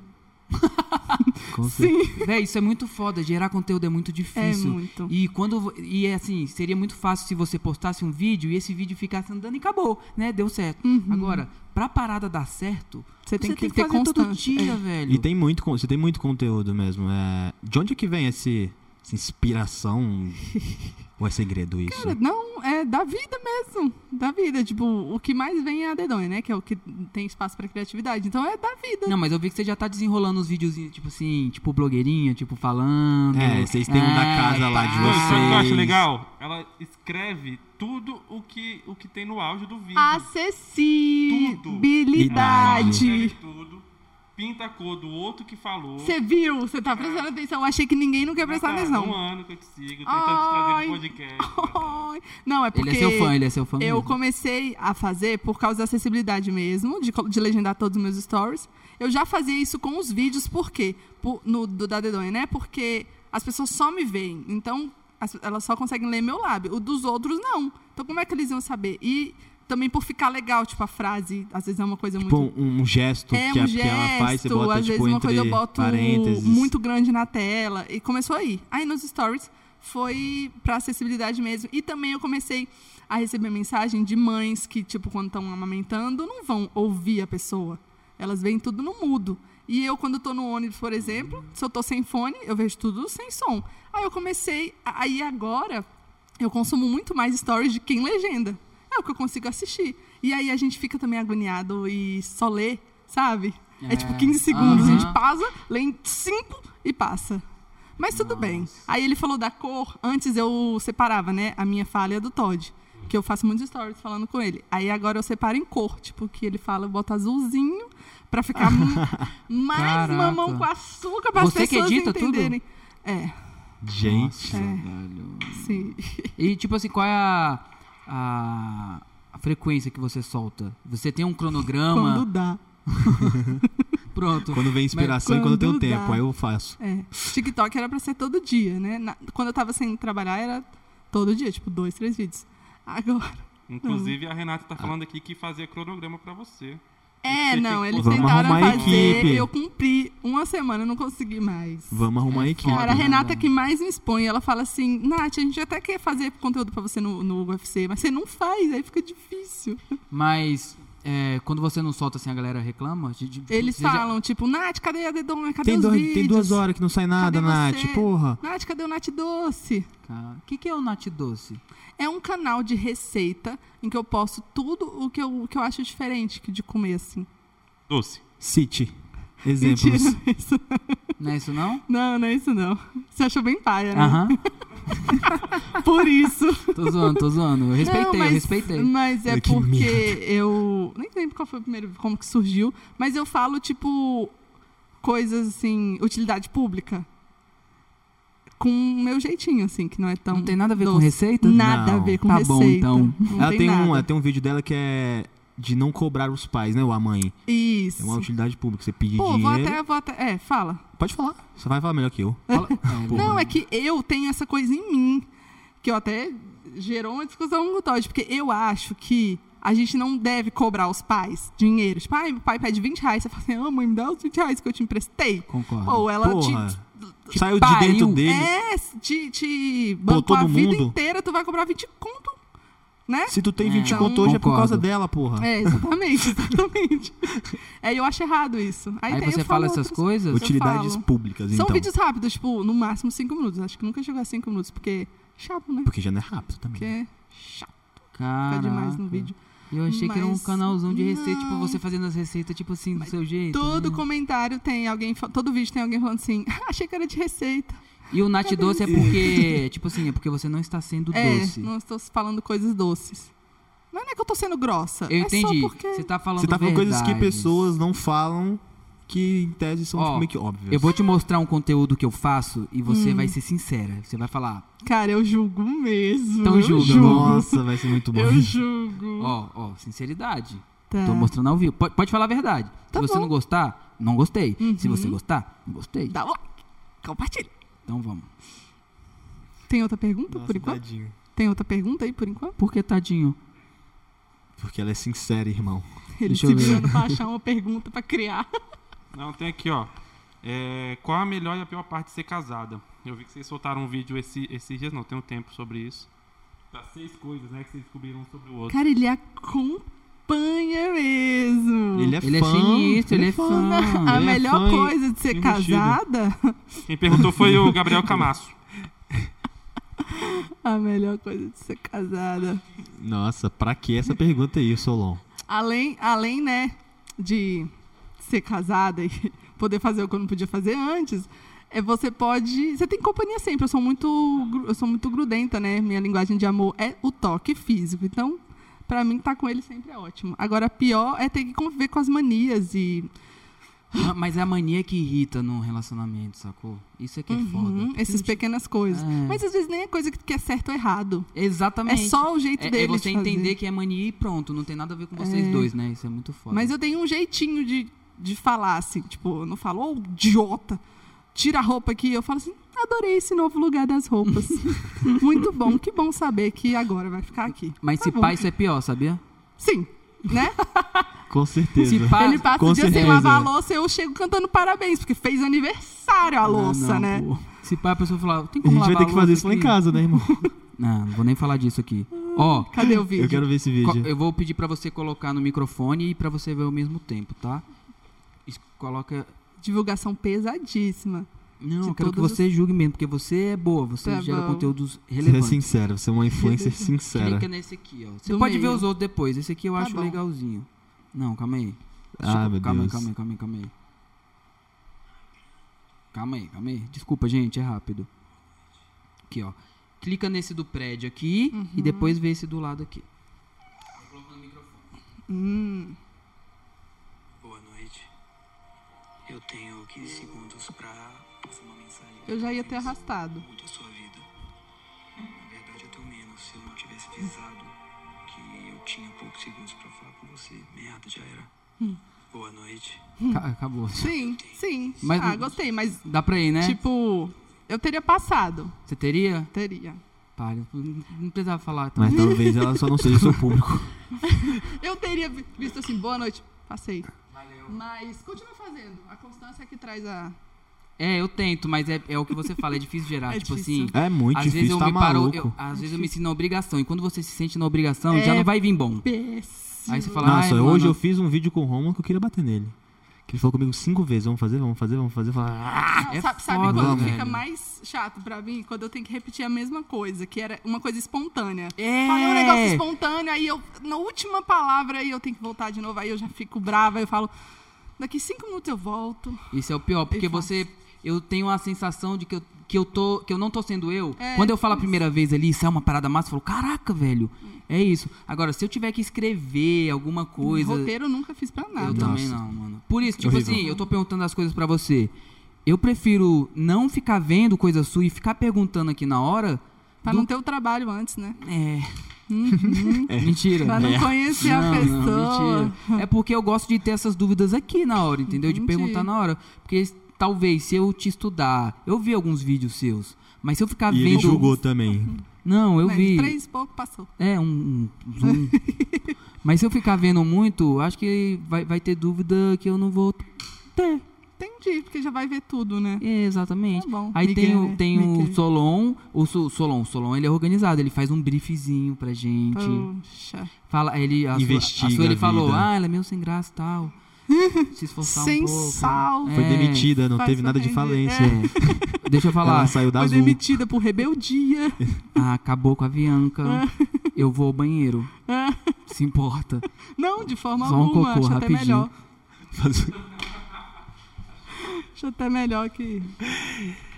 Com Sim. Véi, isso é muito foda. Gerar conteúdo é muito difícil. É muito. E quando. vo- E assim, seria muito fácil se você postasse um vídeo e esse vídeo ficasse andando e acabou, né? Deu certo. Agora, pra parada dar certo, Uhum. Você tem que ter fazer todo constância, dia, é. velho. E tem muito, con- você tem muito conteúdo mesmo. É, de onde é que vem esse, essa inspiração Ou é segredo isso? Cara, não, é da vida mesmo. Da vida. Tipo, o que mais vem é a dedonha, né? Que é o que tem espaço pra criatividade. Então é da vida. Não, mas eu vi que você já tá desenrolando os videozinhos, tipo assim, tipo blogueirinha, tipo falando. É, vocês têm um da É, casa lá de Não, Ah, sabe o que eu acho vocês. legal? Ela escreve tudo o que, o que tem no áudio do Ah, vídeo. Ela escreve Acessibilidade. tudo, pinta a cor do outro que falou. Você viu? Você tá prestando atenção. Eu achei que ninguém não quer prestar Cara, Um atenção. ano que eu te sigo, tentando te trazer Ai. no podcast. Ai, Não, é Ele porque. é seu fã, ele é seu fã. Eu mesmo. comecei a fazer por causa da acessibilidade mesmo, de, co- de legendar todos os meus stories. Eu já fazia isso com os vídeos, por quê? Por- no, do da Dedonha, né? Porque as pessoas só me veem. Então, as- elas só conseguem ler meu lábio. O dos outros, não. Então, como é que eles iam saber? E também por ficar legal, tipo, a frase, às vezes é uma coisa Tipo, muito. um, um gesto É que, um a, gesto, que ela faz, você bota, tipo, às vezes uma entre coisa eu boto parênteses. muito grande na tela. E começou aí. Aí nos stories foi pra acessibilidade mesmo. E também eu comecei a receber mensagem de mães que, tipo, quando estão amamentando, não vão ouvir a pessoa. Elas veem tudo no mudo. E eu, quando tô no ônibus, por exemplo, se eu tô sem fone, eu vejo tudo sem som. Aí eu comecei. Aí agora eu consumo muito mais stories de quem legenda. É o que eu consigo assistir. E aí a gente fica também agoniado e só lê, sabe? É, tipo 15 segundos, a gente Aham. pausa, lê em 5 e passa. Mas tudo bem. Aí ele falou da cor. Antes eu separava, né? A minha falha do Todd. Que eu faço muitos stories falando com ele. Aí agora eu separo em cor, tipo, que ele fala, eu boto azulzinho pra ficar mu- mais Caraca. mamão com açúcar pra Você as que pessoas edita tudo? entenderem. É, Nossa, Gente. É. velho. sim. E tipo assim, qual é a, a, a frequência que você solta? Você tem um cronograma? Quando dá. Pronto. Quando vem inspiração e quando eu tenho quando dá. tempo, aí eu faço. É. TikTok era pra ser todo dia, né? Na- quando eu tava sem trabalhar, era todo dia, tipo, dois, três vídeos. Agora. Inclusive, a Renata tá falando aqui que fazia cronograma pra você. É, Você não, tem- eles Vamos tentaram arrumar a fazer, equipe. eu cumpri uma semana, eu não consegui mais. Vamos arrumar a equipe. Cara, a né, Renata velho? que mais me expõe, ela fala assim, Nath, a gente até quer fazer conteúdo pra você no, no UFC, mas você não faz, aí fica difícil. Mas é, quando você não solta assim, a galera reclama? De- de- Eles você já- falam, tipo, Nath, cadê a dedona? Cadê Tem, os dois- vídeos? tem duas horas que não sai nada, Cadê Nath. você? Porra. Nath, cadê o Nath Doce? Cara, o que, que é o Nat Doce? É um canal de receita em que eu posto tudo o que eu, o que eu acho diferente que de comer, assim. Doce. Cite. Exemplos. Mentira, não é isso. Não é isso não? Não, não é isso não. Você achou bem paia, né? Aham. Por isso. Tô zoando, tô zoando. Eu respeitei, Não, eu mas- respeitei. Mas é Olha que porque merda. eu. Nem lembro qual foi o primeiro, como que surgiu, mas eu falo, tipo, coisas assim, utilidade pública. Com o meu jeitinho, assim, que não é tão. Não tem nada a ver com doce. receita? Nada a Não. ver com Tá bom, receita. então. Não Ela tem, um, nada. ela tem um vídeo dela que é de não cobrar os pais, né? Ou a mãe. É uma Isso. utilidade pública. Você um pedir Pô, vou dinheiro. até, vou até. É, fala. Pode falar. Você vai falar melhor que eu. Fala- Não, porra. Não, é que eu tenho essa coisa em mim, que eu até gerou uma discussão com o Todd, porque eu acho que a gente não deve cobrar os pais dinheiro. Tipo, ai, meu pai pede 20 reais, você fala assim, ah, mãe, me dá os 20 reais que eu te emprestei. Concordo. Ou ela Porra. te... Saiu de pariu. dentro dele. É, te, te bancou todo a vida mundo? inteira, tu vai cobrar 20 conto, né? Se tu tem 20 É. conto hoje é por Concordo. causa dela, porra. É, exatamente, exatamente. é, eu acho errado isso. Aí, Aí tem- eu você falo fala essas outras- coisas? Utilidades falo. públicas, São então. vídeos rápidos, tipo, no máximo 5 minutos. Acho que nunca chegou a 5 minutos, porque é chato, né? Porque já não é rápido também. Porque é chato Caraca. demais no vídeo. Eu achei que era um Mas canalzão de receita, tipo, não. você fazendo as receitas, tipo assim, do seu jeito. Todo né? comentário tem alguém, fa- todo vídeo tem alguém falando assim, achei que era de receita. E o Nat Doce é porque, tipo assim, é porque você não está sendo Tá é, doce. não estou falando coisas doces. Não é que eu tô sendo grossa. Eu é entendi. só porque. Você tá falando Você tá falando coisas que verdades. pessoas não falam que em tese são Ó, tipo, meio que óbvias. Eu vou te mostrar um conteúdo que eu faço e você Hum. vai ser sincera. Você vai falar, Cara, eu julgo mesmo. Então eu julga, Nossa, vai ser muito bom. Eu julgo. ó, ó, sinceridade. Tá. Tô mostrando ao vivo. Pode, pode falar a verdade. Tá Se você bom. Uhum. Tá. não gostar, não gostei. Se você gostar, gostei. Dá o like. Compartilha. Então vamos. Tem outra pergunta, Nossa, por enquanto? tadinho. Tem outra pergunta aí, por enquanto? Por que, tadinho? Porque ela é sincera, irmão. Ele Deixa se eu ver. virando pra achar uma pergunta pra criar. Não, tem aqui, ó. É, qual a melhor e a pior parte de ser casada? Eu vi que vocês soltaram um vídeo esse- esses dias, não, tem um tempo sobre isso. Das seis coisas, né, que vocês descobriram um sobre o outro. Cara, ele acompanha mesmo. Ele é ele fã. é sinistro, ele é fã. A ele é melhor fã e coisa de ser enrustido. casada Quem perguntou foi o Gabriel Camasso. A melhor coisa de ser casada. Nossa, pra que essa pergunta aí, Solon? Além, além né, de ser casada e poder fazer o que eu não podia fazer antes, é você pode, você tem companhia sempre. Eu sou muito, gru- eu sou muito grudenta, né? Minha linguagem de amor é o toque físico. Então, pra mim estar com ele sempre é ótimo. Agora pior é ter que conviver com as manias e Ma- Mas é a mania que irrita no relacionamento, sacou? Isso é que é Uhum, foda. essas pequenas coisas. É. Mas às vezes nem é coisa que que é certo ou errado. É Exatamente. só o jeito É- dele. É você de fazer. entender que é mania e pronto. Não tem nada a ver com vocês É. dois, né? Isso é muito foda. Mas eu tenho um jeitinho de, de falar, assim. Tipo, eu não falo, ô, idiota, tira a roupa aqui. Eu falo assim, adorei esse novo lugar das roupas. Muito bom, que bom saber que agora vai ficar aqui. Mas Tá se bom. pá, isso é pior, sabia? Sim, né? Com certeza. Se pá, Ele passa com o dia sem certeza. lavar a louça, eu chego cantando parabéns, porque fez aniversário a Ah, louça, não, né? pô. Se pá, a pessoa falar, tem A como gente vai lavar ter que fazer isso lá em aqui? casa, né, irmão? Ah, Não, não vou nem falar disso aqui. Hum. Ó, Cadê o vídeo? Eu quero ver esse co- vídeo. eu vou pedir pra você colocar no microfone e pra você ver ao mesmo tempo, tá? Es- Coloca. Divulgação pesadíssima. Não, De eu quero que todas você julgue mesmo, porque você é boa, você Tá gera bom. conteúdos Você é relevantes. sincera, você é uma influencer sincera. Clica nesse aqui, ó. Você Do pode ver meio. os outros depois. Esse aqui eu Tá acho bom. legalzinho. Não, calma aí. Ah, eu- meu calma aí, Deus. calma aí, calma aí, calma aí. Calma aí, calma aí. Desculpa, gente, é rápido. Aqui, ó. Clica nesse do prédio aqui Uhum. e depois vê esse do lado aqui. Hum, Boa noite. Eu tenho 15 segundos pra passar uma mensagem. Eu já ia ter arrastado. Mude a sua vida. Na verdade, eu tenho menos. Se eu não tivesse avisado que eu tinha poucos segundos pra falar com você, merda, já era. Boa noite. Ca- acabou. Sim, sim. Mas- ah, gostei, mas Dá pra ir, né? Tipo, eu teria passado. Você teria? Teria. Palha. Não não precisava falar. Tá? Mas talvez ela só não seja seu público. Eu teria vi- visto assim, boa noite, passei. Mas continua fazendo. A constância é que traz a. É, eu tento, mas é, é o que você fala. É difícil gerar. É tipo difícil. assim. É muito às vezes difícil, eu tá me paro. maluco. Eu, às vezes eu me sinto na obrigação. E quando você se sente na obrigação, já É. não vai vir bom. Péssimo. Aí você fala, Nossa, ai, hoje mano, eu fiz um vídeo com o Romulo que eu queria bater nele. Que ele falou comigo cinco vezes, vamos fazer, vamos fazer, vamos fazer. Eu falei, "Ah". Não, é sabe, sabe foda, quando velho. fica mais chato pra mim? Quando eu tenho que repetir a mesma coisa, que era uma coisa espontânea. É. Falei um negócio espontâneo, aí eu, na última palavra, aí eu tenho que voltar de novo, aí eu já fico brava, aí eu falo, daqui cinco minutos eu volto. Isso é o pior, porque Eu faço. você. Eu tenho a sensação de que eu, que eu, tô, que eu não tô sendo eu. É, Quando eu falo a primeira vez ali, isso é uma parada massa, eu falo, caraca, velho, é isso. Agora, se eu tiver que escrever alguma coisa. Roteiro eu nunca fiz pra é. Eu nada. também não, mano. Por isso, tipo Horrível. assim, eu tô perguntando as coisas pra você. Eu prefiro não ficar vendo coisa sua e ficar perguntando aqui na hora. Pra não ter o trabalho antes, né? É. Mentira. Pra não conhecer é a É. Não, pessoa. não, mentira. É porque eu gosto de ter essas dúvidas aqui na hora, entendeu? De Entendi. perguntar na hora. Porque talvez se eu te estudar, eu vi alguns vídeos seus, mas se eu ficar E vendo. ele julgou também. Não, eu Né, vi. Três e pouco passou. É, um. um zoom. mas se eu ficar vendo muito, acho que vai, vai ter dúvida que eu não vou ter. Entendi, porque já vai ver tudo, né? É, exatamente. Tá bom. Aí tem, Miguel, o, né? tem o Miguel. Solon, o Su- Solon, o Solon ele é organizado, ele faz um briefzinho pra gente. Poxa. Fala, ele, a sua- Investiga a sua, ele a falou, vida. ah, ela é meio sem graça e tal. Se esforçar Sem um pouco. sal. É. Foi demitida, não Faz teve pra nada de render. falência. É. Deixa eu Ela falar. saiu da Foi Azul. demitida por rebeldia. Ah, acabou com a Bianca. Eu vou ao banheiro. Se importa. É. Não, de forma Só um alguma. cocô, acho rapidinho. até melhor. Acho até melhor que.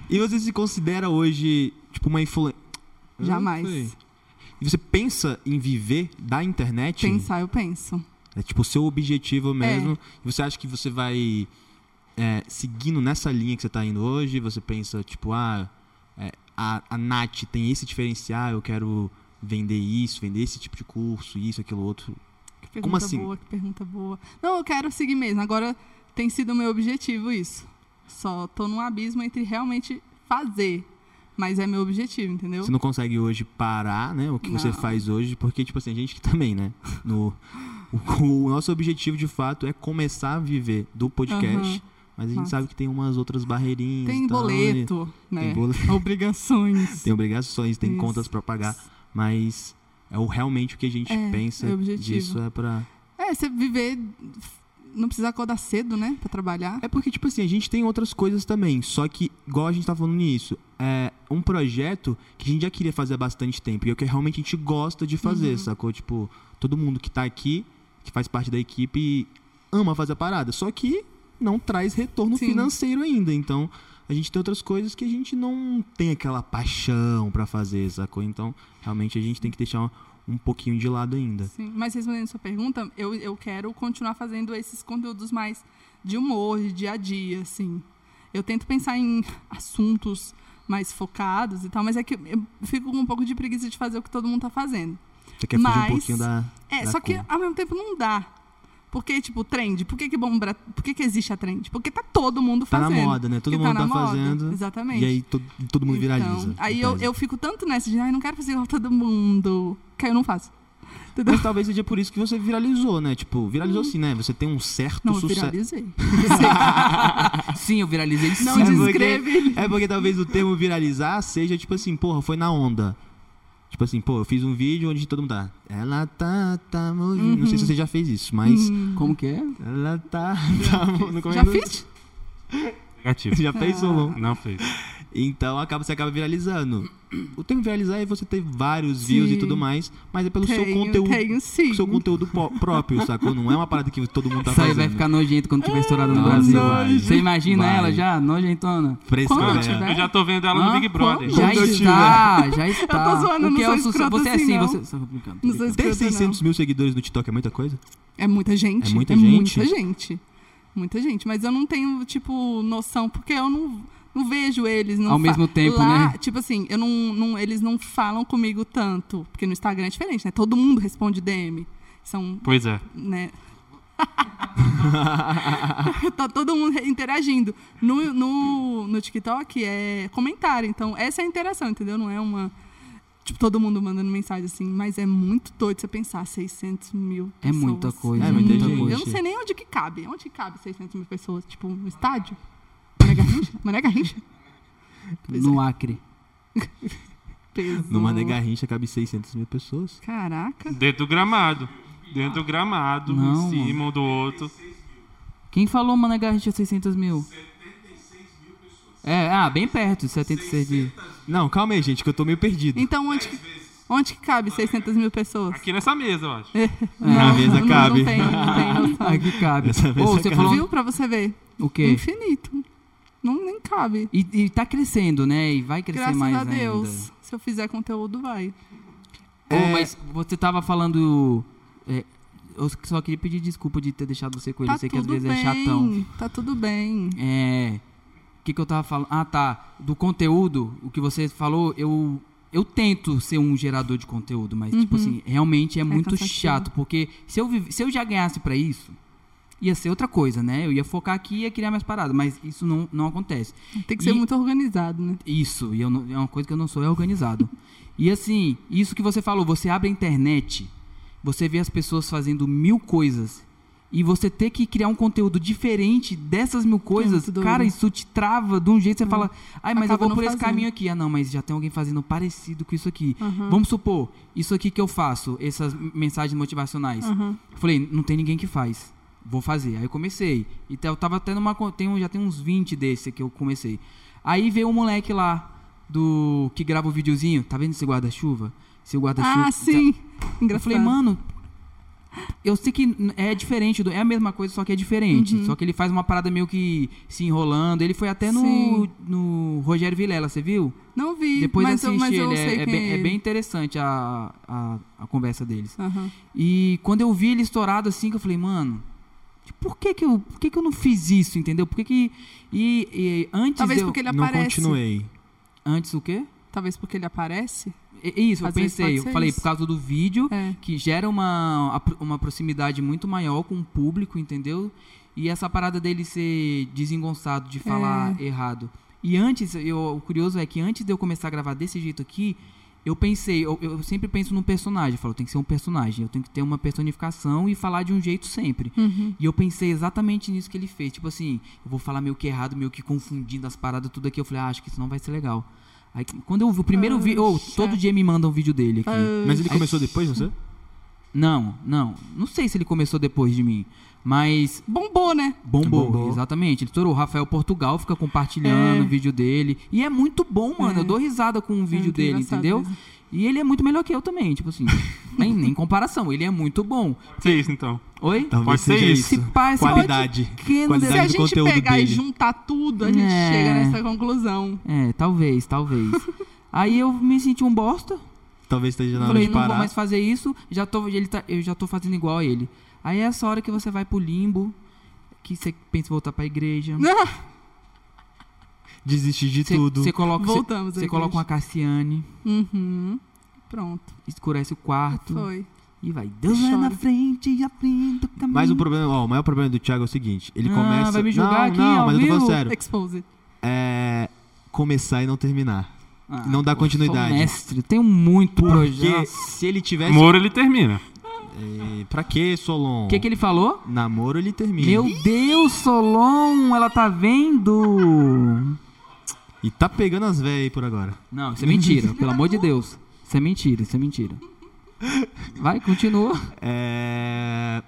E você se considera hoje, tipo, uma influencer. É, Jamais. E você pensa em viver da internet? Pensar, eu penso. É tipo o seu É. objetivo mesmo. E você acha que você vai é, seguindo nessa linha que você tá indo hoje? Você pensa, tipo, ah, é, a, a Nath tem esse diferencial, eu quero vender isso, vender esse tipo de curso, isso, aquilo, outro. Que pergunta Como assim? boa, que pergunta boa. Não, eu quero seguir mesmo. Agora tem sido o meu objetivo isso. Só tô num abismo entre realmente fazer. Mas é meu objetivo, entendeu? Você não consegue hoje parar, né? O que você Não. faz hoje, porque, tipo assim, a gente que também, né? No, o, o nosso objetivo de fato é começar a viver do podcast. Aham. Mas a gente Massa. sabe que tem umas outras barreirinhas. Tem e então, tal, e- boleto, né? Tem boleto. Obrigações. tem obrigações, tem Isso. contas pra pagar, mas é o, realmente o que a gente É, pensa é o objetivo. disso é pra. É, você viver. Não precisa acordar cedo, né? Pra trabalhar. É porque, tipo assim, a gente tem outras coisas também, só que, igual a gente tá falando nisso, é, um projeto que a gente já queria fazer há bastante tempo. E é o que realmente a gente gosta de fazer, Uhum. sacou? Tipo, todo mundo que tá aqui, que faz parte da equipe, ama fazer a parada. Só que não traz retorno Sim. financeiro ainda. Então, a gente tem outras coisas que a gente não tem aquela paixão pra fazer, sacou? Então, realmente a gente tem que deixar um, um pouquinho de lado ainda. Sim, mas respondendo sua pergunta, eu, eu quero continuar fazendo esses conteúdos mais de humor, de dia a dia, assim. Eu tento pensar em assuntos mais focados e tal, mas é que eu fico com um pouco de preguiça de fazer o que todo mundo tá fazendo. Você quer fugir um Mas- pouquinho da. É, da só que cor. ao mesmo tempo não dá. Porque, tipo, trend, por que que bombra, por que que existe a trend? Porque tá todo mundo Tá na fazendo. moda, né? Todo Porque mundo tá tá, na moda, fazendo. Exatamente. E aí todo, todo mundo viraliza. Então, aí eu, Então, eu fico tanto nessa de, ai, não quero fazer igual todo mundo, que aí eu não faço. Mas talvez seja por isso que você viralizou, né? Tipo, viralizou sim, né? Você tem um certo Não, eu sucesso. viralizei. Sim, eu viralizei sim. Não É porque- descreve. É porque talvez o termo viralizar seja tipo assim, porra, foi na onda. Tipo assim, pô, eu fiz um vídeo onde todo mundo tá. Ela tá, tá movendo. Não sei Uhum. se você já fez isso, mas. Como que é? Ela tá. tá mo- no Hum. Já Ah. começo- fiz? Negativo. Já fez, Solon? Não fez. Então acaba, você acaba viralizando. O termo viralizar é você ter vários views e Sim. tudo mais, mas é pelo seu Tenho, conteúdo. tenho sim. Seu conteúdo po- próprio, sacou? Não é uma parada que todo mundo tá Isso aí fazendo. vai ficar nojento quando tiver estourado no Nossa, Brasil. vai. Você imagina Vai. ela já, nojentona? Fresco, Quando né? tiver- Eu já tô vendo ela no Hã? Big Brother. Ah, Já é. Quando eu está, já está. Eu tô zoando, o não que é sou o sucesso? escrota Você é assim, assim, não. você. Só brincando. Não brincando. sou Ter escrota, não. 600 mil seguidores no TikTok é muita coisa? É muita gente. É muita gente? Muita gente. Muita gente. Mas eu não tenho, tipo, noção, porque eu não, não vejo eles. Não Ao fa- mesmo tempo, Lá, né? Tipo assim, eu não, não- eles não falam comigo tanto. Porque no Instagram é diferente, né? Todo mundo responde DM. São, Pois é. né? tá todo mundo re- interagindo. No, no, no TikTok é comentário. Então, essa é a interação, entendeu? Não é uma. Tipo, todo mundo mandando mensagem assim. Mas é muito doido você pensar 600 mil. É muita pessoas. coisa, É muita muita gente. coisa. Eu não sei nem onde que cabe. Onde que cabe 600 mil pessoas? Tipo, um estádio? Mané Garrincha? Mané Garrincha? Pois No Acre. Peso. No Mané Garrincha cabe 600 mil pessoas. Caraca. Dentro do gramado. Dentro do gramado, Não, em cima um do outro. Quem falou Mané Garrincha 600 mil? 76 mil pessoas. É, ah, bem perto, 76 mil. Não, calma aí, gente, que eu tô meio perdido. Então, onde que, onde que cabe 600 mil pessoas? Aqui nessa mesa, eu acho. Na mesa não, cabe. Não tem, não tem noção. Aqui cabe. Dessa vez Ô, eu você caí. falou Viu? Pra você ver. o quê? Infinito. Não, nem cabe. E, e tá crescendo, né? E vai crescer Graças mais a Deus. É. ainda. Se eu fizer conteúdo, vai. Ô, mas você tava falando... é, eu só queria pedir desculpa de ter deixado você com ele. Tá eu sei que às tudo vezes bem. é chatão. Tá tudo bem. É. O que, que eu tava falando? Ah, tá. Do conteúdo, o que você falou, eu. Eu tento ser um gerador de conteúdo, mas, tipo assim, realmente é, muito cansativo. chato. Porque se eu, vive- se eu já ganhasse pra isso, ia ser outra coisa, né? Eu ia focar aqui e ia criar minhas paradas, mas isso não, não acontece. Tem que ser E- muito organizado, né? Isso, e eu não- é uma coisa que eu não sou, é organizado. e assim, isso que você falou, você abre a internet, você vê as pessoas fazendo mil coisas, e você ter que criar um conteúdo diferente dessas mil coisas, muito doido. Hum. cara, isso te trava de um jeito, você fala, ai, mas Acaba eu não vou por esse fazendo. caminho aqui. Ah, não, mas já tem alguém fazendo parecido com isso aqui. Hum. Vamos supor, isso aqui que eu faço, essas mensagens motivacionais. Eu Falei, não tem ninguém que faz. Vou fazer. Aí eu comecei. Então eu tava tendo uma. co- Tem, um- já tem uns 20 desse que eu comecei. Aí veio um moleque lá do. que grava o videozinho. Tá vendo esse guarda-chuva? Esse guarda-chuva. Ah, sim. Eu Engraçado. falei, mano. Eu sei que n- é diferente, do- é a mesma coisa, só que é diferente. Uhum. Só que ele faz uma parada meio que se enrolando. Ele foi até no, Sim. no Rogério Vilela, você viu? Não vi. Depois mas eu, assiste mas eu ele, sei é, é quem bem, é ele. bem interessante a, a, a conversa deles. Aham. E quando eu vi ele estourado assim, que eu falei, mano, por que que eu, por que que eu não fiz isso, entendeu? Por que que... E, e antes Talvez eu- porque ele não aparece. continuei. Antes o quê? Talvez porque ele aparece. E- e Isso, Às eu vezes pode pensei, eu ser falei, isso. por causa do vídeo, É. que gera uma, apro- uma proximidade muito maior com o público, entendeu? E essa parada dele ser desengonçado de É. falar errado. E antes, eu, o curioso é que antes de eu começar a gravar desse jeito aqui, eu pensei, eu, eu sempre penso num personagem, eu falo, tem que ser um personagem, eu tenho que ter uma personificação e falar de um jeito sempre. E eu pensei exatamente nisso que ele fez, tipo assim, eu vou falar meio que errado, meio que confundindo as paradas, tudo aqui, eu falei, ah, acho que isso não vai ser legal. Aí, quando eu vi o primeiro vídeo, oh, Poxa. Ah, todo dia me mandam um vídeo dele aqui. Mas ele começou depois, não sei? Não, não. Não sei se ele começou depois de mim. Mas Bombou, né? bombou, Bombou. exatamente. Ele estourou. O Rafael Portugal fica compartilhando É. o vídeo dele. E é muito bom, mano. Eu dou risada com o vídeo muito dele, É, engraçado entendeu? mesmo. E ele é muito melhor que eu também, tipo assim. nem, nem comparação. Ele é muito bom. Isso é isso, então. Oi? Tá. Pode ser seja isso. Se pá, esse Qualidade. podcast- Qualidade. é Se a do gente conteúdo pegar e dele. juntar tudo, a gente É. chega nessa conclusão. É, talvez, talvez. Aí eu me senti um bosta. Talvez esteja na hora Falei, de não vou parar. mais fazer isso, já tô, ele tá- eu já tô fazendo igual a ele. Aí é essa hora que você vai pro limbo, que você pensa em voltar pra igreja. Desistir de Você- tudo. Você coloca, você- Voltamos à você coloca igreja. uma Cassiane, Uhum. Pronto, escurece o quarto foi. e vai. Deus vai na Chora. frente e abrindo o caminho. Mas o problema, ó, o maior problema do Thiago é o seguinte: ele Ah, começa. vai me julgar não, aqui não, ao mas eu tô falando vivo? sério. Exposed. É. Começar e não terminar. Ah, não dá pô, eu sou continuidade. Mestre, tem muito Porque projeto. se ele tivesse. Moro ele termina. Eh, Pra que, Solon? O que, que ele falou? Namoro ele termina. Meu Deus, Solon, ela tá vendo. E tá pegando as véias aí por agora. Não, isso é mentira, pelo amor de Deus. Isso é mentira, isso é mentira. Vai, continua. É...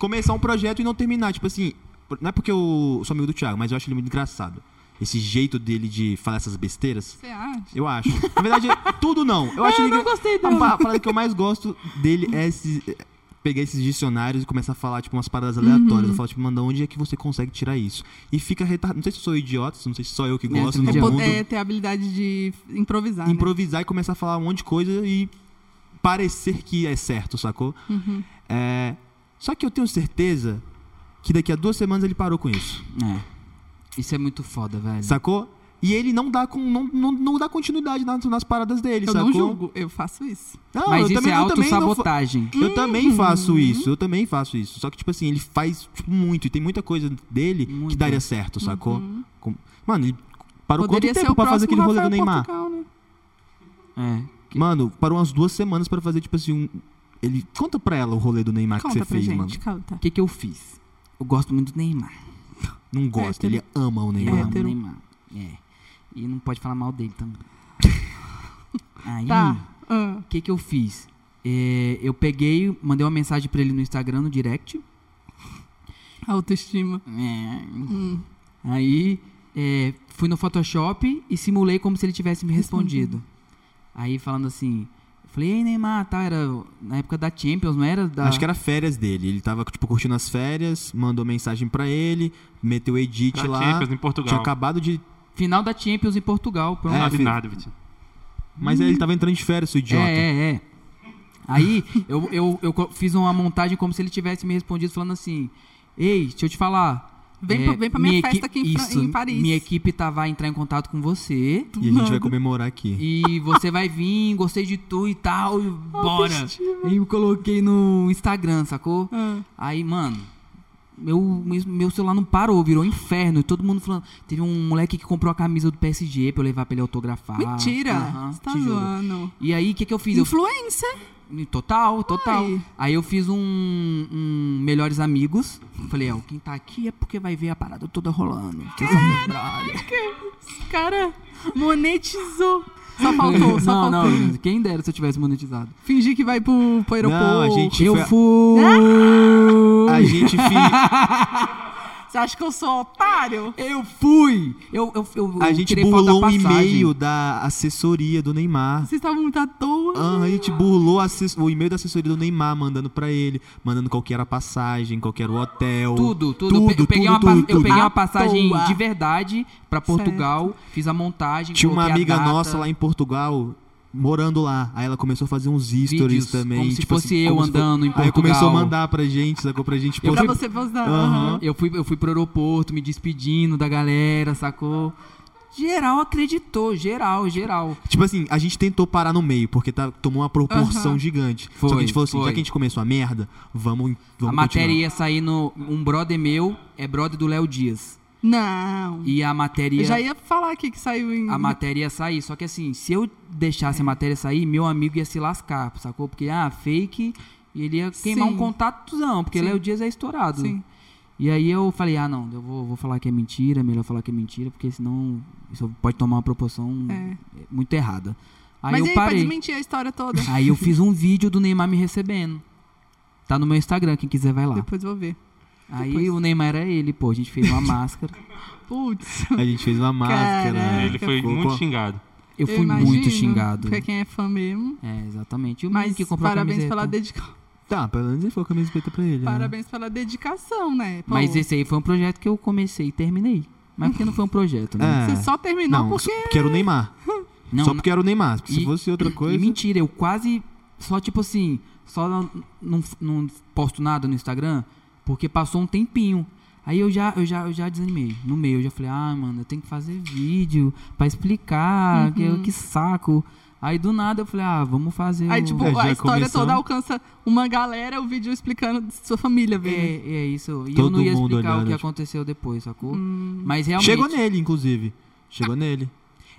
Começar um projeto e não terminar. Tipo assim, por- não é porque eu sou amigo do Thiago, mas eu acho ele muito engraçado. Esse jeito dele de falar essas besteiras. Você acha? Eu acho. Na verdade, tudo não. Eu acho eu ele não gostei A dele. pa- a parada que eu mais gosto dele é esse- é pegar esses dicionários e começar a falar, tipo, umas paradas aleatórias. Uhum. Eu falo, tipo, manda onde é que você consegue tirar isso? E fica retardado. Não sei se eu sou idiota, não sei se só eu que Não, gosto você do não É, Todo po- mundo. é ter a habilidade de improvisar, né? Improvisar e começar a falar um monte de coisa e parecer que é certo, sacou? Uhum. É, Só que eu tenho certeza que daqui a duas semanas ele parou com isso, É. Isso é muito foda, velho. sacou? E ele não dá, com, não, não, não dá continuidade nas, nas paradas dele, Eu sacou? não julgo, eu faço isso. Uhum. Não, Mas eu isso também- é eu também não fa- autossabotagem. Eu também faço isso, eu também faço isso. Só que, tipo assim, ele faz tipo, muito. E tem muita coisa dele que Muita. daria certo, sacou? Com- Mano, ele parou Uhum. Poderia quanto ser tempo o pra fazer aquele próximo rolê do Rafael Neymar? Portugal, né? É. Mano, parou umas duas semanas pra fazer, tipo assim, um. Ele. Conta pra ela o rolê do Neymar que Conta você pra fez, gente, mano. conta. O que, que eu fiz? Eu gosto muito do Neymar. Não É, gosta, ele ama o Eu Neymar. é amo o Hétero. Neymar. É. E não pode falar mal dele também. Aí, o Tá. Ah, que, que eu fiz? É, eu peguei, mandei uma mensagem pra ele no Instagram, no direct. autoestima. É. Hum. Aí é, fui no Photoshop e simulei como se ele tivesse me respondido. Aí falando assim, eu falei, ei Neymar, tá, era na época da Champions, não era? Da... Acho que era férias dele. Ele tava, tipo, curtindo as férias, mandou mensagem pra ele, meteu o edit Pra lá. né, Champions, em Tinha Portugal. acabado de. Final da Champions em Portugal. um Pronto. É, Não sabe filho. nada, Vitinho. Mas aí ele tava entrando de férias, seu idiota. É, é, é. Aí eu, eu, eu co- fiz uma montagem como se ele tivesse me respondido falando assim: Ei, deixa eu te falar. é, É, Vem pra- vem pra minha festa aqui em Fran- isso, em Paris." Minha equipe tá, vai entrar em contato com você. E a gente vai comemorar aqui. E você vai vir, gostei de tu e tal, e bora. Aí eu coloquei no Instagram, sacou? Ah. Aí, mano, meu, meu- meu celular não parou, virou um inferno. E todo mundo falando. Teve um moleque que comprou a camisa do PSG pra eu levar pra ele Ah, autografar. Mentira! Aham, Você tá te juro. zoando. E aí, o que, que eu fiz? Eu Influencer? Total, total. Ai. Aí eu fiz um, um Melhores Amigos. Falei, ó, quem tá aqui é porque vai ver a parada toda rolando. Que essa É, brother. Esse Cara, monetizou. Só faltou, só não, faltou. não, quem dera se eu tivesse monetizado. Fingir que vai pro, pro aeroporto. Não, a gente eu foi- Né? fui! A gente fi- Você acha que eu sou otário? Eu fui! Eu, eu, eu, a eu gente tirei foto da burlou um passagem. e-mail da assessoria do Neymar. Vocês estavam muito à toa. Ah, a gente burlou a assess- o e-mail da assessoria do Neymar, mandando pra ele, mandando qual que era a passagem, qual que era o hotel. Tudo, tudo. eu pe- eu peguei, tudo, uma, pa- tudo, eu tudo. Tá peguei uma À passagem toa. de verdade pra Portugal, fiz a montagem. Tinha uma coloquei a amiga data, nossa lá em Portugal, morando lá. Aí ela começou a fazer uns stories Vídeos, também. como se tipo fosse assim, eu como se fo- andando em Aí Portugal. começou a mandar pra gente, sacou? Pra gente pra postar. você postar. Aham. aham. Eu fui, eu fui pro aeroporto me despedindo da galera, sacou? Geral acreditou, geral, geral. Tipo assim, a gente tentou parar no meio, porque tá, tomou uma proporção Aham. gigante. Foi, Só que a gente falou assim, foi. já que a gente começou a merda, vamos, vamos a matéria continuar. ia sair no. Um brother meu é brother do Léo Dias. Não. E a matéria. Eu já ia falar aqui que saiu em. A matéria ia sair. Só que assim, se eu deixasse a matéria sair, meu amigo ia se lascar, sacou? Porque, ah, fake. E ele ia queimar Sim. um contatozão, porque Sim. Léo Dias é estourado. Sim. E aí eu falei, ah, não, eu vou, vou falar que é mentira, é melhor falar que é mentira, porque senão isso pode tomar uma proporção É. muito errada. Aí Mas eu e aí, pra parei. desmentir a história toda. Aí eu fiz um vídeo do Neymar me recebendo. Tá no meu Instagram, quem quiser vai lá. Depois vou ver. Aí depois. o Neymar é ele, pô. A gente fez uma máscara. Putz, A gente fez uma máscara. Caraca. Ele foi Colocou- muito xingado. Eu fui imagino, muito xingado. Pra quem é fã mesmo. É, exatamente. E o Mas menino que comprou a parabéns camiseta? pela dedicação. Tá, pelo menos ele falou com a camiseta pra ele. né? Parabéns pela dedicação, né? Pô, Mas esse aí foi um projeto que eu comecei e terminei. Mas porque não foi um projeto, né? É. Você só terminou Não, porque. só porque era o Neymar. Não, só porque era o Neymar. Porque se E- fosse outra coisa. E mentira, eu quase. Só tipo assim. Só não, não, não posto nada no Instagram. Porque passou um tempinho. Aí eu já, eu já, eu já desanimei. No meio, eu já falei, ah, mano, eu tenho que fazer vídeo pra explicar. Que, que saco. Aí do nada eu falei, ah, vamos fazer. Uhum. Aí, o- É, tipo, já a história começamos. toda alcança uma galera, o vídeo explicando de sua família, É, velho. é isso. E eu né? Todo não ia mundo explicar o olhando, que tipo- aconteceu depois, sacou? Hum. Mas realmente. Chegou nele, inclusive. Chegou nele.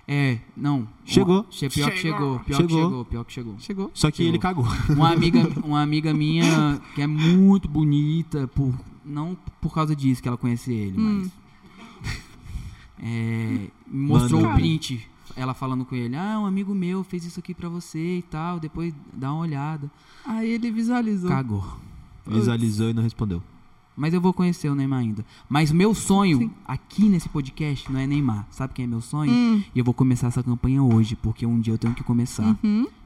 É, não. Chegou. Che- Pior que chegou, pior que Chegou. chegou, pior que chegou. Chegou? Só que Chegou. ele cagou. Uma amiga, uma amiga minha que é muito bonita, por, não por causa disso que ela conhecia ele, Hum. Hum. mas. É, me mostrou Mano. o print, ela falando com ele: Ah, um amigo meu fez isso aqui pra você e tal, depois dá uma olhada. Aí ele visualizou. Cagou. Visualizou e não respondeu. Mas eu vou conhecer o Neymar ainda. Mas meu sonho aqui nesse podcast não é Neymar. Sabe quem é meu sonho? Hum, E eu vou começar essa campanha hoje, porque um dia eu tenho que começar.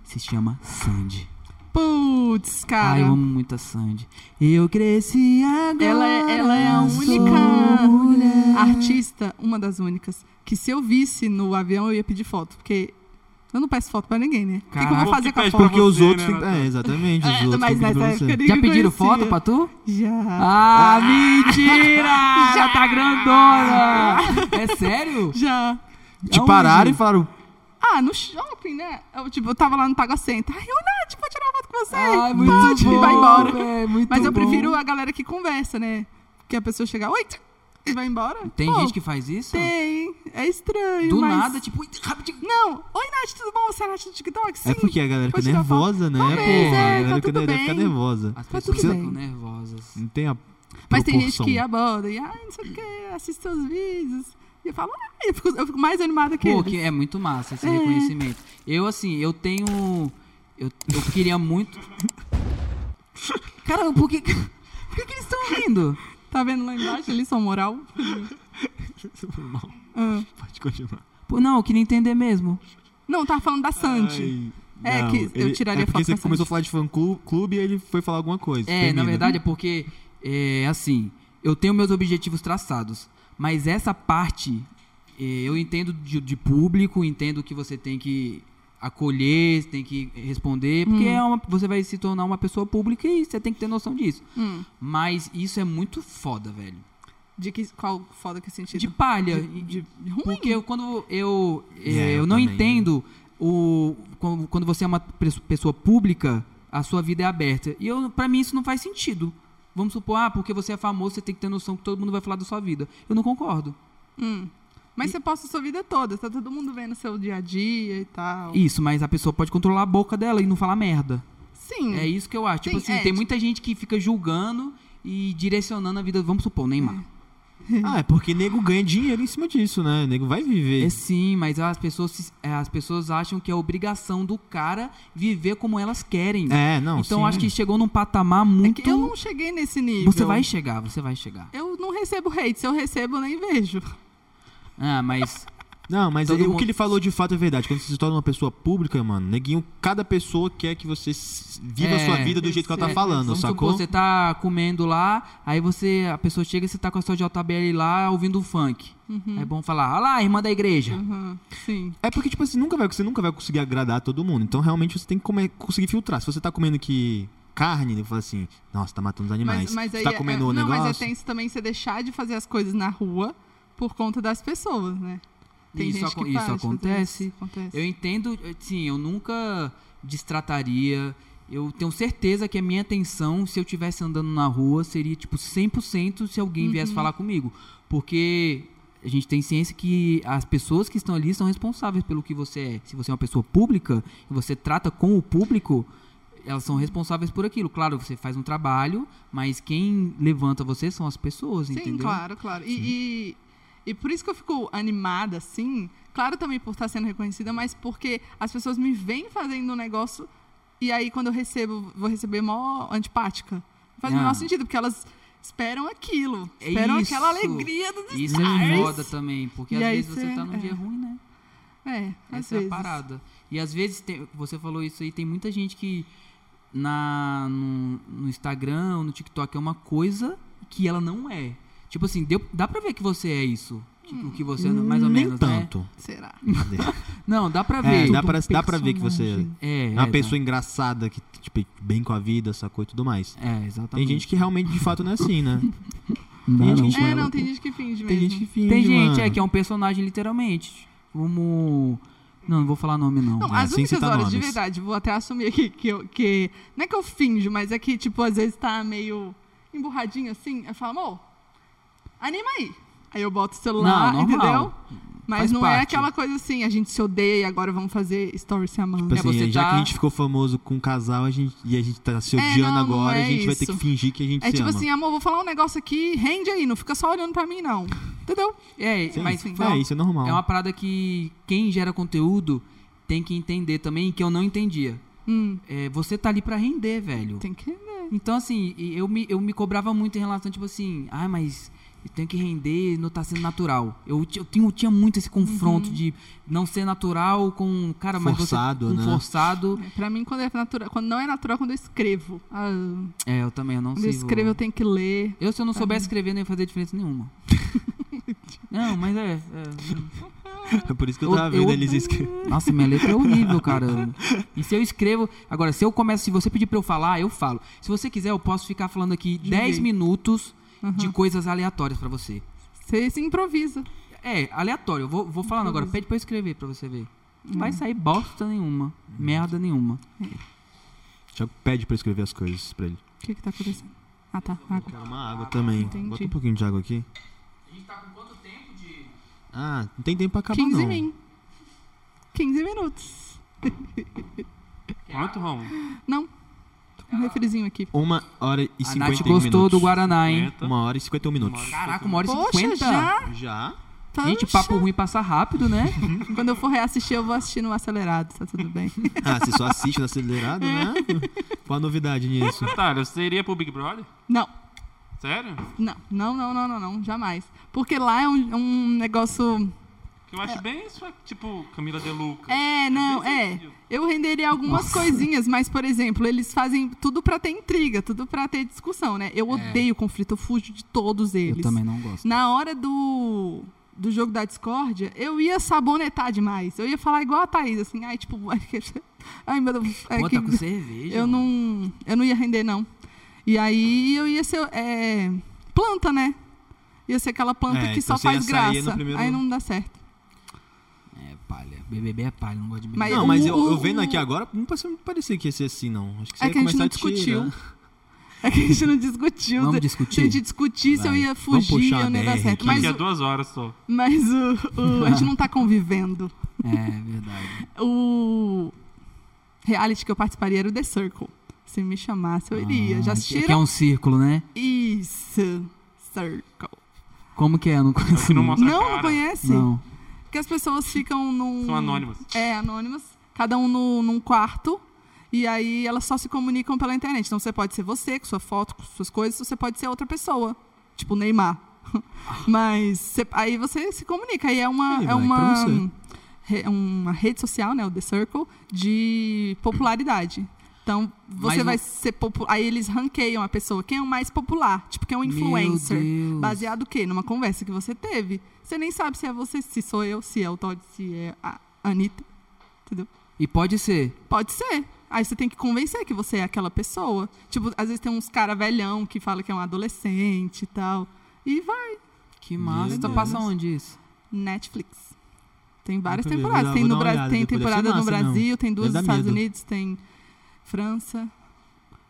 Se chama Sandy. uhum. Putz, cara. Ai, eu amo muito a Sandy. Eu cresci agora. Ela é, ela é a sou única mulher. artista, uma das únicas, que se eu visse no avião eu ia pedir foto, porque eu não peço foto pra ninguém, né? O que, que eu Caraca. vou fazer com a Pede foto? Porque os você, outros. né, têm- Natan? É, exatamente. Os É, outros mas têm que nessa pra época você. ninguém Já pediram conhecia. foto pra tu? Já. Ah, mentira! Já tá grandona! É sério? Já. Te Aonde? pararam assim. e falaram. Ah, no shopping, né? Eu, tipo, eu tava lá no Pagacenta. Ai, ô Nath, pode tirar foto com você? Ai, muito pode, bom, vai embora. véi, muito Mas eu bom. prefiro a galera que conversa, né? Que a pessoa chega, oi, tch, e vai embora. Tem Pô, gente que faz isso? Tem, é estranho, Do mas... nada, tipo, "Ui, rapidinho. Não, oi Nath, tudo bom? Você é a Nath do TikTok? Sim. É porque a galera Vou fica tirar foto. nervosa, né, pô? Talvez, é, A tá galera fica- tudo deve ficar bem. nervosa. As Tá tudo pessoas ficam bem. nervosas. assim. Não tem a. Mas tem gente proporção. que é aborda e, ai, não sei o que, assiste seus vídeos. E eu falo, ai, eu fico, eu fico mais animada que Pô, ele. que é muito massa esse É. reconhecimento. Eu, assim, eu tenho. Eu, eu queria muito. Caramba, por que. Por que, que eles estão rindo? Tá vendo lá embaixo ali, são moral? é Ah. Pode continuar. Pô, não, eu queria entender mesmo. Não, tava falando da Sandy. É que eu tiraria é porque foto você com a começou a Sandy. falar de fã clu- clube e ele foi falar alguma coisa. É, Termina. na verdade é porque. É assim. Eu tenho meus objetivos traçados. Mas essa parte. é, eu entendo de, de público, entendo que você tem que acolher, tem que responder. Porque é uma- você vai se tornar uma pessoa pública e você tem que ter noção disso. Hum, Mas isso é muito foda, velho. de que, qual foda que é sentido? De palha. e- ruim. Porque eu, quando eu, eh, É, eu eu não também. entendo o, quando, quando você é uma pres- pessoa pública, a sua vida é aberta. E eu, pra mim isso não faz sentido. Vamos supor, ah, porque você é famoso, você tem que ter noção que todo mundo vai falar da sua vida. Eu não concordo. Hum. Mas você posta sua vida toda, tá todo mundo vendo seu dia a dia e tal. Isso, mas a pessoa pode controlar a boca dela e não falar merda. Sim. É isso que eu acho. Tipo Sim, assim, é, tem tipo- muita gente que fica julgando e direcionando a vida, vamos supor, o Neymar. Ah, é porque nego ganha dinheiro em cima disso, né? Nego vai viver. É sim, mas as pessoas, se- é, as pessoas acham que é obrigação do cara viver como elas querem. É, não. então sim. acho que chegou num patamar muito. É que eu não cheguei nesse nível. Você vai chegar, você vai chegar. Eu não recebo hate, se eu recebo, eu nem vejo. Ah, mas. Não, mas Todo ele- o mundo- que ele falou de fato é verdade. Quando você se torna uma pessoa pública, mano, neguinho, cada pessoa quer que você s- viva a sua É, vida do eu jeito que ela sei. tá falando, Vamos sacou? supor, você tá comendo lá, aí você. A pessoa chega e você tá com a sua JBL lá ouvindo funk. Hum. Aí É bom falar, olha lá, irmã da igreja. Aham, Uhum, Sim. É porque, tipo assim, nunca vai, você nunca vai conseguir agradar todo mundo. Então, realmente, você tem que comer- conseguir filtrar. Se você tá comendo que carne, eu falo assim, nossa, tá matando os animais. Mas, mas Você aí tá é- comendo um é, o Não, negócio. mas é tenso também você deixar de fazer as coisas na rua por conta das pessoas, né? Tem Isso gente acon- que isso para de fazer acontece. isso, acontece. Eu entendo, sim, eu nunca destrataria. Eu tenho certeza que a minha atenção, se eu estivesse andando na rua, seria tipo 100% se Uhum. alguém viesse falar comigo. Porque a gente tem ciência que as pessoas que estão ali são responsáveis pelo que você é. Se você é uma pessoa pública e você trata com o público, elas são responsáveis por aquilo. Claro, você faz um trabalho, mas quem levanta você são as pessoas, Sim, entendeu? claro, claro. E, e, e por isso que eu fico animada, assim, claro também por estar sendo reconhecida, mas porque as pessoas me veem fazendo um negócio E aí, quando eu recebo, vou receber mó antipática. Faz o Ah. menor sentido, porque elas esperam aquilo. É esperam isso. aquela alegria do Isso é stars. foda também, porque Ah, E às aí vezes você cê- tá num é. dia ruim, né? É, às Essa é vezes. a parada. E às vezes, tem- você falou isso aí, tem muita gente que na, no, no Instagram, no TikTok é uma coisa que ela não é. Tipo assim, deu, dá pra ver que você é isso. Hum. Tipo, o que você é, mais ou Nem menos, né? tanto. Será? Não, dá pra É, ver. dá pra, dá pra ver um que você É, é uma é, pessoa engraçada, que tipo, bem com a vida, sacou e tudo mais. dá- É, exatamente. Tem gente que realmente de fato não é assim, né? Não dá, tem gente não. que É, não, tem gente que finge Tem mesmo. gente que finge, Tem gente, mano. é, que é um personagem, literalmente. Como... Não, não vou falar nome, não. Não, É, as sem únicas citar horas, de nomes. verdade, vou até assumir aqui que, eu, que. Não é que eu finjo, mas é que, tipo, às vezes tá meio emburradinho assim. Eu falo, amor, anima aí. Aí eu boto o celular, Não, normal. entendeu? Mas Faz não é parte. aquela coisa assim, a gente se odeia e agora vamos fazer story se amando. Tipo assim, você já tá- que a gente ficou famoso com um casal a gente, e a gente tá se É, odiando não, não agora, é a gente vai ter isso. que fingir que a gente é se tipo ama. assim, amor, vou falar um negócio aqui, rende aí, não fica só olhando pra mim, não. Entendeu? É, Sim, mas sim. foi É, uma- isso é normal. É uma parada que quem gera conteúdo tem que entender também, que eu não entendia. Hum, É, você tá ali pra render, velho. tem que render. Então, assim, e eu me, eu me cobrava muito em relação, tipo assim, ah, mas eu tenho que render, não tá sendo natural. Eu, ti- eu tinha, tinha muito esse confronto de não ser natural com, cara, mas Forçado, você, com né? forçado. É, Pra mim, quando, é natural, quando não é natural, quando eu escrevo. Ah, É, eu também, eu não quando sei. eu escrevo, eu tenho que ler. Eu, se eu não soubesse escrever, não ia fazer diferença nenhuma. não, mas é- é É por isso que eu Eu- tava vendo eu- eles escrevendo. Nossa, minha letra é horrível, cara. E se eu escrevo. Agora, se eu começo, se você pedir pra eu falar, eu falo. Se você quiser, eu posso ficar falando aqui 10 minutos de coisas aleatórias pra você. Você se improvisa. É, aleatório. Eu vou, vou falando agora. Pede pra eu escrever pra você ver. Não vai sair bosta nenhuma. Merda nenhuma. Tiago pede pra eu escrever as coisas pra ele. O que que tá acontecendo? Ah, tá. água. Quero uma água também. Entendi. Bota um pouquinho de água aqui. A gente tá com quanto tempo de. Ah, não tem tempo Tá pra acabar 15 não. min. 15 minutos. Quanto, Romulo? Não. Tô Ah. com um refrizinho aqui. Uma hora e A cinquenta Nath minutos. gostou do Tá, Guaraná, hein? 50. Uma hora e cinquenta minutos. Caraca, uma hora e um Poxa, cinquenta. já? Já? Tá Gente, papo ruim passa rápido, né? Quando eu for reassistir, eu vou assistir no acelerado, tá tudo bem. Ah, você só assiste no acelerado, né? Qual a novidade nisso? Natália, você iria pro Big Brother? Não, Sério? não, não, não, não, não, não, jamais. Porque lá é um, é um negócio. Que eu acho bem isso, é tipo Camila De Luca. É, não, é. Eu renderia algumas coisinhas, mas, por exemplo, eles fazem tudo pra ter intriga, tudo pra ter discussão, né? Eu odeio conflito, eu fujo de todos eles. É. Eu também não gosto. Na hora do, do jogo da discórdia, eu ia sabonetar demais. Eu ia falar igual a Thaís, assim, ai, tipo, ai, que- ai meu Deus. é Pô, que- tá com cerveja. eu, mano. não, eu não ia render, não. E aí eu ia ser é, planta, né? Ia ser aquela planta É, que então só você ia faz sair graça. no primeiro- Aí não dá certo. É palha. BBB é palha, não gosto de BBB. Mas Não, o- mas eu, o- eu vendo aqui agora, não parecia, não parecia que ia ser assim, não. Acho que você uh, É ia que a gente começar não discutiu. tirar. É que a gente não discutiu. Vamos Se- Se a discutir? gente discutisse, eu Vai. ia Vamos fugir, puxar eu a não ia dar DR certo. aqui. Mas, Daqui a o, duas horas só. mas o- o- a gente não tá convivendo. É, verdade. O reality que eu participaria era o The Circle. Se me chamasse, eu iria. Já Ah, assistiram? Que é um círculo, né? Isso. Circle. Como que é? Eu não É o que conheço. não mostra a Não cara. conhece? Não. Porque as pessoas ficam num. São anônimas. É, anônimas. Cada um no, num quarto. E aí elas só se comunicam pela internet. Então você pode ser você, com sua foto, com suas coisas, ou você pode ser outra pessoa. Tipo o Neymar. Mas você- aí você se comunica. Aí é uma. Aí, é moleque, pra uma, você. re- uma rede social, né? O The Circle, de popularidade. Então, você Mas vai o- ser popular. Aí eles ranqueiam a pessoa. Quem é o mais popular? Tipo, quem é um influencer. Deus. Baseado o quê? Numa conversa que você teve. Você nem sabe se é você, se sou eu, se é o Todd, se é a Anitta. Entendeu? E pode ser. Pode ser. Aí você tem que convencer que você é aquela pessoa. Tipo, às vezes tem uns cara velhão que fala que é um adolescente e tal. E vai. Que massa. Meu Tá Deus. passa onde isso? Netflix. Tem várias Nunca vi, eu temporadas. vou Tem, dar no uma Bra- olhada tem depois, deve ser temporada no massa, não. Brasil, tem Deve duas dar nos Estados medo. Unidos, tem França,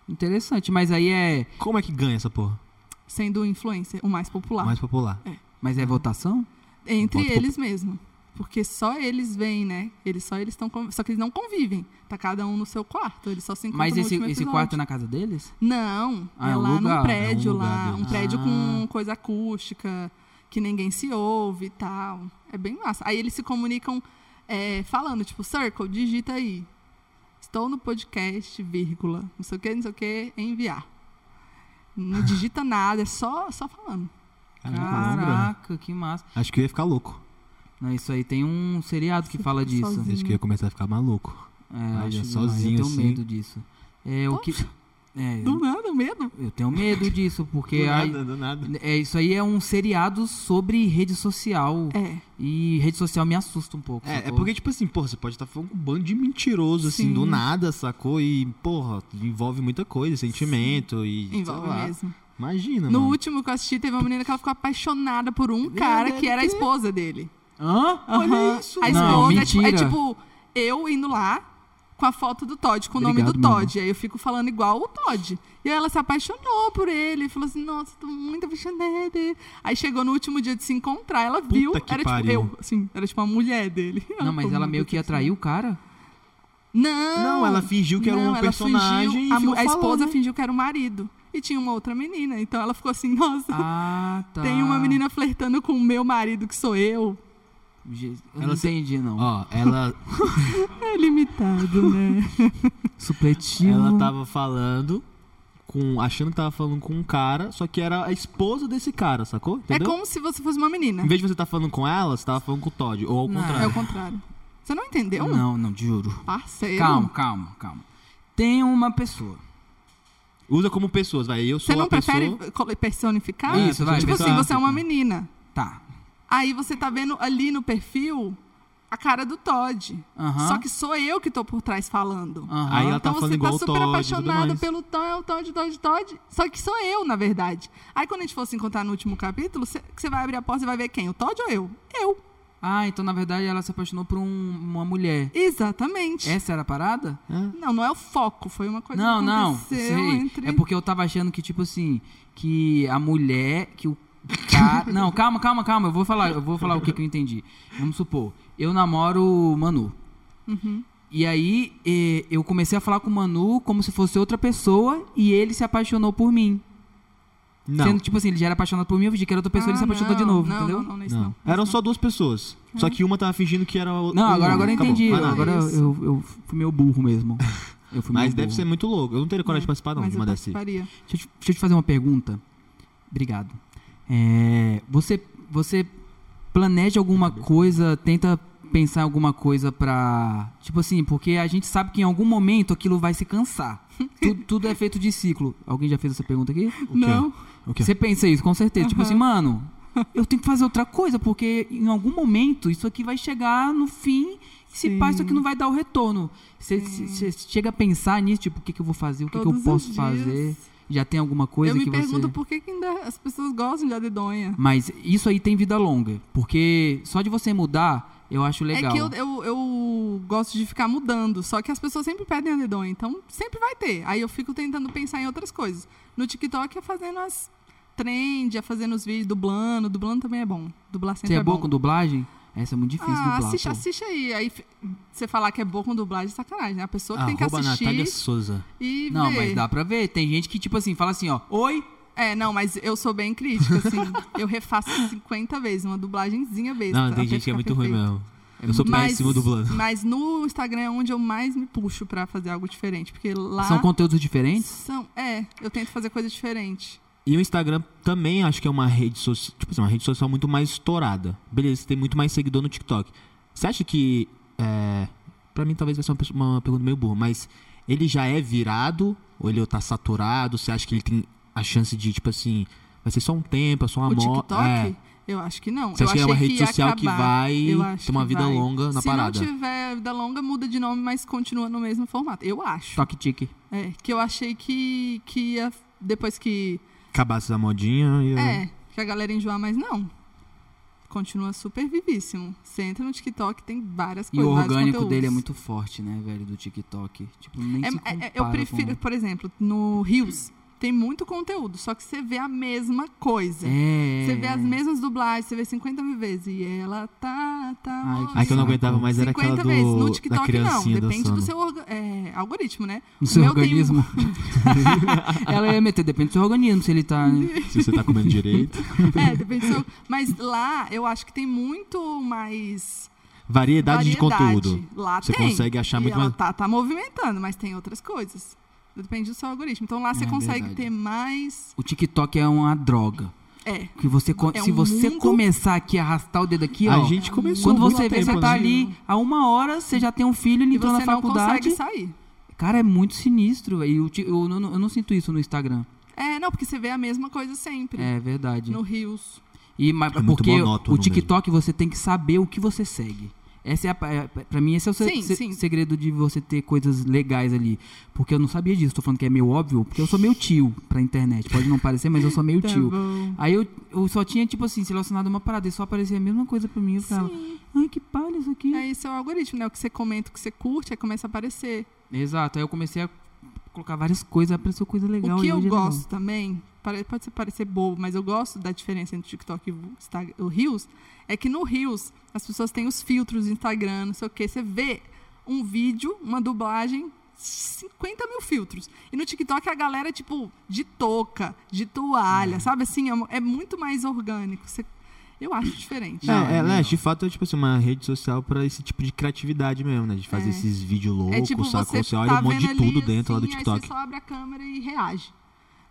Interessante. Mas aí é. Como é que ganha essa porra? sendo o influencer, o mais popular. Mais popular. Mas é votação? Entre Voto eles mesmo. Porque só eles vêm, né? Eles só eles estão só que eles não convivem. Tá cada um no seu quarto, eles só se encontram Mas no esse, último esse episódio. quarto é na casa deles? Não, Ah, é é um lá lugar, num prédio é um lugar lá, um deles. prédio Ah. com coisa acústica, que ninguém se ouve e tal. É bem massa. Aí eles se comunicam é, falando, tipo, circle, digita aí. Estou no podcast, vírgula, não sei o que, não sei o que, enviar. Não digita nada, é só, só falando. É Caraca, que massa. Acho que eu ia ficar louco. Não, isso aí tem um seriado que fala disso. sozinho. Acho que eu ia começar a ficar maluco. É, eu Olha, acho demais, sozinho Eu tenho assim. medo disso. É, o que... É, Do nada, medo. eu tenho medo disso, porque... aí- do nada. é, isso aí é um seriado sobre rede social. É. E rede social me assusta um pouco. É, é sacou? porque, tipo assim, porra, você pode estar falando com um bando de mentiroso, assim, Sim. do nada, sacou? E, porra, envolve muita coisa, sentimento e. sei Envolve Tá lá. Tá mesmo. Imagina, No mano. último que eu assisti, teve uma menina que ela ficou apaixonada por um cara que era a esposa dele. Hã? Aham. A esposa Não, é, tipo, é mentira. tipo eu indo lá com a foto do Todd, com o nome do Obrigado, meu Todd. Aí eu fico falando igual o Todd. E aí ela se apaixonou por ele. Falou assim, nossa, tô muito apaixonada. Aí chegou no último dia de se encontrar, ela viu. que Era tipo pariu. eu, assim, era tipo a mulher dele. Não, mas ficou ela muito meio que decepcionada. atraiu o cara. Não! Não, ela fingiu que era Não, uma ela personagem fingiu- e a, ficou mu- a esposa falando. fingiu que era o marido. E tinha uma outra menina. Então ela ficou assim, nossa, Ah, tá. tem uma menina flertando com o meu marido, que sou eu. Je- Eu Ela não se- entendi, não. Ó, ela, É limitado, né? Supletivo. ela tava falando com. achando que tava falando com um cara, só que era a esposa desse cara, sacou? é Entendeu? como se você fosse uma menina. Em vez de você estar falando com ela, você tava falando com o Todd. Ou ao Não. contrário. É o contrário. Você não entendeu? Não, não, juro. Parceiro. Calma, calma, calma. Tem uma pessoa. Usa como pessoas, vai. Eu sou Você não a pessoa. prefere col- personificar? É, Isso, vai, Tipo assim, personificar. você é uma menina. Tá. Aí você tá vendo ali no perfil a cara do Todd. Aham. Só que sou eu que tô por trás falando. Aham. Aí ela Então tá falando você igual tá o super Todd. e tudo apaixonado mais. pelo Todd, é Todd, Todd, Todd. Só que sou eu, na verdade. Aí quando a gente for se encontrar no último capítulo, você você vai abrir a porta e vai ver quem? O Todd ou eu? Eu. Ah, então na verdade ela se apaixonou por um- uma mulher. Exatamente. Essa era a parada? Não, não é o foco. Foi uma coisa É. não, que não. aconteceu sei. entre... É porque eu tava achando que, tipo assim, que a mulher, que o cara. não, calma, calma, calma. Eu vou falar, eu vou falar o que, que eu entendi. Vamos supor, eu namoro o Manu. Uhum. E aí eh, eu comecei a falar com o Manu como se fosse outra pessoa e ele se apaixonou por mim. Não. Sendo, tipo assim, ele já era apaixonado por mim, eu fingi que era outra pessoa e ele se Ah, apaixonou de não, novo, não, entendeu? Não, não, não, isso Não. não. um É. Eram só duas pessoas. Só que uma tava fingindo que era o. Não, o agora, homem. agora eu Acabou. entendi. Vai lá. agora eu, eu, eu fui meio burro mesmo. Eu fui Mas meio deve burro. ser muito louco. Eu não teria coragem de participar, não, Mas de eu uma dessas. participaria. Deixa eu, te, deixa eu te fazer uma pergunta. Obrigado. É, você, você planeja alguma coisa, tenta pensar em alguma coisa pra. Tipo assim, porque a gente sabe que em algum momento aquilo vai se cansar. tudo, tudo é feito de ciclo. Alguém já fez essa pergunta aqui? Não. O quê? Você pensa isso, com certeza. Tipo assim, mano, eu tenho que fazer outra coisa, porque em algum momento isso aqui vai chegar no fim. e Se pá, isso aqui não vai dar o retorno. Você você chega a pensar nisso, tipo, o que, que eu vou fazer, o que, que eu Todos os posso dias. fazer. Já tem alguma coisa Eu me que você. pergunto por que que ainda as pessoas gostam de adedonha. Mas isso aí tem vida longa. Porque só de você mudar, eu acho legal. É que eu, eu, eu gosto de ficar mudando, só que as pessoas sempre pedem adedonha, então sempre vai ter. Aí eu fico tentando pensar em outras coisas. No TikTok é fazendo as trend, é fazendo os vídeos, dublando. Dublando também é bom. Dublar Você sempre é, é boa bom. com dublagem? Essa é muito difícil ah, dublar. assiste, pô. assiste aí. Aí f- você falar que é bom com dublagem é sacanagem, né? A pessoa que tem que Arroba assistir Natália Souza. e Não, ver. mas dá pra ver. Tem gente que, tipo assim, fala assim, ó, oi. É, não, mas eu sou bem crítica, assim. eu refaço 50 vezes, uma dublagenzinha besta. Não, até tem gente que é ficar muito ruim perfeito. mesmo. Eu sou péssimo dublando. Mas no Instagram é onde eu mais me puxo pra fazer algo diferente. Porque lá. São conteúdos diferentes? são- é, eu tento fazer coisa diferente. E o Instagram também acho que é uma rede social. Tipo assim, uma rede social muito mais estourada. Beleza, você tem muito mais seguidor no TikTok. Você acha que. É, pra mim talvez vai ser uma, pessoa- uma pergunta meio burra, mas ele já é virado? Ou ele tá saturado? Você acha que ele tem a chance de, tipo assim, vai ser só um tempo, é só uma o moda? TikTok, É. eu acho que não. Você eu acha que é uma achei rede ia social que acabar. vai Eu acho ter uma que vida vai. longa na Se parada? Se não tiver vida longa, muda de nome, mas continua no mesmo formato. Eu Tá. acho. Toque-tique. É, que eu achei que, que ia. Depois que. Acabasse a modinha e. É, que a galera enjoar, mas não. Continua super vivíssimo. Você entra no TikTok, tem várias E o coisas. vários orgânico conteúdos. dele é muito forte, né, velho, do TikTok. Tipo, nem É- se é- é- compara eu prefiro, Com... por exemplo, no Rios tem muito conteúdo, só que você vê a mesma coisa. É. Você vê as mesmas dublagens, você vê 50 mil vezes. E ela tá, tá. Ai, ó, Aí que eu não Saco. aguentava mais era aquela 50 do, vezes. No da TikTok não, criancinha depende dançando. do seu orga- é, algoritmo, né? No seu meu tem- organismo. Ela ia meter, depende do seu organismo, se ele tá. Se você tá comendo direito. É, depende do seu. Mas lá eu acho que tem muito mais variedade, de conteúdo. Lá Você tem. consegue achar E muito ela mais- Tá, tá movimentando, mas tem outras coisas. Depende do seu algoritmo. Então lá você É, consegue verdade. ter mais. O TikTok é uma droga. É. Que você, co- É se um você mundo- começar aqui a arrastar o dedo aqui, A ó, gente começou Quando há muito você vê, tempo, você tá né? ali a uma hora, você já tem um filho, ele E entrou você na não faculdade. consegue sair. Cara, é muito sinistro. E eu, ti- eu, não- eu não sinto isso no Instagram. É, não, porque você vê a mesma coisa sempre. É verdade. No Rios. E, mas, É muito porque monótono o TikTok você tem que saber o que você segue. Essa é a, pa- é, pra mim, esse é o se- Sim, se- sim. segredo de você ter coisas legais ali. Porque eu não sabia disso. Tô falando que é meio óbvio, porque eu sou meio tio pra internet. Pode não parecer, mas eu sou Tá meio tio. Aí eu, eu só tinha, tipo assim, selecionado uma parada e só aparecia a mesma coisa pra mim. Eu ficava, Sim. ai, que palha isso aqui. É esse é o algoritmo, né? O que você comenta, o que você curte, aí começa a aparecer. Exato, aí eu comecei a colocar várias coisas, apareceu coisa legal. o que e eu hoje é legal. gosto também, pare- pode ser- parecer bobo, mas eu gosto da diferença entre o TikTok e o Instagram, o Reels, é que no Reels as pessoas têm os filtros do Instagram, não sei o quê. Você vê um vídeo, uma dublagem, 50 mil filtros. E no TikTok a galera, tipo, de touca, de toalha, sabe assim? É, mu- é muito mais orgânico. Você- eu acho diferente. É, é, né, de fato é tipo assim, uma rede social pra esse tipo de criatividade mesmo, né? De fazer É. esses vídeos É loucos, tipo, saca? você, Você olha tá um monte vendo de tudo ali, dentro lá do assim, Aí você TikTok. só abre a câmera e reage.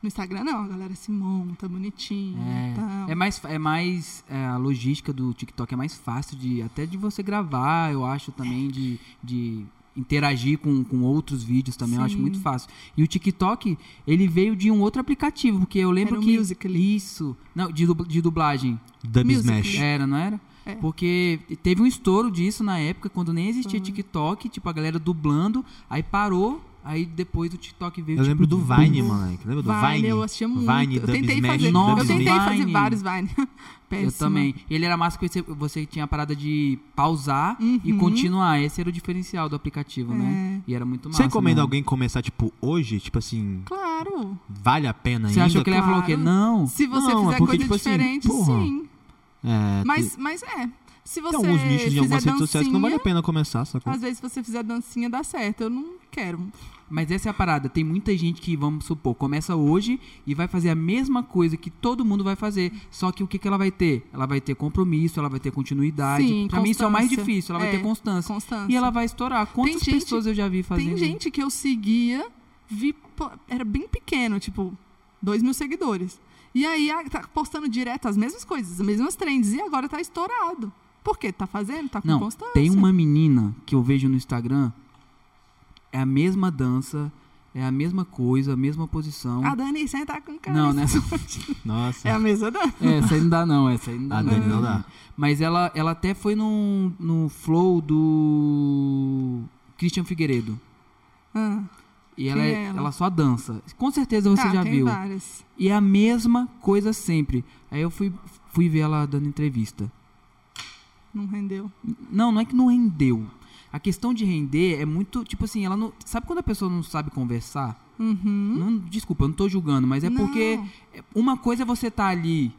No Instagram, não. A galera se monta bonitinha e tal. É, é mais, é mais é, a logística do TikTok é mais fácil de até de você gravar, eu acho também de, de interagir com, com outros vídeos também, eu acho Sim. muito fácil. E o TikTok, ele veio de um outro aplicativo, porque eu lembro Era o que Musical.ly. isso, não, de, dubl- de dublagem. Dub Music. Smash. Era, não era? É. Porque teve um estouro disso na época, quando nem existia TikTok, tipo, a galera dublando, aí parou, aí depois o TikTok veio. Eu tipo, lembro do boom. Vine, moleque. Lembra do Vine? Vine, eu assistia muito. Vine, eu Dub tentei Smash, fazer, Nossa, eu Dub tentei Smash. fazer Vine. vários Vine. Péssimo. Eu também. Ele era massa que você, você tinha a parada de pausar e continuar. Esse era o diferencial do aplicativo, né? E era muito massa. Você recomenda né? alguém começar, tipo, hoje? Tipo assim, Claro. vale a pena Você ainda? achou que ele é- ia falar o quê? Claro. Não. Se você Não, é fizer porque, coisa tipo assim, diferente, porra, sim. É, tem- Mas, mas é. Se você tem alguns nichos em fizer algumas redes sociais que não vale a dancinha, pena começar, sacou? às vezes se você fizer dancinha dá certo. Eu não quero. Mas essa é a parada. Tem muita gente que, vamos supor, começa hoje e vai fazer a mesma coisa que todo mundo vai fazer. Só que o que, que ela vai ter? Ela vai ter compromisso, ela vai ter continuidade. Sim, pra mim isso é o mais constância. difícil. Ela É, vai ter constância. Constância. E ela vai estourar. Quantas gente- pessoas eu já vi fazendo? Tem gente que eu seguia, vi, pô, era bem pequeno, tipo, dois mil seguidores. E aí a- tá postando direto as mesmas coisas, as mesmas trends, e agora tá estourado. Por quê? Tá fazendo, tá com Não, constância. Tem uma menina que eu vejo no Instagram, é a mesma dança, é a mesma coisa, a mesma posição. A Dani senta com cara. não, assim. né? é Nossa. É a mesa da. É, essa aí não dá não, essa aí não dá A não. Ah, Dani não dá. Mas ela, ela até foi no, no flow do Christian Figueiredo. Ah, E ela, Quem é- é ela? ela só dança. Com certeza você tá, já tem viu. várias. E é a mesma coisa sempre. Aí eu fui, fui ver ela dando entrevista. Não rendeu. Não, não é que não rendeu. A questão de render é muito, tipo assim, ela não. Sabe quando a pessoa não sabe conversar? Uhum. Não, desculpa, eu não tô julgando, mas é Não. porque é, uma coisa é você tá ali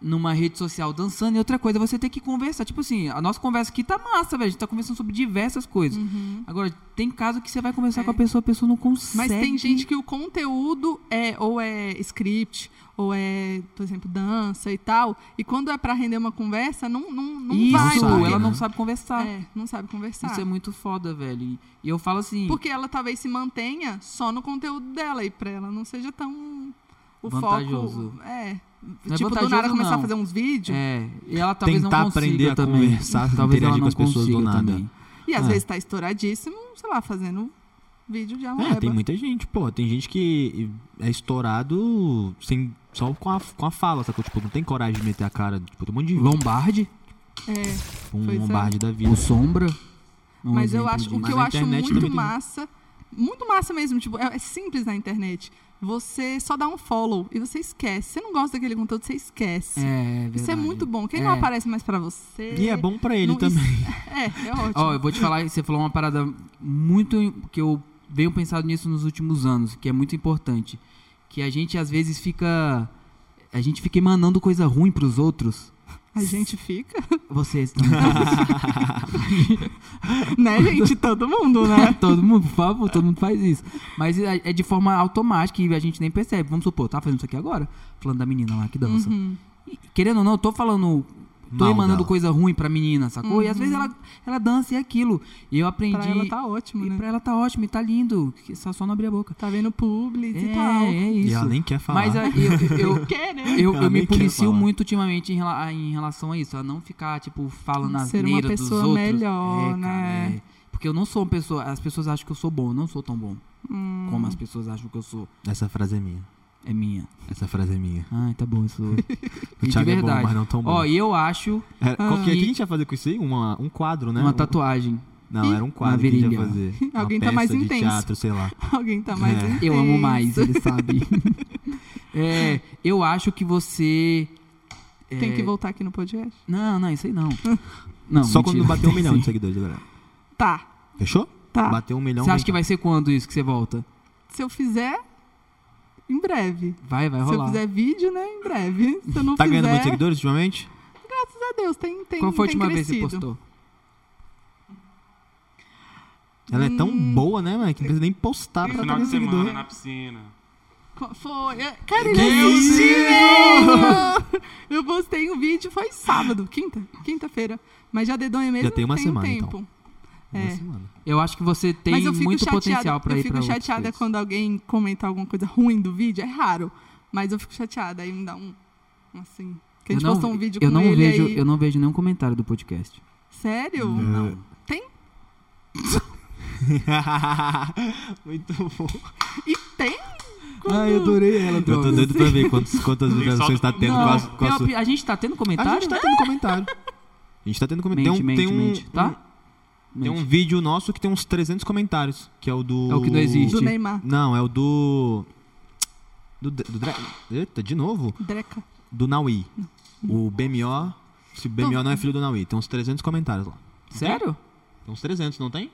numa rede social dançando e outra coisa é você ter que conversar. Tipo assim, a nossa conversa aqui tá massa, velho. A gente tá conversando sobre diversas coisas. Agora, tem caso que você vai conversar Hum. É. com a pessoa, a pessoa não consegue. Uhum. Mas tem gente que o conteúdo é ou é script, ou é, por exemplo, dança e tal. E quando é pra render uma conversa, não, não, não Isso, vai. Não porque- ela né? não sabe conversar. É, não sabe conversar. Isso é muito foda, velho. E- E eu falo assim. Porque ela talvez se mantenha só no conteúdo dela e pra ela não seja tão o Vantajoso. foco. É. Não é tipo, do vantajoso, nada começar não. a fazer uns vídeos. É, e ela talvez Tentar não consiga aprender a também. conversar, talvez ela interagir não com as pessoas do consiga nada. Também. E às É. Ah. vezes tá estouradíssimo, sei lá, fazendo vídeo de É, arroba. tem muita gente, pô. Tem gente que é estourado sem, só com a, com a fala, sacou? Tipo, não tem coragem de meter a cara. Tipo, tem um monte de Lombardi, É. um pois é. bombarde da vida. o Sombra. é um Mas eu exemplo acho, o disso. que Mas eu a acho internet muito também tem- massa, muito massa mesmo, tipo, é, é simples na internet. Você só dá um follow e você esquece. Você não gosta daquele conteúdo, você esquece. É, Isso é verdade. muito bom. Quem não É. aparece mais pra você. E é bom pra ele não- isso- também. É, é ótimo. Ó, eu vou te falar, você falou uma parada muito im- que eu venho pensando nisso nos últimos anos, que é muito importante, que a gente às vezes fica a gente fica emanando coisa ruim pros outros. A gente fica, Vocês também. né, gente? Todo mundo, né? todo mundo, por favor, todo mundo faz isso. Mas é é de forma automática e a gente nem Uhum. percebe. Vamos supor, eu tava fazendo isso aqui agora, falando da menina lá que dança. E, querendo ou não, eu tô falando tô mal emanando dela. coisa ruim pra menina, sacou? E às vezes ela, ela dança e é aquilo. E eu aprendi. Uhum. Pra ela tá ótimo, e né? pra ela tá ótimo, e tá lindo. que Só, só não abrir a boca. Tá vendo publi É, e tal. é isso. E ela nem quer falar. Mas é- a- eu, eu, Quer, né? eu, Ela eu me nem quer policio falar. muito ultimamente em, rela- em relação a isso, a não ficar, tipo, falando as Ser uma dos pessoa outros. melhor, é, Cara, né? é. Porque eu não sou uma pessoa. As pessoas acham que eu sou bom, eu não sou tão bom Hum. como Hum. as pessoas acham que eu sou. Essa frase é minha. É minha. Essa frase é minha. Ai, tá bom, isso. O E de Thiago é bom, verdade. mas não tão bom. Ó, e eu acho Era- qual que, é- e- o que a gente ia fazer com isso aí? Uma, um quadro, né? uma Um- tatuagem. Não, era um quadro Uma que a gente ia virilha. fazer. Uma Alguém tá peça mais de intenso. teatro, sei lá. Alguém tá mais. É. Eu amo mais, intenso. ele sabe. é, eu acho que você. é, Tem que voltar aqui no podcast? Não, não, isso aí não. Não, Só mentira. quando bater um milhão Sim. de seguidores agora. Tá, Fechou? tá. Bater um milhão. Você acha vem que vai ser quando isso que você volta? Se eu fizer, em breve. Vai, vai Se eu rolar. fizer vídeo, né? Em breve. Se eu não cá. Tá fizer, ganhando muitos seguidores ultimamente? graças a Deus, tem, tem Qual foi a tem última vez que crescido. você postou? Ela é tão Hum. boa, né, mano? Que não precisa nem postar No tá pra final ganhar de semana, seguidor. na piscina. Qual Foi. é, Cara, ele é mentira! um Eu postei um vídeo, foi sábado, quinta, quinta-feira. Mas já dedonha mesmo. Já tem uma tem semana, um então. tempo. Uma É. semana. Eu acho que você tem Mas eu fico muito chateada, potencial pra Eu ir pra fico outros chateada países. quando alguém comenta alguma coisa ruim do vídeo, é raro. Mas eu fico chateada, aí me dá um. um Assim. Que a eu gente não, postou um vídeo eu com não ele vejo, aí. Eu não vejo nenhum comentário do podcast. Sério? Não. Tem? Muito bom. E tem? Ai, eu adorei ela. Eu tô droga. doido pra ver quantas, quantas visualizações tá tendo Não, com as, com as pior- a gente tá tendo comentário? A gente tá tendo comentário. A gente tá tendo comentário. Mente, Tem um, mente, tem um, mente. Tá? Tem um Mente. vídeo nosso que tem uns 300 comentários, que é o do... É o que não existe. Do Neymar. Não, é o do... Do, do Dra- Eita, de novo? Dreca. Do Naui. O BMO... Se o BMO não é filho do Naui. Tem uns 300 comentários lá. Sério? Tem uns 300, não tem?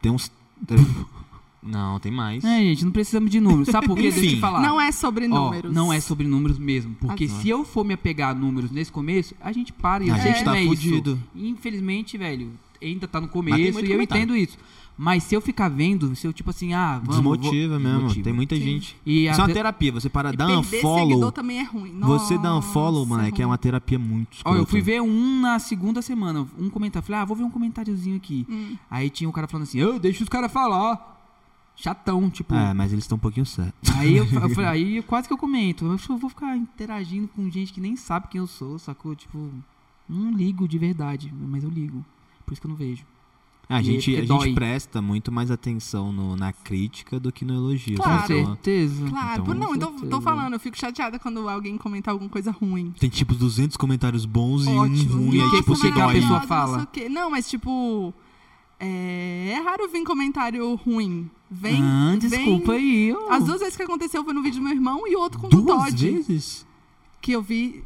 Tem uns... não, tem mais. É, gente, não precisamos de números. Sabe por quê? Deixa eu te Enfim. falar. Não é sobre Ó, números. não é sobre números mesmo. Porque Ah, tá. se eu for me apegar a números nesse começo, a gente para e eu A sei gente que tá não é isso. fudido. Infelizmente, velho, ainda tá no Mas tem começo muito e eu comentário. entendo isso. Mas se eu ficar vendo, se eu tipo assim, ah, vamos. vou- Desmotiva mesmo. desmotiva. Tem muita gente. E Isso é a- uma terapia. Você para, dá um Perder seguidor follow. também é ruim. Você dá um Nossa, follow, moleque, é uma terapia muito Ó, eu escrota. fui ver um na segunda semana, um comentário. Falei, ah, vou ver um comentáriozinho aqui. Hum, Aí tinha um cara falando assim, eu deixa os caras falar. Chatão, tipo. É, mas eles estão um pouquinho certos. Aí eu, fa- eu falei, aí eu quase que eu comento. Eu acho que eu vou ficar interagindo com gente que nem sabe quem eu sou, sacou? Tipo, não ligo de verdade, mas eu ligo. Por isso que eu não vejo. É, A E gente, porque a dói. gente presta muito mais atenção no- na crítica do que no elogio. Claro. Com sabe? certeza. Claro, Então, não, com eu tô, tô certeza. falando, eu fico chateada quando alguém comenta alguma coisa ruim. Tem tipo 200 comentários bons e Ótimo. um ruim, Nossa, aí tipo por que você que a dói. pessoa- maravilhosa, fala? Não, sei o quê. Não, mas tipo. É, é raro vir comentário ruim. Vem. ah, vem- desculpa aí. ó. As duas vezes que aconteceu foi no vídeo do meu irmão e outro com o Duas Todd. vezes? Que eu vi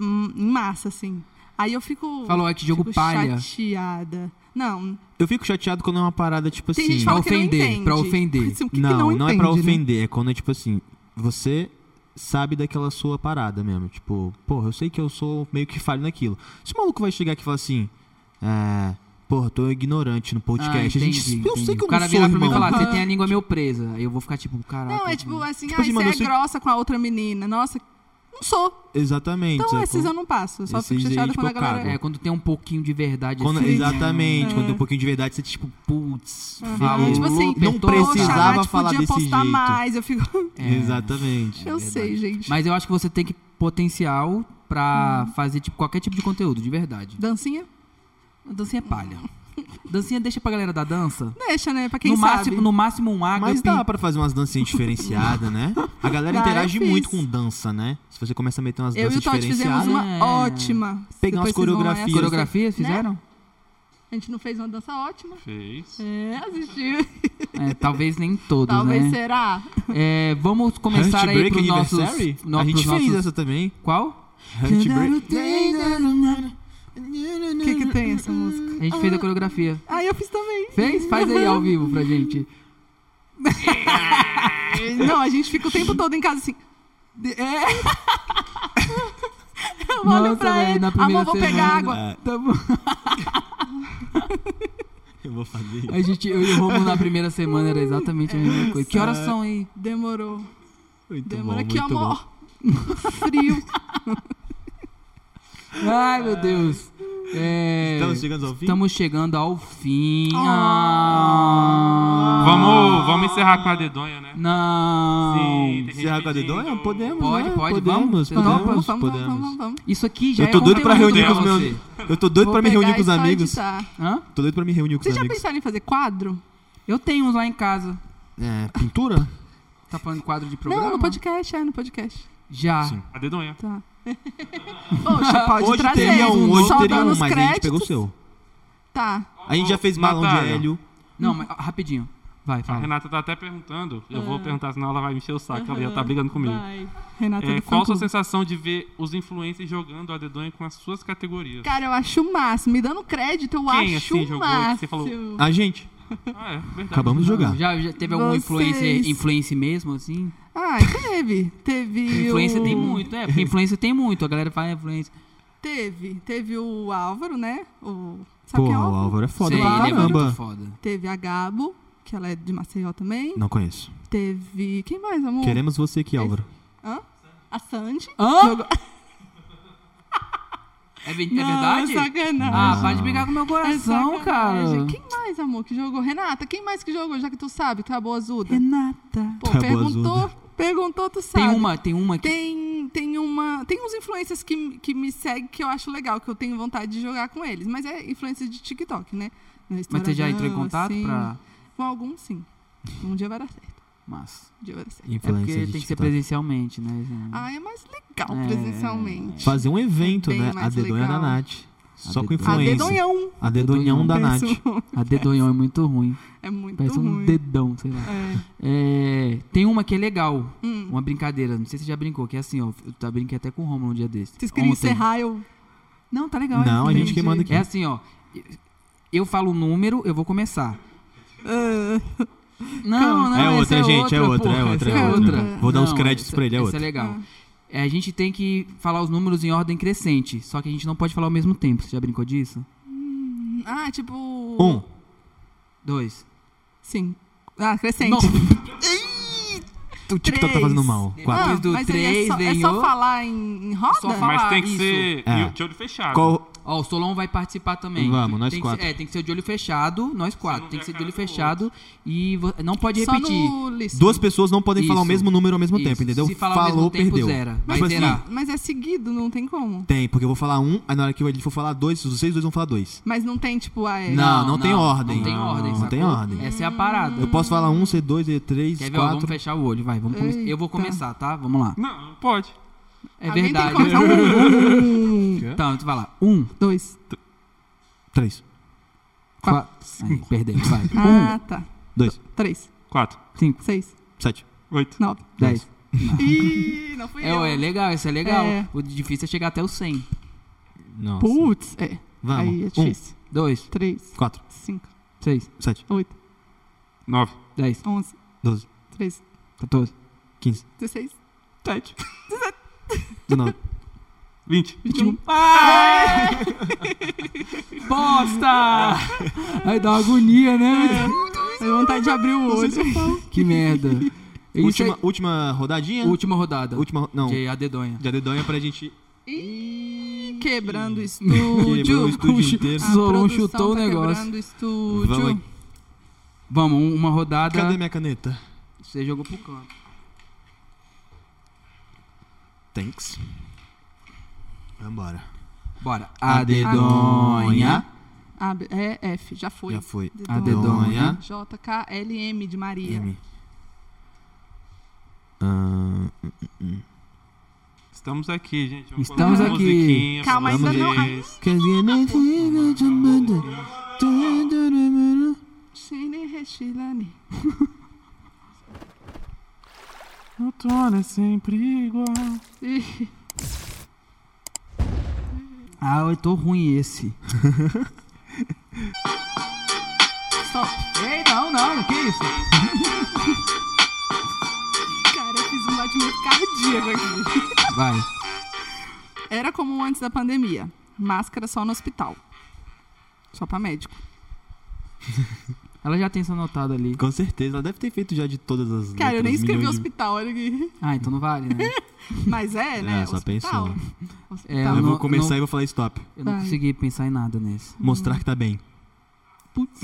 hum, em massa, assim. Aí eu fico. Falou, é que jogo fico palha. chateada. Não, Eu fico chateado quando é uma parada tipo tem assim. gente que fala pra ofender, que não entende. pra ofender. Assim, o que que não, não, é pra entende, né? ofender, é quando é tipo assim, você sabe daquela sua parada mesmo. Tipo, porra, eu sei que eu sou meio que falho naquilo. Se o maluco vai chegar aqui e falar assim, é. Porra, eu tô ignorante no podcast. Ah, a gente, entendi, eu sei entendi. que eu O cara não sou, virar pra mim e irmão. falar, você tem a língua meio presa. Aí eu vou ficar tipo, caraca. Não, é tipo assim, Tipo ah, assim, mano, você é eu sou- grossa com a outra menina. Nossa, não sou. Exatamente. Então, sacou? esses eu não passo. Eu só fico Esses aí, chateada quando a tipo, galera. cago. É, quando tem um pouquinho de verdade. Quando- assim, exatamente, quando tem um pouquinho de verdade, você tipo, putz, Falou, É, tipo assim, apertou não o Poxa, precisava chamado. Nath, falar podia desse postar jeito. mais. Eu fico. É. Exatamente. eu sei, gente. Mas eu acho que você tem que potencial pra fazer tipo, qualquer tipo de conteúdo, de verdade. Dancinha? Dancinha é palha. Dancinha deixa pra galera da dança. Deixa, né? Pra quem No sabe. máximo, no máximo um ágape. Mas dá pra fazer umas dancinhas diferenciadas, né? A galera Ah, Dá, interage eu fiz. muito com dança, né? Se você começa a meter umas Eu e danças o Todd fizemos diferenciadas. uma É. ótima. né? Pegar umas Depois vocês vão lá coreografias. e assistem. Coreografias fizeram? Assim, A gente não fez uma dança ótima. Fez. É, assistiu. É, talvez nem todos, Talvez né? será. É, vamos começar aí Heartbreak pros nossos... Anniversary? no- a gente pros fez nossos- essa também. Qual? Heartbreak. O que, que tem essa música? A gente fez a coreografia. Ah, eu fiz também. Fez? Faz aí ao vivo pra gente. Não, a gente fica o tempo todo em casa assim. É. Eu olho Nossa, pra velho, ele. na primeira Amor, vou semana. pegar água. Ah, Tá bom. Eu vou fazer. A gente, eu e o Romulo na primeira semana era exatamente a mesma coisa. Que Ah. horas são aí? Demorou. Muito bom, Demora aqui, muito bom. amor. Frio. Ai, meu Deus. É, Estamos chegando ao fim? estamos chegando ao fim. Ah, Vamos, vamos encerrar com a dedonha, né? Não. Sim, tem gente Serra com a pedindo. dedonha? Podemos, Pode, né? pode, vamos. podemos, Você topa? podemos, Vamos, vamos, podemos. vamos, vamos, vamos. Isso aqui já Eu tô é doido pra conteúdo reunir com os pra meus. você. Eu tô doido Vou pra me reunir pegar com os e só amigos. editar. Hã? Tô doido pra me reunir com Vocês os já amigos. pensaram em fazer quadro? Eu tenho uns lá em casa. É, pintura? Tá falando de quadro de programa? Não, no podcast, é, no podcast. Já. Sim. A dedonha. Tá. Poxa, pode hoje trazer. teria um, só hoje teria dando um, os mas a gente créditos. pegou o seu. Tá. A gente já fez balão de Natália. hélio. Não, mas ó, rapidinho. Vai, A fala. Renata tá até perguntando. Eu vou perguntar, senão ela vai mexer o saco. Ela já tá brigando comigo. É. Vai. tá Renata É, do qual a sua Fanculo. sensação de ver os influencers jogando a dedonha com as suas categorias? Cara, eu acho o máximo. Me dando crédito, eu Quem, acho assim, o jogou que máximo. você falou? A gente, Ah, é verdade. acabamos de jogar. Já, já teve algum Vocês. influencer, influencer mesmo, assim? Ah, teve. Teve Influência o... tem muito, é. Porque influência tem muito. A galera fala influência. Teve. Teve o Álvaro, né? O... Pô, Sabe quem é o Álvaro é foda Sei, pra ele é muito caramba. foda. Teve a Gabo, que ela é de Maceió também. Não conheço. Teve... Quem mais, amor? Queremos você aqui, Álvaro. É Hã? A Sandy. Hã? Jogou- É, ve- é Não, verdade? sacanagem. Ah, para de brigar com meu É coração, sacanagem. cara. Quem mais, amor, que jogou? Renata, quem mais que jogou? Já que tu sabe, tu é a boa azuda. Renata. Pô, Tu é a boa perguntou, perguntou, tu sabe. Tá, Tem uma, tem uma que. Tem, tem uma. Tem uns influencers que, que me seguem que eu acho legal, que eu tenho vontade de jogar com eles. Mas é influencer de TikTok, né? No Mas você já entrou em Instagram, contato assim. pra. Com alguns, sim. Um dia vai dar certo. Mas. Um dia vai dar certo. É porque Influencer tem que de ser TikTok. presencialmente, né? Ah, é mais legal É. presencialmente. Fazer um evento, bem né? mais A dedonha da legal. Nath. Só com dedonha. A influência. dedonhão. A dedonhão da é Tá, Nath. Penso- A dedonhão é muito ruim. É muito Parece ruim. um dedão, sei lá. É. É, tem uma que é legal. Hum. Uma brincadeira. Não sei se você já brincou, que é assim, ó. Eu tá- brinquei até com o Romulo um dia desse. Vocês queriam Ontem. encerrar, eu. Não, tá legal. Não, a isso, gente né? que manda aqui. É assim, ó. Eu falo o número, eu vou começar. Ah, Não, não, É essa outra, gente, é outra, porra, é outra, essa é outra. Vou dar os créditos essa- pra ele, é essa outra. é Ah. legal. É, a gente tem que falar os números em ordem crescente, só que a gente não pode falar ao mesmo tempo. Você já brincou disso? ah, tipo. Um. Dois. Sim. Ah, crescente. Nossa, O TikTok tá fazendo mal. Quatro. Depois do mas aí três, é só, é ganhou. só falar em, em roda? Só falar. Mas tem que isso. ser É. de olho Ah. fechado. Qual- Ó, o Solon vai participar também. Vamos, nós tem Que quatro. ser, é, tem que ser de olho fechado, nós quatro. não Tem que vê ser a de olho cara do fechado e vo- não pode Só repetir. no list. Duas pessoas não podem falar o Isso. mesmo número ao mesmo Isso. tempo, entendeu? Se falar ao Falou, mesmo tempo, perdeu. zera. Vai Tipo assim, zerar. Mas é seguido, não tem como. Tem, porque eu vou falar um, aí na hora que ele for falar dois, vocês dois vão falar dois. Mas não tem, tipo, a. Não, não tem ordem. Não tem ordem, Não sacou? tem ordem. Essa é a parada. Eu posso falar um, C2, E3, Quer ver? Ó, vamos quatro. fechar o olho, vai. Vamos come- Eu vou Eita. começar, tá? Vamos lá. Não, pode. É Alguém tem que verdade. começar um. Quê? Então, tu vai lá. Um, Dois. Três. quatro. Aí, perdemos, vai. Um. Ah, tá. Um, Dois. Três. Quatro, Seis. Sete. oito. Nove. Dez. Ih, não fui É, eu. ué, legal, isso é legal. É. O difícil é chegar até o 100. Nossa. Putz, é. Vamos. Aí é um, difícil. dois Três. quatro, Cinco. seis sete, Oito. Nove. dez Onze. doze, Treze. 14, quinze, Dezesseis. Sete. dezenove. Vinte. Vinte e um. É. Bosta! Aí dá uma agonia, né? Deu vontade de abrir o olho. Que merda. Isso Última, última rodadinha? é... Última rodada. Última- não. De a dedonha. Já dedonha pra gente. Ih, quebrando o Quebrou o estúdio. estúdio inteiro. A Solon produção um chutou o tá negócio. Quebrando o estúdio. Vamos aqui. Vamos, um- uma Tá. rodada. Cadê minha caneta? Você jogou pro canto. Thanks. Vambora. Bora. A dedonha. Ah, é F, já foi. né? Já foi. A dedonha. J, K, L, M de Maria. M. Ahn, Estamos aqui, gente. Vamos Estamos colocar uma aqui. musiquinha pra Calma, ainda não- vocês. Shine Reshilani. O trono é sempre igual. Ih, Ah, eu tô ruim esse. Stop. Ei, não, não, que isso? Cara, eu fiz um batimento cardíaco aqui. Vai. Era comum antes da pandemia. Máscara só no hospital. Só pra médico. Ela já tem essa notada ali. Com certeza, ela deve ter feito já de todas as Cara, eu letras, nem escrevi milhões de- hospital, olha aqui. Ah, então não vale, né? Mas é, né? Ah, só hospital. É, Eu não- vou começar não- e vou falar stop. Eu não Vai. consegui pensar em nada nesse. Mostrar que tá bem. Putz.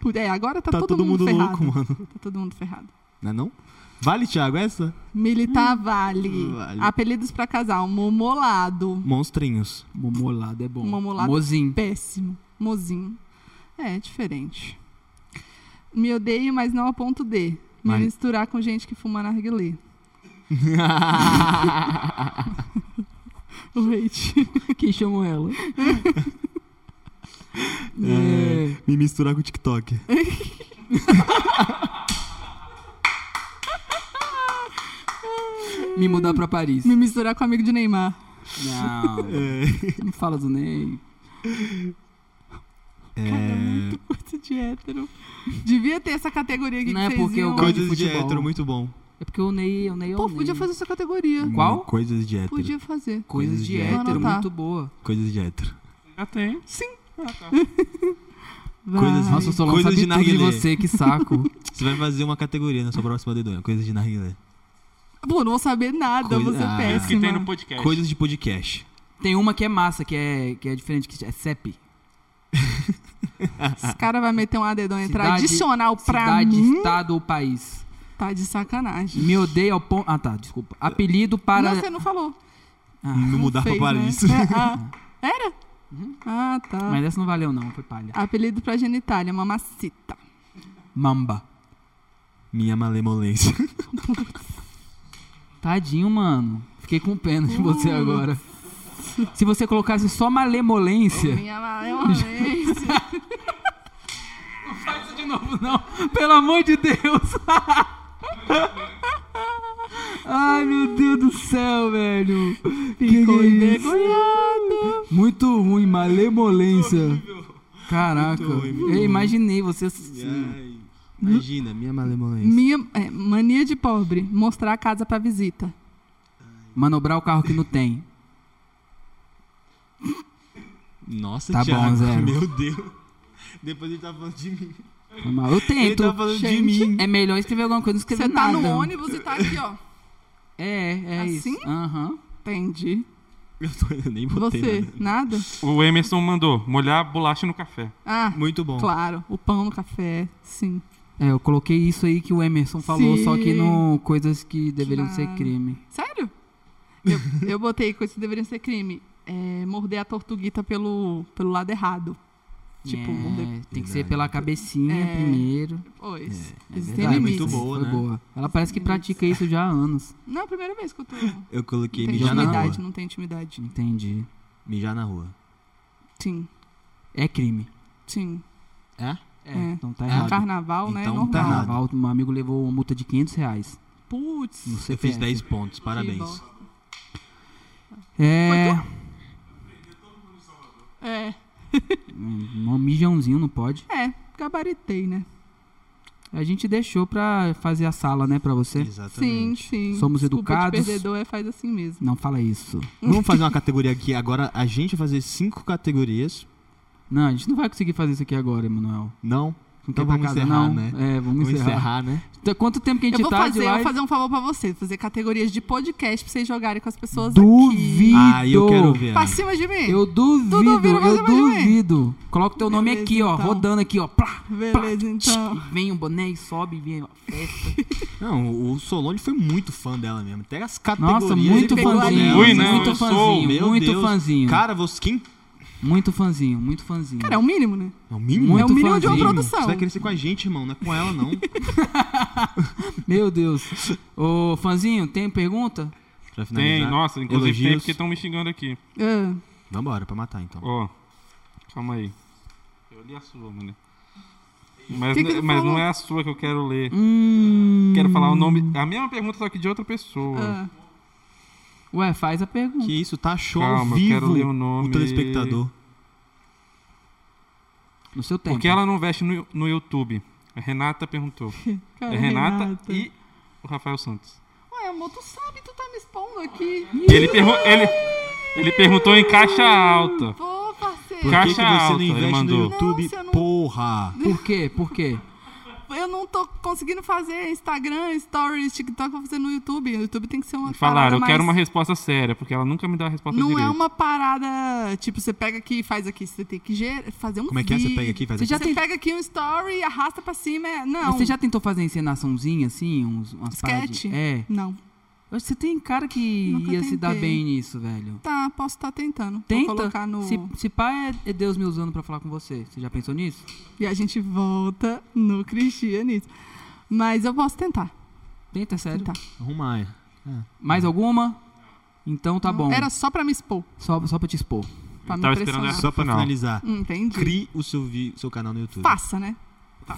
Putz, É, agora tá, Tá, todo, mundo, ferrado. louco, mano. Tá todo mundo ferrado. Não é não? Vale, Thiago, essa? Militar vale. Vale. Apelidos pra casal. Momolado. Monstrinhos. Momolado é bom. Momolado. Mozinho. Péssimo. Mozinho. É, é diferente. Me odeio, mas não a ponto de. Me Mas- misturar com gente que fuma narguilé. o hate. Quem chamou ela? É, Me misturar com o TikTok. Me mudar pra Paris. Me É. misturar com amigo de Neymar. Não. É. Não fala do Ney. É, Cara, muito coisa de hétero. Devia ter essa categoria aqui Não que é vocês porque eu iam- gosto- Coisas de futebol. hétero, muito bom. Hum, É porque o Ney, o Ney é o Pô, Ney. podia fazer essa categoria. Qual? Coisas de hétero. Podia fazer. Coisas de Vou hétero, anotar. muito boa. Coisas de hétero. Já tem. Vai. Coisas- Nossa, o Solon Coisas sabe de tudo de narguilé. você, que saco. Você vai fazer uma categoria na sua próxima dedonha. Coisas de narguilé. Pô, não vou saber nada, Coisa- você é Ah. Isso que tem péssima. no podcast. Coisas de podcast. Tem uma que é massa, que é, que é diferente, que é CEP. Esse cara vai meter um adedão Cidade- tradicional pra Cidade, mim. estado ou país. Tá de sacanagem. Me odeia ao ponto... Ah, tá, desculpa. Apelido para... Não, você não falou. Ah, Não mudar Fez, pra Paris. Né? É, ah, era? Ah, tá. Mas essa não valeu não, foi palha. Apelido pra genitália, mamacita. Mamba. Minha malemolência. Tadinho, mano. Fiquei com pena de você agora. Se você colocasse só malemolência... Minha é malemolência. Faz isso de novo, não. Pelo amor de Deus. Ai, meu Deus do céu, velho. Que que Ficou é isso? envergonhado. Muito ruim, malemolência. Caraca, eu imaginei você assim. Ai, Imagina, minha malemolência. Minha, é, mania de pobre, mostrar a casa pra visita. manobrar o carro que não tem. Nossa, Tá Thiago. bom, zero. Meu Deus. Depois ele tá falando de mim. Foi mal. Eu Ele tento. tá falando de gente. mim. É melhor escrever alguma coisa do que Você escrever tá nada. no ônibus e tá aqui, ó. É, é Assim? isso. Aham. Entendi. Eu, tô- eu nem botei Você, nada. nada? O Emerson mandou molhar bolacha no café. Ah, Muito bom. claro. O pão no café, sim. É, eu coloquei isso aí que o Emerson falou, Sim. só que no coisas que deveriam ser Claro. crime. Sério? Eu, eu botei coisas que deveriam ser crime. É, morder a tortuguita pelo, pelo lado errado. Tipo, É, morder. tem que ser pela cabecinha É. primeiro. Pois. É Existem verdade, limites. muito boa, foi né? boa. Ela parece que pratica isso já há anos. Não é a primeira vez que eu tô. Não Eu coloquei tem mijar na rua. intimidade, não tem intimidade. Hum. Entendi. Mijar na rua. Sim, É crime. sim. É? É, É. então tá É. errado. Carnaval, né? É Então tá normal. errado. Carnaval, meu amigo levou uma multa de 500 reais. Putz. No Eu fiz CPF. 10 pontos, Hum, parabéns. bosta. É. É. Um um mijãozinho não pode. É, gabaritei, né? A gente deixou pra fazer a sala, né, pra você. Sim, Exatamente. sim. Somos Desculpa educados. De perdedor é faz assim mesmo. Não fala isso. Vamos fazer uma categoria aqui. Agora a gente vai fazer cinco categorias. Não, a gente não vai conseguir fazer isso aqui agora, Emanuel. Não? Não Então quer ir pra vamos casa, encerrar, não. né? É, vamos, Vamos encerrar. encerrar, né? Então, Quanto tempo que a gente Eu vou tá fazer, de eu live? vou fazer um favor pra vocês, fazer categorias de podcast pra vocês jogarem com as pessoas aqui. Duvido. Ah, eu quero ver. Pra cima de mim. Eu duvido, Tudo ouvindo, mas eu eu imaginei. duvido. Coloca o teu nome Beleza, aqui, ó, então. rodando aqui, ó. Plá, Beleza, então. E vem o boné e sobe e vem, ó. Festa. Não, o Solone foi muito fã dela mesmo. Até as categorias. Nossa, muito ele pegou fãzinho. dela. Fui, né? Muito Eu sou, fãzinho, Meu muito Deus. fãzinho. Cara, você quem. Muito fãzinho, muito fãzinho. Cara, é o mínimo, né? É o mínimo? Muito é o mínimo de uma fãzinho. Você produção. vai crescer com a gente, irmão, não é com ela, não. Meu Deus. Ô, fãzinho, tem pergunta? pra finalizar. Tem, nossa, inclusive tem elogios. porque estão me xingando aqui. Ah, Vambora, pra matar então. Ó, calma aí. Eu li a sua, mano. Mas, Que que ele mas não falou? é a sua que eu quero ler. Hum. Quero falar o nome. A mesma pergunta, só que de outra pessoa. ah. Ué, faz a pergunta. Que isso, tá show ao Calma, eu vivo. quero ler o nome. telespectador. No seu tempo. Porque ela não veste no, no YouTube. A Renata perguntou. Cara, É Renata, e o Rafael Santos. Ué, amor, tu sabe, tu tá me expondo aqui. E ele, pergun- ele, ele perguntou em caixa alta. Pô, parceiro. Por que, Caixa que você alta, não ele investe no mandou. YouTube? Nossa, eu não- Porra! Por quê? Por quê? Eu não tô conseguindo fazer Instagram, Stories, TikTok, vou fazer no YouTube. No YouTube tem que ser uma parada Falaram, eu quero mais- uma resposta séria, porque ela nunca me dá a resposta Não é direito. uma parada, tipo, você pega aqui e faz aqui. Você tem que ger- fazer um Como é que é? Você vídeo. pega aqui e faz Você, aqui? já tem- pega aqui um story, arrasta pra cima. é- Não, Mas você já tentou fazer encenaçãozinha, assim? Uns, umas Sketch? paradinhas? É. não. Eu acho que Você tem cara que Nunca ia se dar tentei. bem nisso, velho. Tá, posso estar tentando. Tenta. Vou colocar no... Se, se pá é, é Deus me usando pra falar com você. Você já pensou nisso? E a gente volta no cristianismo. Mas eu posso tentar. Tenta, é sério. Tá. Arruma aí. Mais alguma? Então tá bom. Hum, Era só pra me expor. Só, só pra te expor. Pra me tava esperando pressionar. essa. Só pra Não. finalizar. Hum, Entendi. Crie o seu, vi- seu canal no YouTube. Faça, né?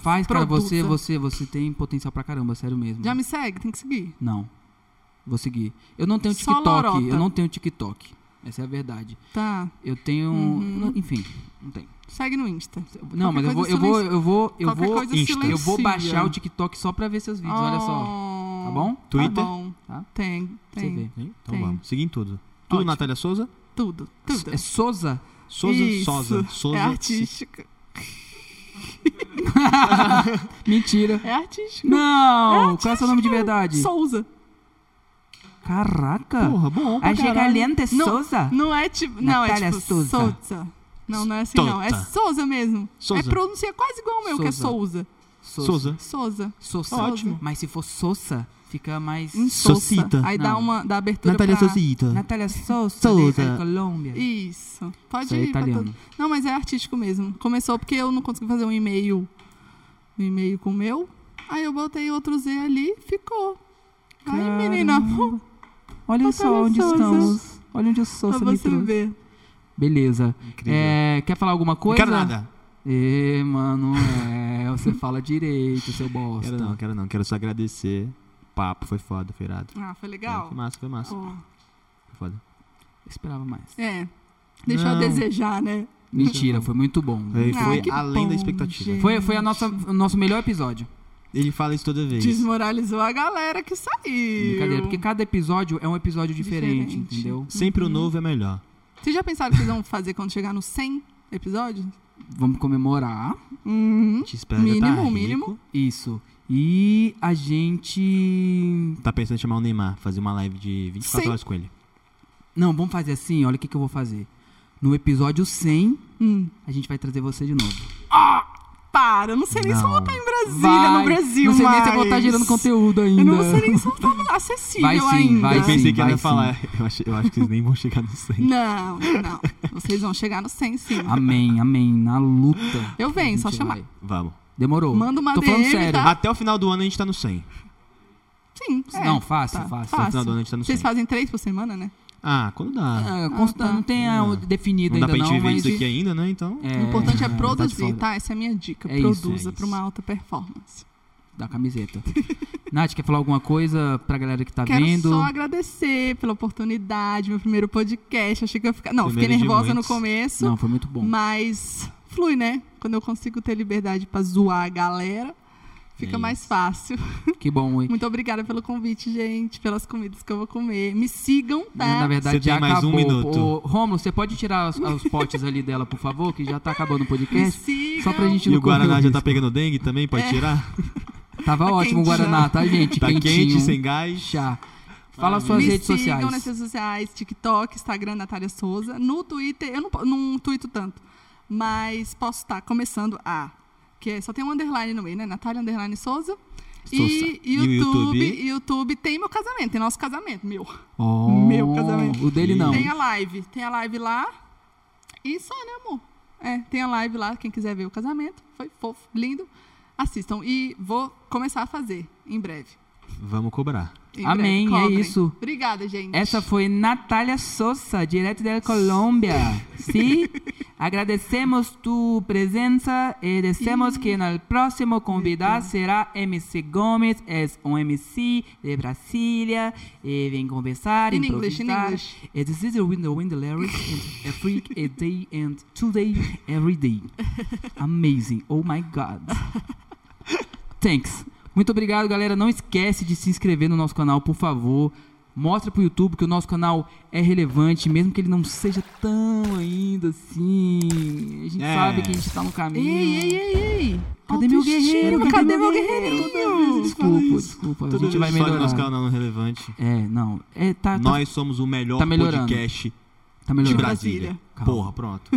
Faz, cara, produza. você, você, você tem potencial pra caramba, sério mesmo. Já me segue, tem que seguir. Não. Vou seguir. Eu não tenho Só TikTok. lorota. Eu não tenho TikTok. Essa é a verdade. Tá. Eu tenho. Uhum. não- Enfim, não tem. Segue no Insta. Não, mas eu vou, coisa eu vou, eu vou, eu Qualquer vou. coisa Insta. silencia. Eu vou baixar o TikTok só pra ver seus vídeos, olha só. Oh, Tá bom? Twitter. Tá bom. Tá? Tem, Pra Você tem. vê. Hein? Então Tem. vamos. Seguir em tudo. Tu, Ótimo. Natália Souza? Tudo, tudo. É Souza? Souza, Isso. Souza. Souza. É artística. Mentira. É artística. Não! Qual é seu nome de verdade? Souza. Caraca! Porra, bom pra Achei que caralho. Aliente Não. Souza. Não é tipo. Não, é Natália tipo Souza. Souza. Não, não é assim, não. É Tota. Souza mesmo. Souza. É pronuncia quase igual o meu, que é Souza. Souza. Souza. Souza. Souza. Ótimo. Mas se for Souza, fica mais. Hum. Insouza. Socita. Aí dá Não. uma dá abertura Natália pra... Souzita. Natália Souza, Souza. da Colômbia. Isso. Pode Isso aí é ir pra italiano. todo- Não, mas é artístico mesmo. Começou porque eu não consegui fazer um e-mail. Um e-mail com o meu. Aí eu botei outro Z ali, ficou. Caramba. Aí, menina, Olha Natália só onde Souza. estamos. Olha onde o pra Souza me você trouxe. ver. Beleza. Incrível. É, quer falar alguma Não coisa? quero nada. Ê, mano, é, você fala direito, seu bosta. Quero não, quero não. Quero só agradecer. Papo foi foda, foi irado. Ah, foi É, legal. Foi massa, foi massa. Pô. Foi foda. Eu Esperava mais. É. Deixou a Não. desejar, né? Mentira, foi muito bom. Ele Ah, foi que além da bom, expectativa. gente. Foi, foi a nossa, o nosso melhor episódio. Ele fala isso toda vez. Desmoralizou a galera que saiu. Brincadeira, porque cada episódio é um episódio diferente, Diferente. entendeu? Sempre o novo é melhor. Vocês já pensaram o que vocês vão fazer quando chegar nos 100 episódios? Vamos comemorar Uhum. Te espera já tá Mínimo, rico. mínimo. isso. E a gente. Tá pensando em chamar o Neymar, fazer uma live de 24 Sim. horas com ele. Não, vamos fazer assim, olha o que, que eu vou fazer. No episódio 100, Hum. a gente vai trazer você de novo. Para, eu não sei nem se eu vou Não. estar em Brasília, Vai. no Brasil, Não sei nem se eu mais. vou estar gerando conteúdo ainda. Eu não sei nem se eu tava acessível Vai sim, ainda. vai Eu pensei sim, que ele vai ia sim. falar. Eu acho, eu acho que vocês nem vão chegar no 100. Não, não. Vocês vão chegar no 100, sim. Amém, amém. Na luta. Eu venho, A só Ah, gente chamar. vai. Vamos. Demorou. Manda uma Tô falando DM, sério. tá? Até o final do ano a gente tá no 100. Sim, é. Não, fácil, Tá, fácil. Até o final do ano a gente tá no 100. Vocês fazem três por semana, né? Ah, quando dá. Ah, consta- tá. Não tem ah, Não. definido Não ainda dá pra gente não, viver mas... disso aqui ainda, né? Então. É, O importante é, tá de produzir, fora. tá? Essa é a minha dica. É isso, Produza é pra isso. uma alta performance. Da camiseta. Nath, quer falar alguma coisa pra galera que tá Quero vendo? só agradecer pela oportunidade, meu primeiro podcast. Achei que eu ia ficar. Não, Primeiro fiquei de nervosa no muitos. começo, Não, foi muito bom. mas flui, né? Quando eu consigo ter liberdade pra zoar a galera, fica É mais fácil. Que bom, hein? Muito obrigada pelo convite, gente, pelas comidas que eu vou comer. Me sigam, tá? Na verdade, Você tem já mais um acabou. minuto. Ô, Romulo, você pode tirar os, os potes ali dela, por favor, que já tá acabando o Me podcast. sigam. Só pra gente E não o Guaraná correr já o tá risco. pegando dengue também? Pode tirar? Tava Tá ótimo o quente já. Guaraná, tá, gente? Tá É, Quentinho. quente, sem gás. Chá. Fala Maravilha. suas Me redes sigam sociais. nas redes sociais, TikTok, Instagram, Natália Souza. No Twitter, eu não, po- não tuito tanto, mas posso estar começando a... Que é- só tem um underline no meio, né? Natália underline Souza. E Souza. E o YouTube, YouTube? YouTube, tem meu casamento, tem nosso casamento, meu. Ó, Meu casamento. O dele não. Tem a live, tem a live lá. E só, né, amor? É, tem a live lá, quem quiser ver o casamento. Foi fofo, lindo. Assistam e vou começar a fazer em breve. Vamos cobrar. Em Amém, breve, é cobrem. isso. É Obrigada, gente. Essa foi Natália Souza, direto da Colômbia. Sim? Agradecemos tu presença e desejamos que no próximo convidado será MC Gomes, é um MC de Brasília, e vem conversar, In English, in improvisar. English. And This is a window in the lyrics and a freak a day and today every day. Amazing. Oh my god. Thanks. Muito obrigado, galera. Não esquece de se inscrever no nosso canal, por favor. Mostra pro YouTube que o nosso canal é relevante, mesmo que ele não seja tão ainda assim. A gente É. sabe que a gente tá no caminho. Ei, ei, ei, ei. Cadê meu Autoestima, guerreiro? Cadê meu Desculpa, guerreirinho? desculpa, desculpa. A Toda gente vai vez que fala do melhorar. nosso canal não relevante. É, não. É, tá, tá, Nós somos o melhor Tá melhorando. podcast tá de melhorando. Brasília. Calma. Porra, pronto.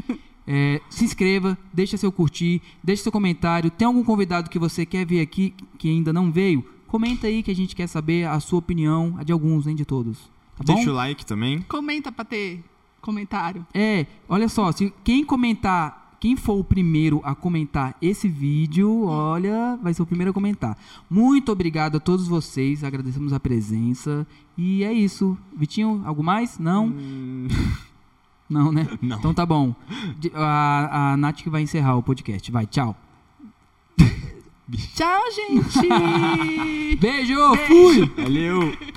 É, se inscreva, deixa seu curtir, deixa seu comentário. Tem algum convidado que você quer ver aqui que ainda não veio? Comenta aí que a gente quer saber a sua opinião, a de alguns, nem de todos. Tá bom? Deixa o like também. Comenta pra ter comentário. É, olha só, se quem comentar, quem for o primeiro a comentar esse vídeo, olha, vai ser o primeiro a comentar. Muito obrigado a todos vocês, agradecemos a presença. E é isso. Vitinho, algo mais? Não? Não, né? Não. Então tá bom. De- A, a Nath que vai encerrar o podcast. Vai, tchau. Tchau, gente! Beijo! Fui! Valeu!